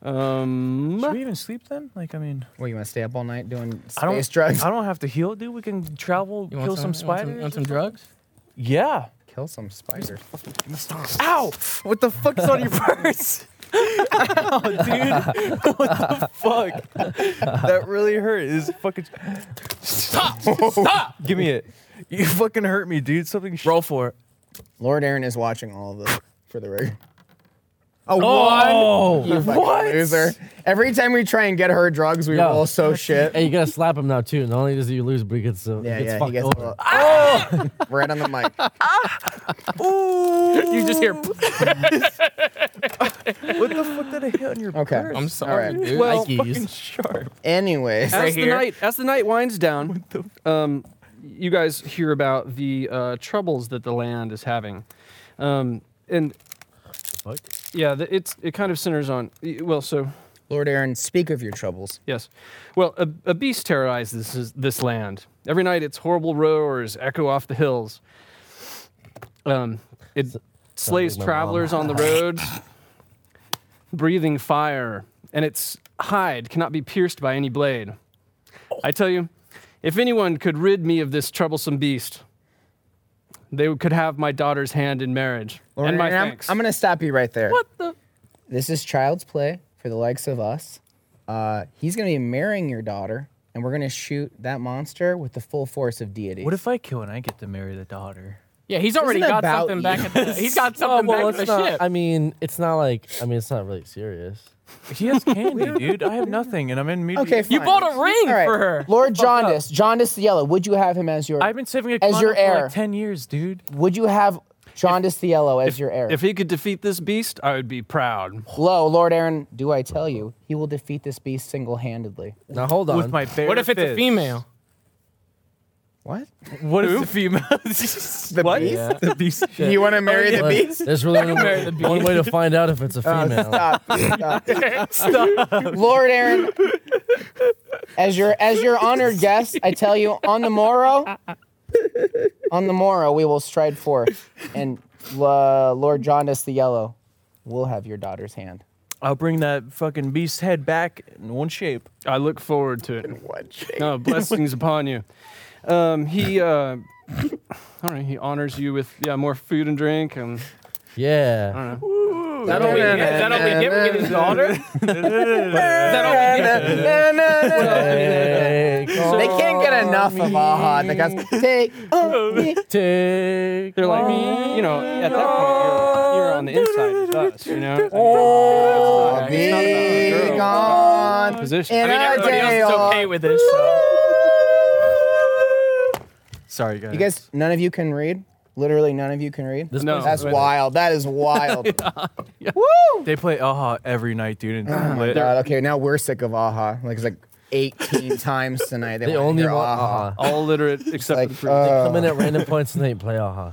[SPEAKER 5] Um,
[SPEAKER 7] Should we even sleep then? Like, I mean,
[SPEAKER 2] Well, you want to stay up all night doing space
[SPEAKER 7] I don't.
[SPEAKER 2] drugs?
[SPEAKER 7] I don't have to heal, dude. We can travel,
[SPEAKER 4] You want
[SPEAKER 7] kill some,
[SPEAKER 4] you want
[SPEAKER 7] spiders.
[SPEAKER 4] Want some, drugs?
[SPEAKER 7] Yeah.
[SPEAKER 2] Kill some spiders.
[SPEAKER 7] Ow! What the fuck is on your purse? Ow, dude! what the fuck? That really hurt. This fucking
[SPEAKER 4] Stop! Stop!
[SPEAKER 7] give me it. You fucking hurt me, dude. Something. Sh-
[SPEAKER 3] Roll for it.
[SPEAKER 2] Lord Aaron is watching all of this for the record. Oh,
[SPEAKER 7] oh,
[SPEAKER 2] You fucking
[SPEAKER 7] what?
[SPEAKER 2] loser. Every time we try and get her drugs, we
[SPEAKER 1] Yeah.
[SPEAKER 2] roll so shit.
[SPEAKER 1] Hey, you gotta slap him now too. Not only does he lose, but he gets uh,
[SPEAKER 2] Yeah,
[SPEAKER 1] gets
[SPEAKER 2] yeah, he
[SPEAKER 1] fucked
[SPEAKER 2] gets a
[SPEAKER 1] over.
[SPEAKER 2] little, right on the mic.
[SPEAKER 4] You just hear.
[SPEAKER 7] What the fuck did I hit on your
[SPEAKER 2] Okay.
[SPEAKER 7] purse?
[SPEAKER 4] I'm sorry,
[SPEAKER 2] Alright.
[SPEAKER 4] dude.
[SPEAKER 5] Well,
[SPEAKER 4] Like you
[SPEAKER 7] fucking
[SPEAKER 4] used-
[SPEAKER 7] sharp.
[SPEAKER 2] Anyways,
[SPEAKER 5] as
[SPEAKER 4] Right
[SPEAKER 5] the
[SPEAKER 4] here.
[SPEAKER 5] night as the night winds down, um, you guys hear about the uh, troubles that the land is having, um, and
[SPEAKER 1] Fuck.
[SPEAKER 5] yeah, the, it's it kind of centers on y- well, so
[SPEAKER 2] Lord Aaron, speak of your troubles.
[SPEAKER 5] Yes. Well, a, a beast terrorizes this, this land. Every night its horrible roars echo off the hills. Um, it slays
[SPEAKER 1] like my mom.
[SPEAKER 5] travelers on the roads, breathing fire, and its hide cannot be pierced by any blade. I tell you, if anyone could rid me of this troublesome beast, they could have my daughter's hand in marriage
[SPEAKER 2] Lord
[SPEAKER 5] and my
[SPEAKER 2] Aaron, I'm-
[SPEAKER 5] thanks.
[SPEAKER 2] I'm, going to stop you right there. What the? This is child's play for the likes of us. Uh, he's going to be marrying your daughter, and we're going to shoot that monster with the full force of deity.
[SPEAKER 7] What if I kill and I get to marry the daughter?
[SPEAKER 4] Yeah, he's already
[SPEAKER 2] Isn't
[SPEAKER 4] got
[SPEAKER 2] about
[SPEAKER 4] something
[SPEAKER 2] you?
[SPEAKER 4] back. At the, he's got
[SPEAKER 1] Oh,
[SPEAKER 4] something
[SPEAKER 1] well,
[SPEAKER 4] back at
[SPEAKER 1] it's
[SPEAKER 4] the
[SPEAKER 1] not.
[SPEAKER 4] ship.
[SPEAKER 1] I mean, it's not like. I mean, it's not really serious.
[SPEAKER 7] She has candy, dude. I have nothing, and I'm in media.
[SPEAKER 2] Okay,
[SPEAKER 4] You
[SPEAKER 2] fine.
[SPEAKER 4] bought a ring
[SPEAKER 2] All right.
[SPEAKER 4] for her.
[SPEAKER 2] Lord Jaundice, Jaundice the Yellow, would you have him as your
[SPEAKER 7] I've been saving a
[SPEAKER 2] as
[SPEAKER 7] condom
[SPEAKER 2] your
[SPEAKER 7] for
[SPEAKER 2] heir?
[SPEAKER 7] like ten years, dude.
[SPEAKER 2] would you have Jaundice the Yellow as your heir?
[SPEAKER 5] if he could defeat this beast, I would be proud.
[SPEAKER 2] Lo, Lord Aaron, do I tell you, he will defeat this beast single-handedly.
[SPEAKER 1] Now hold on.
[SPEAKER 7] With my bare
[SPEAKER 4] What if it's a
[SPEAKER 7] fist.
[SPEAKER 4] female?
[SPEAKER 2] What?
[SPEAKER 7] What if it's a female?
[SPEAKER 2] The
[SPEAKER 7] what?
[SPEAKER 2] beast?
[SPEAKER 7] Yeah. The beast. shit.
[SPEAKER 2] You want to marry the
[SPEAKER 1] Look, There's really only one, one way to find out if it's a
[SPEAKER 2] Oh,
[SPEAKER 1] female.
[SPEAKER 2] Stop. Stop. Lord Aaron, as your as your honored guest, I tell you, on the morrow, on the morrow, we will stride forth, and uh, Lord Jaundice the Yellow will have your daughter's hand.
[SPEAKER 7] I'll bring that fucking beast head back in one shape.
[SPEAKER 5] I look forward to it. No, blessings upon you. Um, he, uh, all right, he honors you with yeah more food and drink, and
[SPEAKER 1] Yeah.
[SPEAKER 5] I don't know.
[SPEAKER 4] That'll be that'll be him getting his daughter. That'll be
[SPEAKER 1] Hey,
[SPEAKER 2] They can't get enough of Aha. They got take on me.
[SPEAKER 1] take
[SPEAKER 5] They're like, you know, at that point, you're, you're on the inside with us, you know. It's
[SPEAKER 2] Oh,
[SPEAKER 5] not- it's not about the
[SPEAKER 2] be
[SPEAKER 5] girl, it's about
[SPEAKER 2] gone.
[SPEAKER 5] the Position.
[SPEAKER 2] And
[SPEAKER 4] I mean,
[SPEAKER 2] I
[SPEAKER 4] everybody
[SPEAKER 2] day
[SPEAKER 4] else is
[SPEAKER 2] off.
[SPEAKER 4] okay with this. So.
[SPEAKER 7] Sorry, guys.
[SPEAKER 2] You guys, none of you can read. Literally, none of you can read.
[SPEAKER 1] This
[SPEAKER 5] No.
[SPEAKER 1] place
[SPEAKER 2] That's
[SPEAKER 1] is-
[SPEAKER 2] wild. That is wild.
[SPEAKER 7] They play Aha every night, dude. And
[SPEAKER 2] Uh,
[SPEAKER 7] it's lit.
[SPEAKER 2] God, okay, now we're sick of Aha. Like it's like 18 times tonight. They,
[SPEAKER 1] They
[SPEAKER 2] wanna
[SPEAKER 1] only
[SPEAKER 2] hear
[SPEAKER 1] want
[SPEAKER 2] Aha.
[SPEAKER 1] aha.
[SPEAKER 5] all literate except
[SPEAKER 2] Like,
[SPEAKER 5] for the fruit.
[SPEAKER 2] uh,
[SPEAKER 1] Come in at random points and they play aha.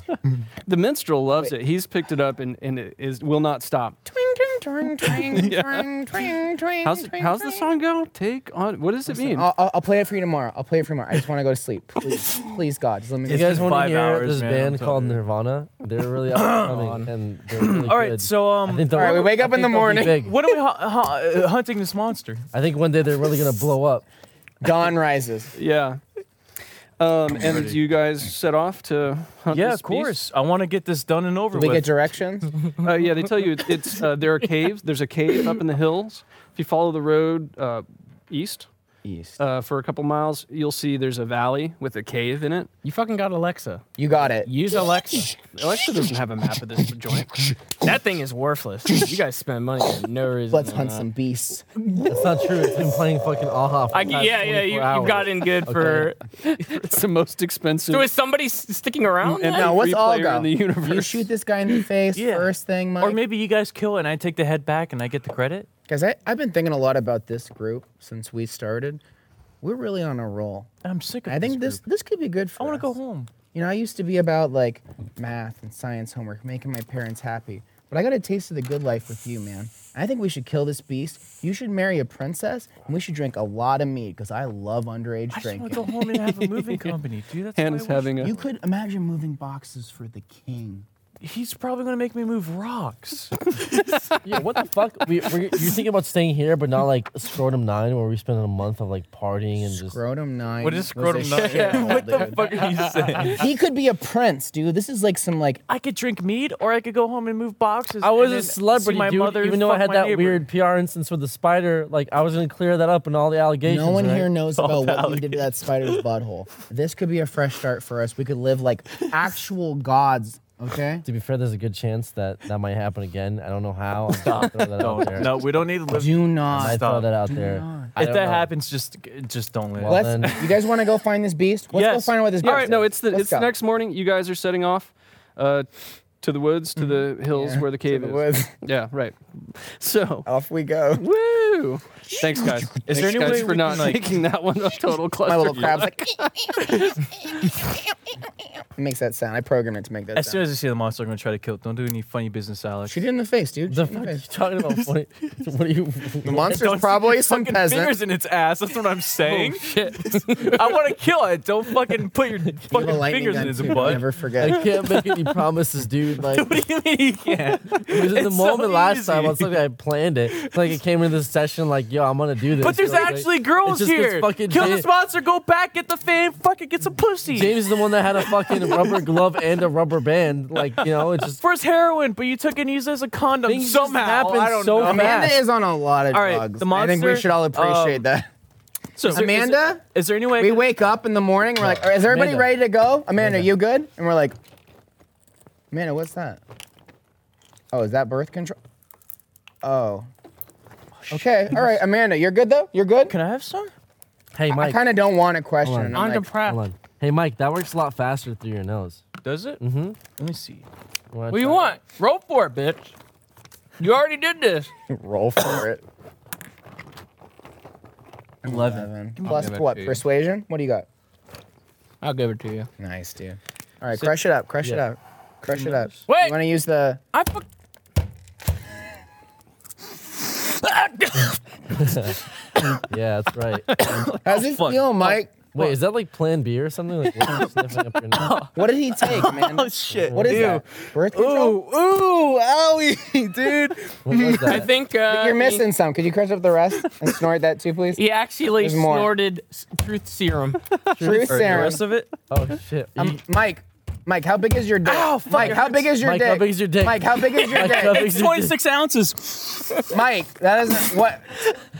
[SPEAKER 5] the minstrel loves it. He's picked it up and, and it is will not stop.
[SPEAKER 2] Twing, twing, twing, twing, twing, twing,
[SPEAKER 5] How's
[SPEAKER 2] twing,
[SPEAKER 5] how's the
[SPEAKER 2] twing.
[SPEAKER 5] song go? Take on. What does it mean?
[SPEAKER 2] I'll, I'll, I'll play it for you tomorrow. I'll play it for you tomorrow. I just want to go to sleep. Please, please, God, just let me.
[SPEAKER 1] You guys want to
[SPEAKER 7] five
[SPEAKER 1] hear
[SPEAKER 7] hours,
[SPEAKER 1] this
[SPEAKER 7] man, I'm
[SPEAKER 1] band called
[SPEAKER 7] telling you.
[SPEAKER 1] Nirvana? They're really up and coming, and they're really
[SPEAKER 7] All right,
[SPEAKER 1] good.
[SPEAKER 7] so um,
[SPEAKER 1] I think they'll-
[SPEAKER 2] All right, we wake
[SPEAKER 1] I
[SPEAKER 2] up in
[SPEAKER 1] think
[SPEAKER 2] the
[SPEAKER 1] they'll be
[SPEAKER 2] morning.
[SPEAKER 1] big.
[SPEAKER 7] what are we hu- hu- uh, hunting this monster?
[SPEAKER 1] I think one day they're really gonna blow up.
[SPEAKER 2] Dawn rises.
[SPEAKER 5] yeah. Um, and you guys set off to hunt
[SPEAKER 7] Yeah, of
[SPEAKER 5] this beast?
[SPEAKER 7] course. I want to get this done and over
[SPEAKER 2] Do we
[SPEAKER 7] with.
[SPEAKER 2] get directions?
[SPEAKER 5] Uh, yeah, they tell you it's, it's uh, there are caves. There's a cave up in the hills. If you follow the road uh, east
[SPEAKER 2] East.
[SPEAKER 5] uh, for a couple miles, you'll see there's a valley with a cave in it.
[SPEAKER 4] You fucking got Alexa.
[SPEAKER 2] You got it.
[SPEAKER 4] Use Alexa.
[SPEAKER 5] Alexa doesn't have a map of this joint.
[SPEAKER 4] That thing is worthless. You guys spend money for no reason.
[SPEAKER 2] Let's
[SPEAKER 4] on
[SPEAKER 2] hunt
[SPEAKER 4] that.
[SPEAKER 2] some beasts.
[SPEAKER 1] That's not true. It's been playing fucking aha. For
[SPEAKER 4] I,
[SPEAKER 1] the
[SPEAKER 4] yeah,
[SPEAKER 1] past
[SPEAKER 4] yeah,
[SPEAKER 1] 24
[SPEAKER 4] you, you
[SPEAKER 1] hours.
[SPEAKER 4] got in good for.
[SPEAKER 5] It's the most expensive.
[SPEAKER 4] So is somebody s- sticking around?
[SPEAKER 5] and
[SPEAKER 4] then?
[SPEAKER 2] No, what's
[SPEAKER 5] free
[SPEAKER 2] all
[SPEAKER 5] player
[SPEAKER 2] go?
[SPEAKER 5] in the universe?
[SPEAKER 2] You shoot this guy in the face
[SPEAKER 7] Yeah.
[SPEAKER 2] first thing, Mike.
[SPEAKER 7] or maybe you guys kill it and I take the head back and I get the credit.
[SPEAKER 2] Guys, I, I've been thinking a lot about this group since we started. We're really on a roll.
[SPEAKER 7] I'm sick of.
[SPEAKER 2] I think this
[SPEAKER 7] group.
[SPEAKER 2] this could be good for
[SPEAKER 7] I want to
[SPEAKER 2] us.
[SPEAKER 7] go home.
[SPEAKER 2] You know, I used to be about like math and science homework, making my parents happy. But I got a taste of the good life with you, man. I think we should kill this beast. You should marry a princess, and we should drink a lot of mead because I love underage
[SPEAKER 7] I just want to
[SPEAKER 2] drinking.
[SPEAKER 7] go home and have a moving company, dude. That's
[SPEAKER 5] Hand
[SPEAKER 7] why I
[SPEAKER 5] is
[SPEAKER 7] wish-
[SPEAKER 5] having a.
[SPEAKER 2] You could imagine moving boxes for the king.
[SPEAKER 3] he's probably gonna make me move rocks.
[SPEAKER 1] Yeah, what the fuck? We, we, you're thinking about staying here, but not like Scrotum 9, where we spend a month of like partying and just.
[SPEAKER 2] Scrotum nine.
[SPEAKER 3] What is
[SPEAKER 2] was a
[SPEAKER 3] scrotum nine?
[SPEAKER 2] shithole,
[SPEAKER 3] what the
[SPEAKER 2] dude.
[SPEAKER 3] fuck are you saying?
[SPEAKER 2] He could be a prince, dude. This is like some like
[SPEAKER 3] I could drink mead, or I could go home and move boxes.
[SPEAKER 1] I was
[SPEAKER 3] and
[SPEAKER 1] a
[SPEAKER 3] then see
[SPEAKER 1] celebrity,
[SPEAKER 3] my
[SPEAKER 1] dude.
[SPEAKER 3] mother
[SPEAKER 1] even though I
[SPEAKER 3] fuck
[SPEAKER 1] had
[SPEAKER 3] my
[SPEAKER 1] that
[SPEAKER 3] neighbor.
[SPEAKER 1] weird PR instance with the spider, like I was gonna clear that up and all the allegations.
[SPEAKER 2] no one
[SPEAKER 1] right?
[SPEAKER 2] here knows about what we did to that spider's butthole. This could be a fresh start for us. We could live like actual gods. Okay.
[SPEAKER 1] To be fair, there's a good chance that that might happen again. I don't know how. I'm just gonna throw that out there.
[SPEAKER 3] Don't. Oh, No, we don't need to live.
[SPEAKER 2] Do not.
[SPEAKER 1] I throw
[SPEAKER 3] Stop.
[SPEAKER 1] that out there. I
[SPEAKER 3] If
[SPEAKER 1] don't
[SPEAKER 3] that
[SPEAKER 1] know.
[SPEAKER 3] happens, just just don't live.
[SPEAKER 1] Well,
[SPEAKER 2] Let's.
[SPEAKER 1] then-
[SPEAKER 2] You guys want to go find this beast? Let's go
[SPEAKER 3] Yes.
[SPEAKER 2] find out what this beast.
[SPEAKER 5] All right, no, it's the
[SPEAKER 2] Let's
[SPEAKER 5] it's
[SPEAKER 2] go.
[SPEAKER 5] the next morning. You guys are setting off uh, to the woods, to the hills
[SPEAKER 2] Mm-hmm. Yeah,
[SPEAKER 5] where the cave
[SPEAKER 2] the
[SPEAKER 5] is.
[SPEAKER 2] woods. Oh.
[SPEAKER 5] Yeah, right. So,
[SPEAKER 2] Off we go.
[SPEAKER 5] woo! Thanks, guys.
[SPEAKER 3] Is
[SPEAKER 5] Thanks,
[SPEAKER 3] there any
[SPEAKER 5] guys,
[SPEAKER 3] way
[SPEAKER 5] for
[SPEAKER 3] we
[SPEAKER 5] not
[SPEAKER 3] can, like-
[SPEAKER 5] making that one a total cluster?
[SPEAKER 2] My little crab's like. It makes that sound. I programmed it to make that
[SPEAKER 3] As soon
[SPEAKER 2] sound.
[SPEAKER 3] as I see the monster, I'm gonna try to kill it. Don't do any funny business, Alex.
[SPEAKER 2] Shoot it in the face, dude.
[SPEAKER 1] The
[SPEAKER 2] Shoot it in the
[SPEAKER 1] fuck are you
[SPEAKER 2] face.
[SPEAKER 1] talking about? What are you- what are you?
[SPEAKER 2] The
[SPEAKER 3] Don't
[SPEAKER 2] monster's
[SPEAKER 3] stick
[SPEAKER 2] probably
[SPEAKER 3] your
[SPEAKER 2] some
[SPEAKER 3] fucking
[SPEAKER 2] peasant.
[SPEAKER 3] Fingers in its ass. That's
[SPEAKER 1] Oh,
[SPEAKER 3] what I'm saying. I want to kill it. Don't fucking put your
[SPEAKER 2] You have a
[SPEAKER 3] fucking
[SPEAKER 2] lightning
[SPEAKER 3] fingers
[SPEAKER 2] gun,
[SPEAKER 3] in its
[SPEAKER 2] too.
[SPEAKER 3] butt.
[SPEAKER 2] Never forget.
[SPEAKER 1] I can't make any promises, dude. Like
[SPEAKER 3] What do you mean you can't?
[SPEAKER 1] it was in the
[SPEAKER 3] It's so
[SPEAKER 1] moment last time. I was
[SPEAKER 3] easy.
[SPEAKER 1] like, I planned it. It's like it came into this session, like, yo, I'm gonna do this.
[SPEAKER 3] But there's
[SPEAKER 1] Like,
[SPEAKER 3] actually
[SPEAKER 1] it
[SPEAKER 3] girls
[SPEAKER 1] just gets
[SPEAKER 3] here.
[SPEAKER 1] fucking
[SPEAKER 3] Kill
[SPEAKER 1] Ja-
[SPEAKER 3] this monster. Go back. Get the fan. Fucking get some pussy.
[SPEAKER 1] James is the one that had a fucking rubber glove and a rubber band. Like, you know, it just
[SPEAKER 3] First heroin, but you took and used it as a condom
[SPEAKER 1] Things just
[SPEAKER 3] somehow.
[SPEAKER 1] happen
[SPEAKER 3] I don't
[SPEAKER 1] so
[SPEAKER 3] know.
[SPEAKER 2] Amanda
[SPEAKER 1] fast.
[SPEAKER 2] is on a lot of
[SPEAKER 3] All right,
[SPEAKER 2] drugs.
[SPEAKER 3] the
[SPEAKER 2] I think we
[SPEAKER 3] monster,
[SPEAKER 2] should all appreciate
[SPEAKER 3] um,
[SPEAKER 2] that.
[SPEAKER 3] So, is there- is there-
[SPEAKER 2] Amanda?
[SPEAKER 3] is there any way? I
[SPEAKER 2] We
[SPEAKER 3] can-
[SPEAKER 2] wake up in the morning. We're like, "All right, is everybody
[SPEAKER 1] Amanda.
[SPEAKER 2] ready to go? Amanda, you good? And we're like, Amanda, what's that? Oh, is that birth control? Oh. Okay. All right, Amanda, you're good though. You're good.
[SPEAKER 3] Can I have some?
[SPEAKER 1] Hey
[SPEAKER 2] I
[SPEAKER 1] Mike.
[SPEAKER 2] kind of don't want to question.
[SPEAKER 1] Hold on.
[SPEAKER 2] and
[SPEAKER 4] I'm
[SPEAKER 2] I'm like,
[SPEAKER 4] depressed.
[SPEAKER 1] Hold on. Hey Mike, that works a lot faster through your nose.
[SPEAKER 3] Does it? Mm-hmm. Let me see.
[SPEAKER 1] What
[SPEAKER 4] What do you want? Roll for it, bitch. You already did this.
[SPEAKER 2] roll for it.
[SPEAKER 3] Eleven.
[SPEAKER 2] Seven. Plus
[SPEAKER 3] give it
[SPEAKER 2] what?
[SPEAKER 3] to you.
[SPEAKER 2] Persuasion? What do you got?
[SPEAKER 4] I'll give it to you.
[SPEAKER 2] Nice, dude. All right, crush it up. Crush it
[SPEAKER 1] Yeah.
[SPEAKER 2] up. Crush it up.
[SPEAKER 4] Wait.
[SPEAKER 2] You want to use the?
[SPEAKER 4] I fuck.
[SPEAKER 1] Yeah, that's right.
[SPEAKER 2] How's it
[SPEAKER 3] fuck.
[SPEAKER 2] feel, Mike?
[SPEAKER 1] Wait, is that like Plan B or something? Like what are you sniffing up your nose?
[SPEAKER 2] What did he take, man?
[SPEAKER 7] Oh shit!
[SPEAKER 2] What is
[SPEAKER 7] Ew.
[SPEAKER 2] that? Birth control?
[SPEAKER 7] Ooh, ooh, owie, dude.
[SPEAKER 1] What was
[SPEAKER 4] I
[SPEAKER 1] that?
[SPEAKER 4] think uh,
[SPEAKER 2] You're missing some. Could you crush up the rest and snort that too, please?
[SPEAKER 4] He, he actually
[SPEAKER 2] There's more.
[SPEAKER 4] snorted s- truth serum.
[SPEAKER 2] Truth
[SPEAKER 3] Or the
[SPEAKER 2] serum.
[SPEAKER 3] rest of it?
[SPEAKER 1] oh shit.
[SPEAKER 2] Um, Mike, Mike, how big is your dick?
[SPEAKER 3] Oh,
[SPEAKER 2] Mike, how big is your
[SPEAKER 1] Mike,
[SPEAKER 2] dick?
[SPEAKER 1] how big is your dick?
[SPEAKER 2] Mike, how big is your
[SPEAKER 1] Mike, how big
[SPEAKER 2] dick?
[SPEAKER 1] is your dick?
[SPEAKER 3] 26 ounces.
[SPEAKER 2] Mike, that isn't what.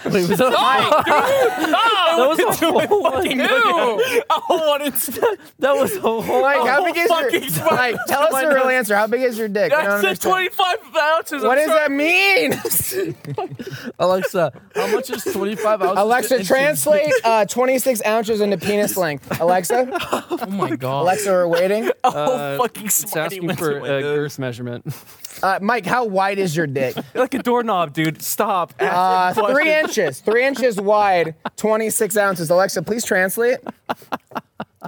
[SPEAKER 1] Wait, was that, that was a whole one.
[SPEAKER 4] Ew!
[SPEAKER 3] Oh,
[SPEAKER 1] That was a whole
[SPEAKER 2] Mike, how big is your?
[SPEAKER 3] fucking swear
[SPEAKER 2] Mike, tell us the real answer. How big is your dick? We don't
[SPEAKER 3] I said
[SPEAKER 2] understand.
[SPEAKER 3] 25 ounces.
[SPEAKER 2] What
[SPEAKER 3] I'm
[SPEAKER 2] does
[SPEAKER 3] sorry.
[SPEAKER 2] that mean?
[SPEAKER 1] Alexa, how much is 25 ounces?
[SPEAKER 2] Alexa,
[SPEAKER 1] in-
[SPEAKER 2] translate uh, 26 ounces into penis length. Alexa,
[SPEAKER 4] Oh my god.
[SPEAKER 2] Alexa, we're waiting.
[SPEAKER 3] Oh, fucking
[SPEAKER 5] It's asking for a girth measurement.
[SPEAKER 2] Uh, Mike, how wide is your dick?
[SPEAKER 3] like a doorknob, dude. Stop.
[SPEAKER 2] Uh, three inches, three inches wide, 26 ounces. Alexa, please translate.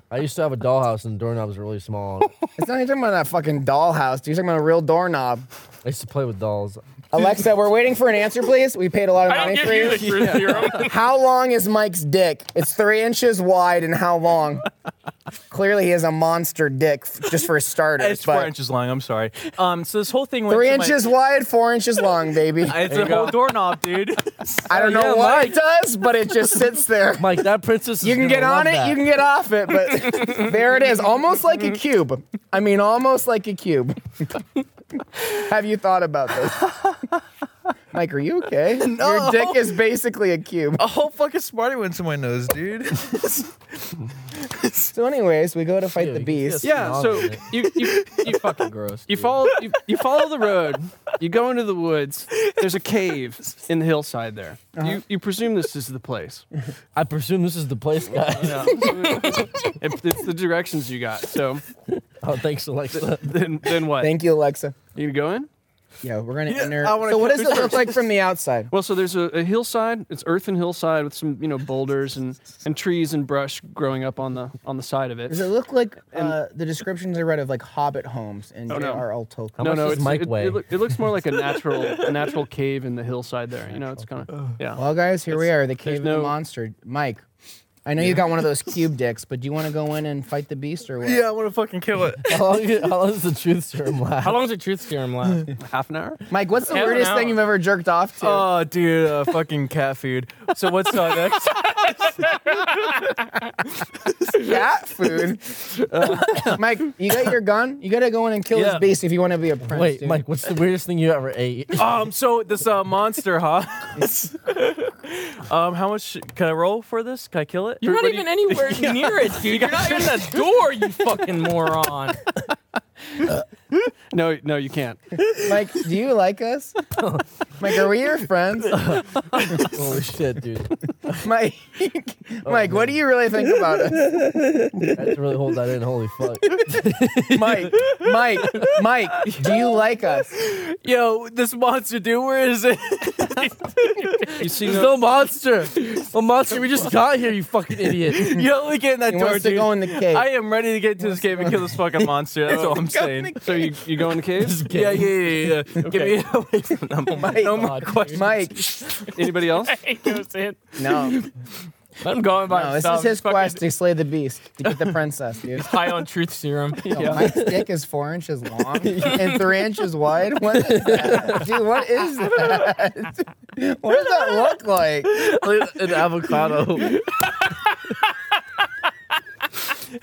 [SPEAKER 1] I used to have a dollhouse and the doorknobs were really small.
[SPEAKER 2] It's not even talking about that fucking dollhouse. Dude. You're talking about a real doorknob.
[SPEAKER 1] I used to play with dolls.
[SPEAKER 2] Alexa, we're waiting for an answer, please. We paid a lot of
[SPEAKER 4] I
[SPEAKER 2] money
[SPEAKER 4] don't
[SPEAKER 2] for
[SPEAKER 4] give
[SPEAKER 2] you.
[SPEAKER 4] you the truth serum.
[SPEAKER 2] How long is Mike's dick? It's three inches wide, and how long? Clearly, he has a monster dick, f- just for starters.
[SPEAKER 3] It's four
[SPEAKER 2] but
[SPEAKER 3] inches long. I'm sorry. Um, so this whole thing went
[SPEAKER 2] three
[SPEAKER 3] to my-
[SPEAKER 2] inches wide, four inches long, baby. I,
[SPEAKER 3] It's a whole doorknob, dude.
[SPEAKER 2] don't know
[SPEAKER 1] yeah,
[SPEAKER 2] what it does, but it just sits there.
[SPEAKER 1] Mike, that princess is
[SPEAKER 2] You can
[SPEAKER 1] gonna
[SPEAKER 2] get on
[SPEAKER 1] love
[SPEAKER 2] it,
[SPEAKER 1] that.
[SPEAKER 2] you can get off it, but there it is, almost like a cube. I mean, almost like a cube. Have you thought about this? Mike, are you okay? Your dick is basically a cube.
[SPEAKER 7] A whole fucking Smarty went to my nose, dude.
[SPEAKER 2] So, anyways, we go to fight
[SPEAKER 1] Yeah,
[SPEAKER 2] the
[SPEAKER 1] you can see
[SPEAKER 2] beast.
[SPEAKER 1] us.
[SPEAKER 5] Yeah,
[SPEAKER 1] Smell
[SPEAKER 5] so
[SPEAKER 1] it.
[SPEAKER 5] you, you
[SPEAKER 4] you fucking gross.
[SPEAKER 5] you follow you, you follow the road. You go into the woods. There's a cave in the hillside there.
[SPEAKER 1] Uh-huh.
[SPEAKER 5] You you presume this is the place.
[SPEAKER 1] I presume this is the place, guys.
[SPEAKER 5] It- it's the directions you got. So
[SPEAKER 1] Oh, thanks, Alexa.
[SPEAKER 5] then then what?
[SPEAKER 2] Thank you, Alexa.
[SPEAKER 5] you gonna go in?
[SPEAKER 2] Yeah, we're gonna enter.
[SPEAKER 7] I wanna
[SPEAKER 2] So, what
[SPEAKER 7] go
[SPEAKER 2] does it look like from the outside?
[SPEAKER 5] Well, so there's a, a hillside. It's earthen hillside with some you know boulders and, and trees and brush growing up on the on the side of it.
[SPEAKER 2] Does it look like uh, the descriptions I read of like Hobbit homes in
[SPEAKER 5] Oh, no.
[SPEAKER 2] J.R.R. Tolkien?
[SPEAKER 1] much does
[SPEAKER 5] it's,
[SPEAKER 1] Mike
[SPEAKER 5] it, it,
[SPEAKER 1] weigh?
[SPEAKER 5] look- it looks more like a natural a natural cave in the hillside there. You know, it's kind of yeah.
[SPEAKER 2] Well, guys, here we are, the
[SPEAKER 5] there's
[SPEAKER 2] cave of the
[SPEAKER 5] no-
[SPEAKER 2] monster. Mike, I know you got one of those cube dicks, but do you want to go in and fight the beast or what?
[SPEAKER 7] Yeah, I want to fucking kill it.
[SPEAKER 1] How long, how long does the truth serum last?
[SPEAKER 4] How long does your truth serum last?
[SPEAKER 5] Half an hour?
[SPEAKER 2] Mike, what's the
[SPEAKER 4] Hell
[SPEAKER 2] weirdest
[SPEAKER 4] no.
[SPEAKER 2] thing you've ever jerked off to?
[SPEAKER 3] Oh, dude, uh, fucking cat food. So what's uh, next?
[SPEAKER 2] cat food. Mike, you got your gun. You gotta go in and kill
[SPEAKER 3] Yeah.
[SPEAKER 2] this beast if you want to be a prince.
[SPEAKER 1] Wait,
[SPEAKER 2] dude.
[SPEAKER 1] Mike, what's the weirdest thing you ever ate?
[SPEAKER 3] um, so this uh, monster, huh? um, how much can I roll for this? Can I kill it?
[SPEAKER 4] You're
[SPEAKER 3] Or
[SPEAKER 4] not
[SPEAKER 3] what do
[SPEAKER 4] even anywhere near it, dude. You're not even at the door, you fucking moron.
[SPEAKER 5] No, no, you can't.
[SPEAKER 2] Mike, do you like us? Mike, are we your friends?
[SPEAKER 1] Holy shit, dude.
[SPEAKER 2] Mike, Mike, what do you really think about us?
[SPEAKER 1] I had to really hold that in. Holy fuck.
[SPEAKER 2] Mike, Mike, Mike, do you like us?
[SPEAKER 3] Yo, this monster, dude, where is it?
[SPEAKER 5] You see,
[SPEAKER 1] There's
[SPEAKER 5] no,
[SPEAKER 1] no monster. A monster. We just got here, you fucking idiot.
[SPEAKER 3] Yo, look at that
[SPEAKER 2] He
[SPEAKER 3] door,
[SPEAKER 2] wants to
[SPEAKER 3] dude.
[SPEAKER 2] go in the cave.
[SPEAKER 3] I am ready to get into this cave and kill this fucking monster. That's all I'm saying.
[SPEAKER 5] so you, you go in the cave?
[SPEAKER 3] Yeah, yeah, yeah, yeah. Get me away from them. no more questions.
[SPEAKER 2] Mike,
[SPEAKER 5] Anybody else?
[SPEAKER 2] no,
[SPEAKER 4] Let him go in by
[SPEAKER 2] no, this
[SPEAKER 4] himself.
[SPEAKER 2] is his
[SPEAKER 4] He's fucking
[SPEAKER 2] quest to slay the beast to get the princess, dude.
[SPEAKER 4] High on truth serum.
[SPEAKER 2] Yo, Mike's dick is four inches long and three inches wide. What is that? Dude, what is that? What does that look like?
[SPEAKER 1] Like An avocado.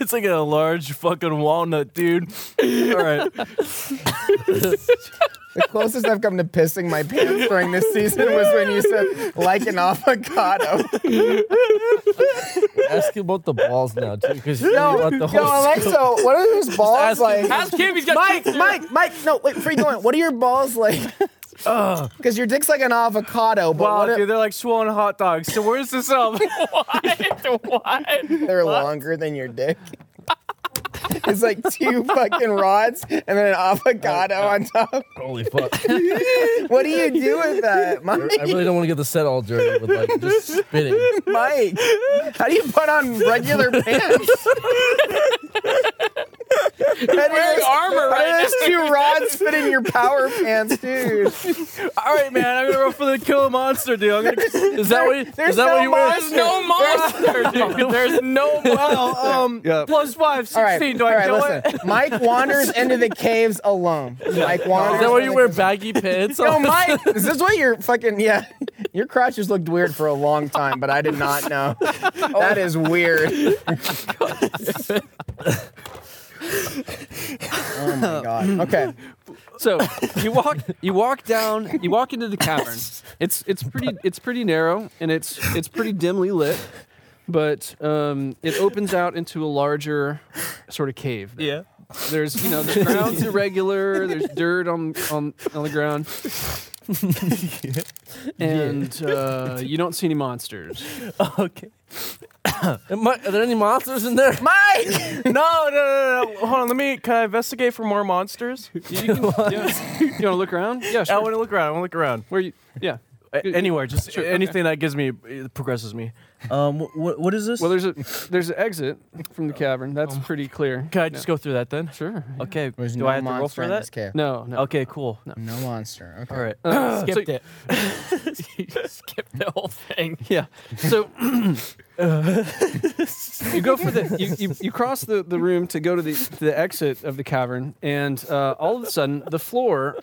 [SPEAKER 3] It's like a large fucking walnut, dude. All right.
[SPEAKER 2] The closest I've come to pissing my pants during this season was when you said, like an avocado.
[SPEAKER 1] Ask him about the balls now, too, because you
[SPEAKER 2] No,
[SPEAKER 1] want the
[SPEAKER 2] yo,
[SPEAKER 1] whole.
[SPEAKER 2] Alexo, what are those balls
[SPEAKER 1] ask
[SPEAKER 2] like?
[SPEAKER 4] Ask him. He's got
[SPEAKER 2] Mike,
[SPEAKER 4] truth serum.
[SPEAKER 2] Mike, Mike, no, wait, where are you going? What are your balls like? Because your dick's like an avocado, but
[SPEAKER 3] Wow,
[SPEAKER 2] what if
[SPEAKER 3] dude, they're like swollen hot dogs. So where's this um, up?
[SPEAKER 4] what?
[SPEAKER 2] they're longer than your dick? It's like two fucking rods and then an
[SPEAKER 3] Uh,
[SPEAKER 2] avocado on top.
[SPEAKER 1] Holy fuck.
[SPEAKER 2] What do you do with that, Mike?
[SPEAKER 1] I really don't want to get the set all dirty with like just spitting.
[SPEAKER 2] Mike, how do you put on regular pants? How do
[SPEAKER 4] Wearing
[SPEAKER 2] those-
[SPEAKER 4] armor
[SPEAKER 2] how do
[SPEAKER 4] right
[SPEAKER 2] those two rods fit in your power pants, dude?
[SPEAKER 3] All right, man, I'm gonna roll for the kill a monster, dude. I'm gonna, is that what? you-
[SPEAKER 2] There's
[SPEAKER 3] is that
[SPEAKER 2] no
[SPEAKER 3] what you were?
[SPEAKER 4] There's no monster, dude. There's no monster.
[SPEAKER 3] Well, um,
[SPEAKER 5] Yeah.
[SPEAKER 3] plus five,
[SPEAKER 2] All right,
[SPEAKER 3] 16. Do I
[SPEAKER 2] all right,
[SPEAKER 3] kill it?
[SPEAKER 2] listen. Mike wanders into the caves alone. Mike wanders.
[SPEAKER 1] Is that why
[SPEAKER 2] into
[SPEAKER 1] you
[SPEAKER 2] the
[SPEAKER 1] wear
[SPEAKER 2] caves-
[SPEAKER 1] baggy pants?
[SPEAKER 2] Yo, Mike, is this what your fucking yeah? Your crotches looked weird for a long time, but I did not know.
[SPEAKER 3] Oh.
[SPEAKER 2] That is weird. oh my god. Okay.
[SPEAKER 5] So you walk you walk down you walk into the cavern. It's it's pretty it's pretty narrow and it's it's pretty dimly lit, but um, it opens out into a larger sort of cave. there.
[SPEAKER 3] Yeah.
[SPEAKER 5] There's you know the ground's irregular. There's dirt on on on the ground. and uh, you don't see any monsters.
[SPEAKER 3] Okay.
[SPEAKER 1] Am I- are there any monsters in there?
[SPEAKER 2] Mike!
[SPEAKER 3] No, no, no, no. Hold on. Let me. Can I investigate for more monsters?
[SPEAKER 5] You, can, you, want to look around? Yeah,
[SPEAKER 3] I
[SPEAKER 5] sure.
[SPEAKER 3] want to look around. I want to look around.
[SPEAKER 5] Where you? Yeah.
[SPEAKER 3] A- anywhere, just anything that gives me it progresses me. Um, what what is this?
[SPEAKER 5] Well, there's a there's an exit from the cavern. That's pretty clear.
[SPEAKER 3] Can Oh I just go through that then?
[SPEAKER 5] Sure.
[SPEAKER 3] Okay.
[SPEAKER 2] There's
[SPEAKER 3] do
[SPEAKER 2] no
[SPEAKER 3] I have to roll
[SPEAKER 2] monster
[SPEAKER 3] for
[SPEAKER 2] in
[SPEAKER 3] that?
[SPEAKER 2] this cave.
[SPEAKER 5] No. No.
[SPEAKER 3] Okay. Cool.
[SPEAKER 2] No monster. Okay.
[SPEAKER 3] All right.
[SPEAKER 4] Skipped it. He skipped the whole thing.
[SPEAKER 5] Yeah. So you go for the you, you, you cross the, the room to go to the to the exit of the cavern, and uh, all of a sudden the floor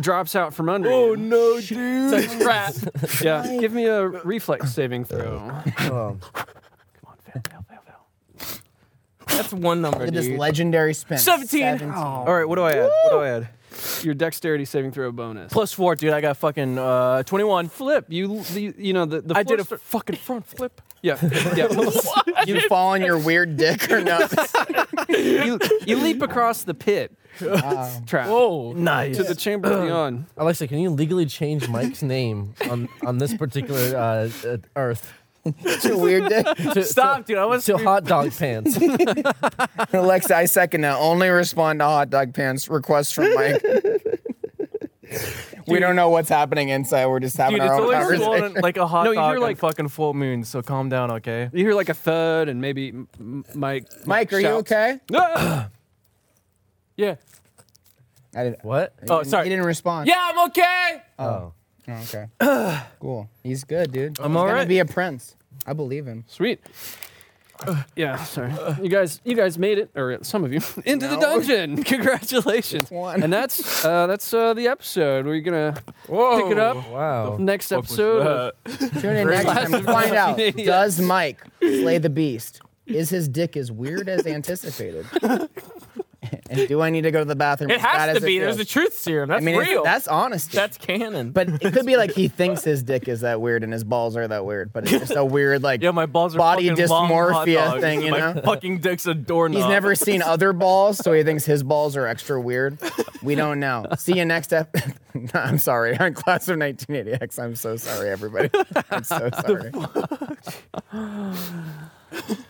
[SPEAKER 5] drops out from under. Oh no!
[SPEAKER 4] It's a trap.
[SPEAKER 5] Yeah. Give me a reflex saving throw. Come on,
[SPEAKER 1] Um,
[SPEAKER 5] fail, fail, fail, fail.
[SPEAKER 4] That's one number,
[SPEAKER 2] Look at
[SPEAKER 4] dude.
[SPEAKER 2] this legendary spin.
[SPEAKER 3] 17.
[SPEAKER 2] Oh.
[SPEAKER 3] All right. What do I add? What do I add?
[SPEAKER 5] Your dexterity saving throw bonus.
[SPEAKER 3] Plus four, dude. I got fucking uh, twenty-one.
[SPEAKER 5] flip. You you, you know the, the
[SPEAKER 3] I
[SPEAKER 5] floor
[SPEAKER 3] did a
[SPEAKER 5] start-
[SPEAKER 3] fucking front flip.
[SPEAKER 5] yeah yeah.
[SPEAKER 2] You fall on your weird dick or not?
[SPEAKER 5] you, you leap across the pit
[SPEAKER 2] Wow.
[SPEAKER 5] trap
[SPEAKER 4] Whoa.
[SPEAKER 3] Nice.
[SPEAKER 5] to the chamber beyond.
[SPEAKER 1] Alexa, can you legally change Mike's name on, on this particular uh, uh, earth?
[SPEAKER 2] Such a weird dick.
[SPEAKER 1] To,
[SPEAKER 3] Stop, dude. I was
[SPEAKER 1] To, to hot dog pants.
[SPEAKER 2] Alexa, I second that. Only respond to hot dog pants requests from Mike. we don't know what's happening inside. We're just having
[SPEAKER 3] Dude, it's
[SPEAKER 2] our own
[SPEAKER 3] always
[SPEAKER 2] conversation.
[SPEAKER 3] swollen like a hot
[SPEAKER 5] No, you
[SPEAKER 3] dog
[SPEAKER 5] hear,
[SPEAKER 3] on
[SPEAKER 5] like-
[SPEAKER 3] fucking full moon. So calm down, okay?
[SPEAKER 5] You hear like a thud and maybe M- M- Mike.
[SPEAKER 2] Mike, are you
[SPEAKER 5] shouts.
[SPEAKER 2] okay?
[SPEAKER 4] Yeah.
[SPEAKER 2] I didn't.
[SPEAKER 1] what?
[SPEAKER 3] Oh, sorry.
[SPEAKER 2] He didn't respond.
[SPEAKER 4] Yeah, I'm okay.
[SPEAKER 1] Oh.
[SPEAKER 2] Oh, okay. cool. He's good, dude.
[SPEAKER 3] I'm
[SPEAKER 2] He's gonna
[SPEAKER 3] alright.
[SPEAKER 2] be a prince. I believe him.
[SPEAKER 5] Sweet. Yeah, sorry. You guys, you guys made it, or some of you, into the dungeon. Congratulations!
[SPEAKER 2] One.
[SPEAKER 5] And that's uh, that's uh, the episode. We're gonna pick it up
[SPEAKER 1] Wow.
[SPEAKER 5] next
[SPEAKER 3] Fuck was
[SPEAKER 5] episode. of-
[SPEAKER 3] that?
[SPEAKER 2] Tune in next time to find out
[SPEAKER 5] Idiots.
[SPEAKER 2] does Mike slay the beast? Is his dick as weird as anticipated? and do I need to go to the bathroom?
[SPEAKER 4] It
[SPEAKER 2] as bad
[SPEAKER 4] has
[SPEAKER 2] as
[SPEAKER 4] to be. There's
[SPEAKER 2] feels?
[SPEAKER 4] a truth serum. That's
[SPEAKER 2] I mean, it's-
[SPEAKER 4] real.
[SPEAKER 2] that's honesty.
[SPEAKER 4] that's canon.
[SPEAKER 2] but it could be like he thinks his dick is that weird and his balls are that weird, but it's just a weird like
[SPEAKER 3] Yeah, my balls are
[SPEAKER 2] body
[SPEAKER 3] fucking long hot
[SPEAKER 2] dysmorphia
[SPEAKER 3] dogs.
[SPEAKER 2] thing, you
[SPEAKER 3] my
[SPEAKER 2] know?
[SPEAKER 3] fucking dick's a doorknob.
[SPEAKER 2] He's never seen other balls, so he thinks his balls are extra weird. We don't know. See you next ep. No, I'm sorry. I'm class of 1980X. I'm so sorry, everybody. I'm so sorry.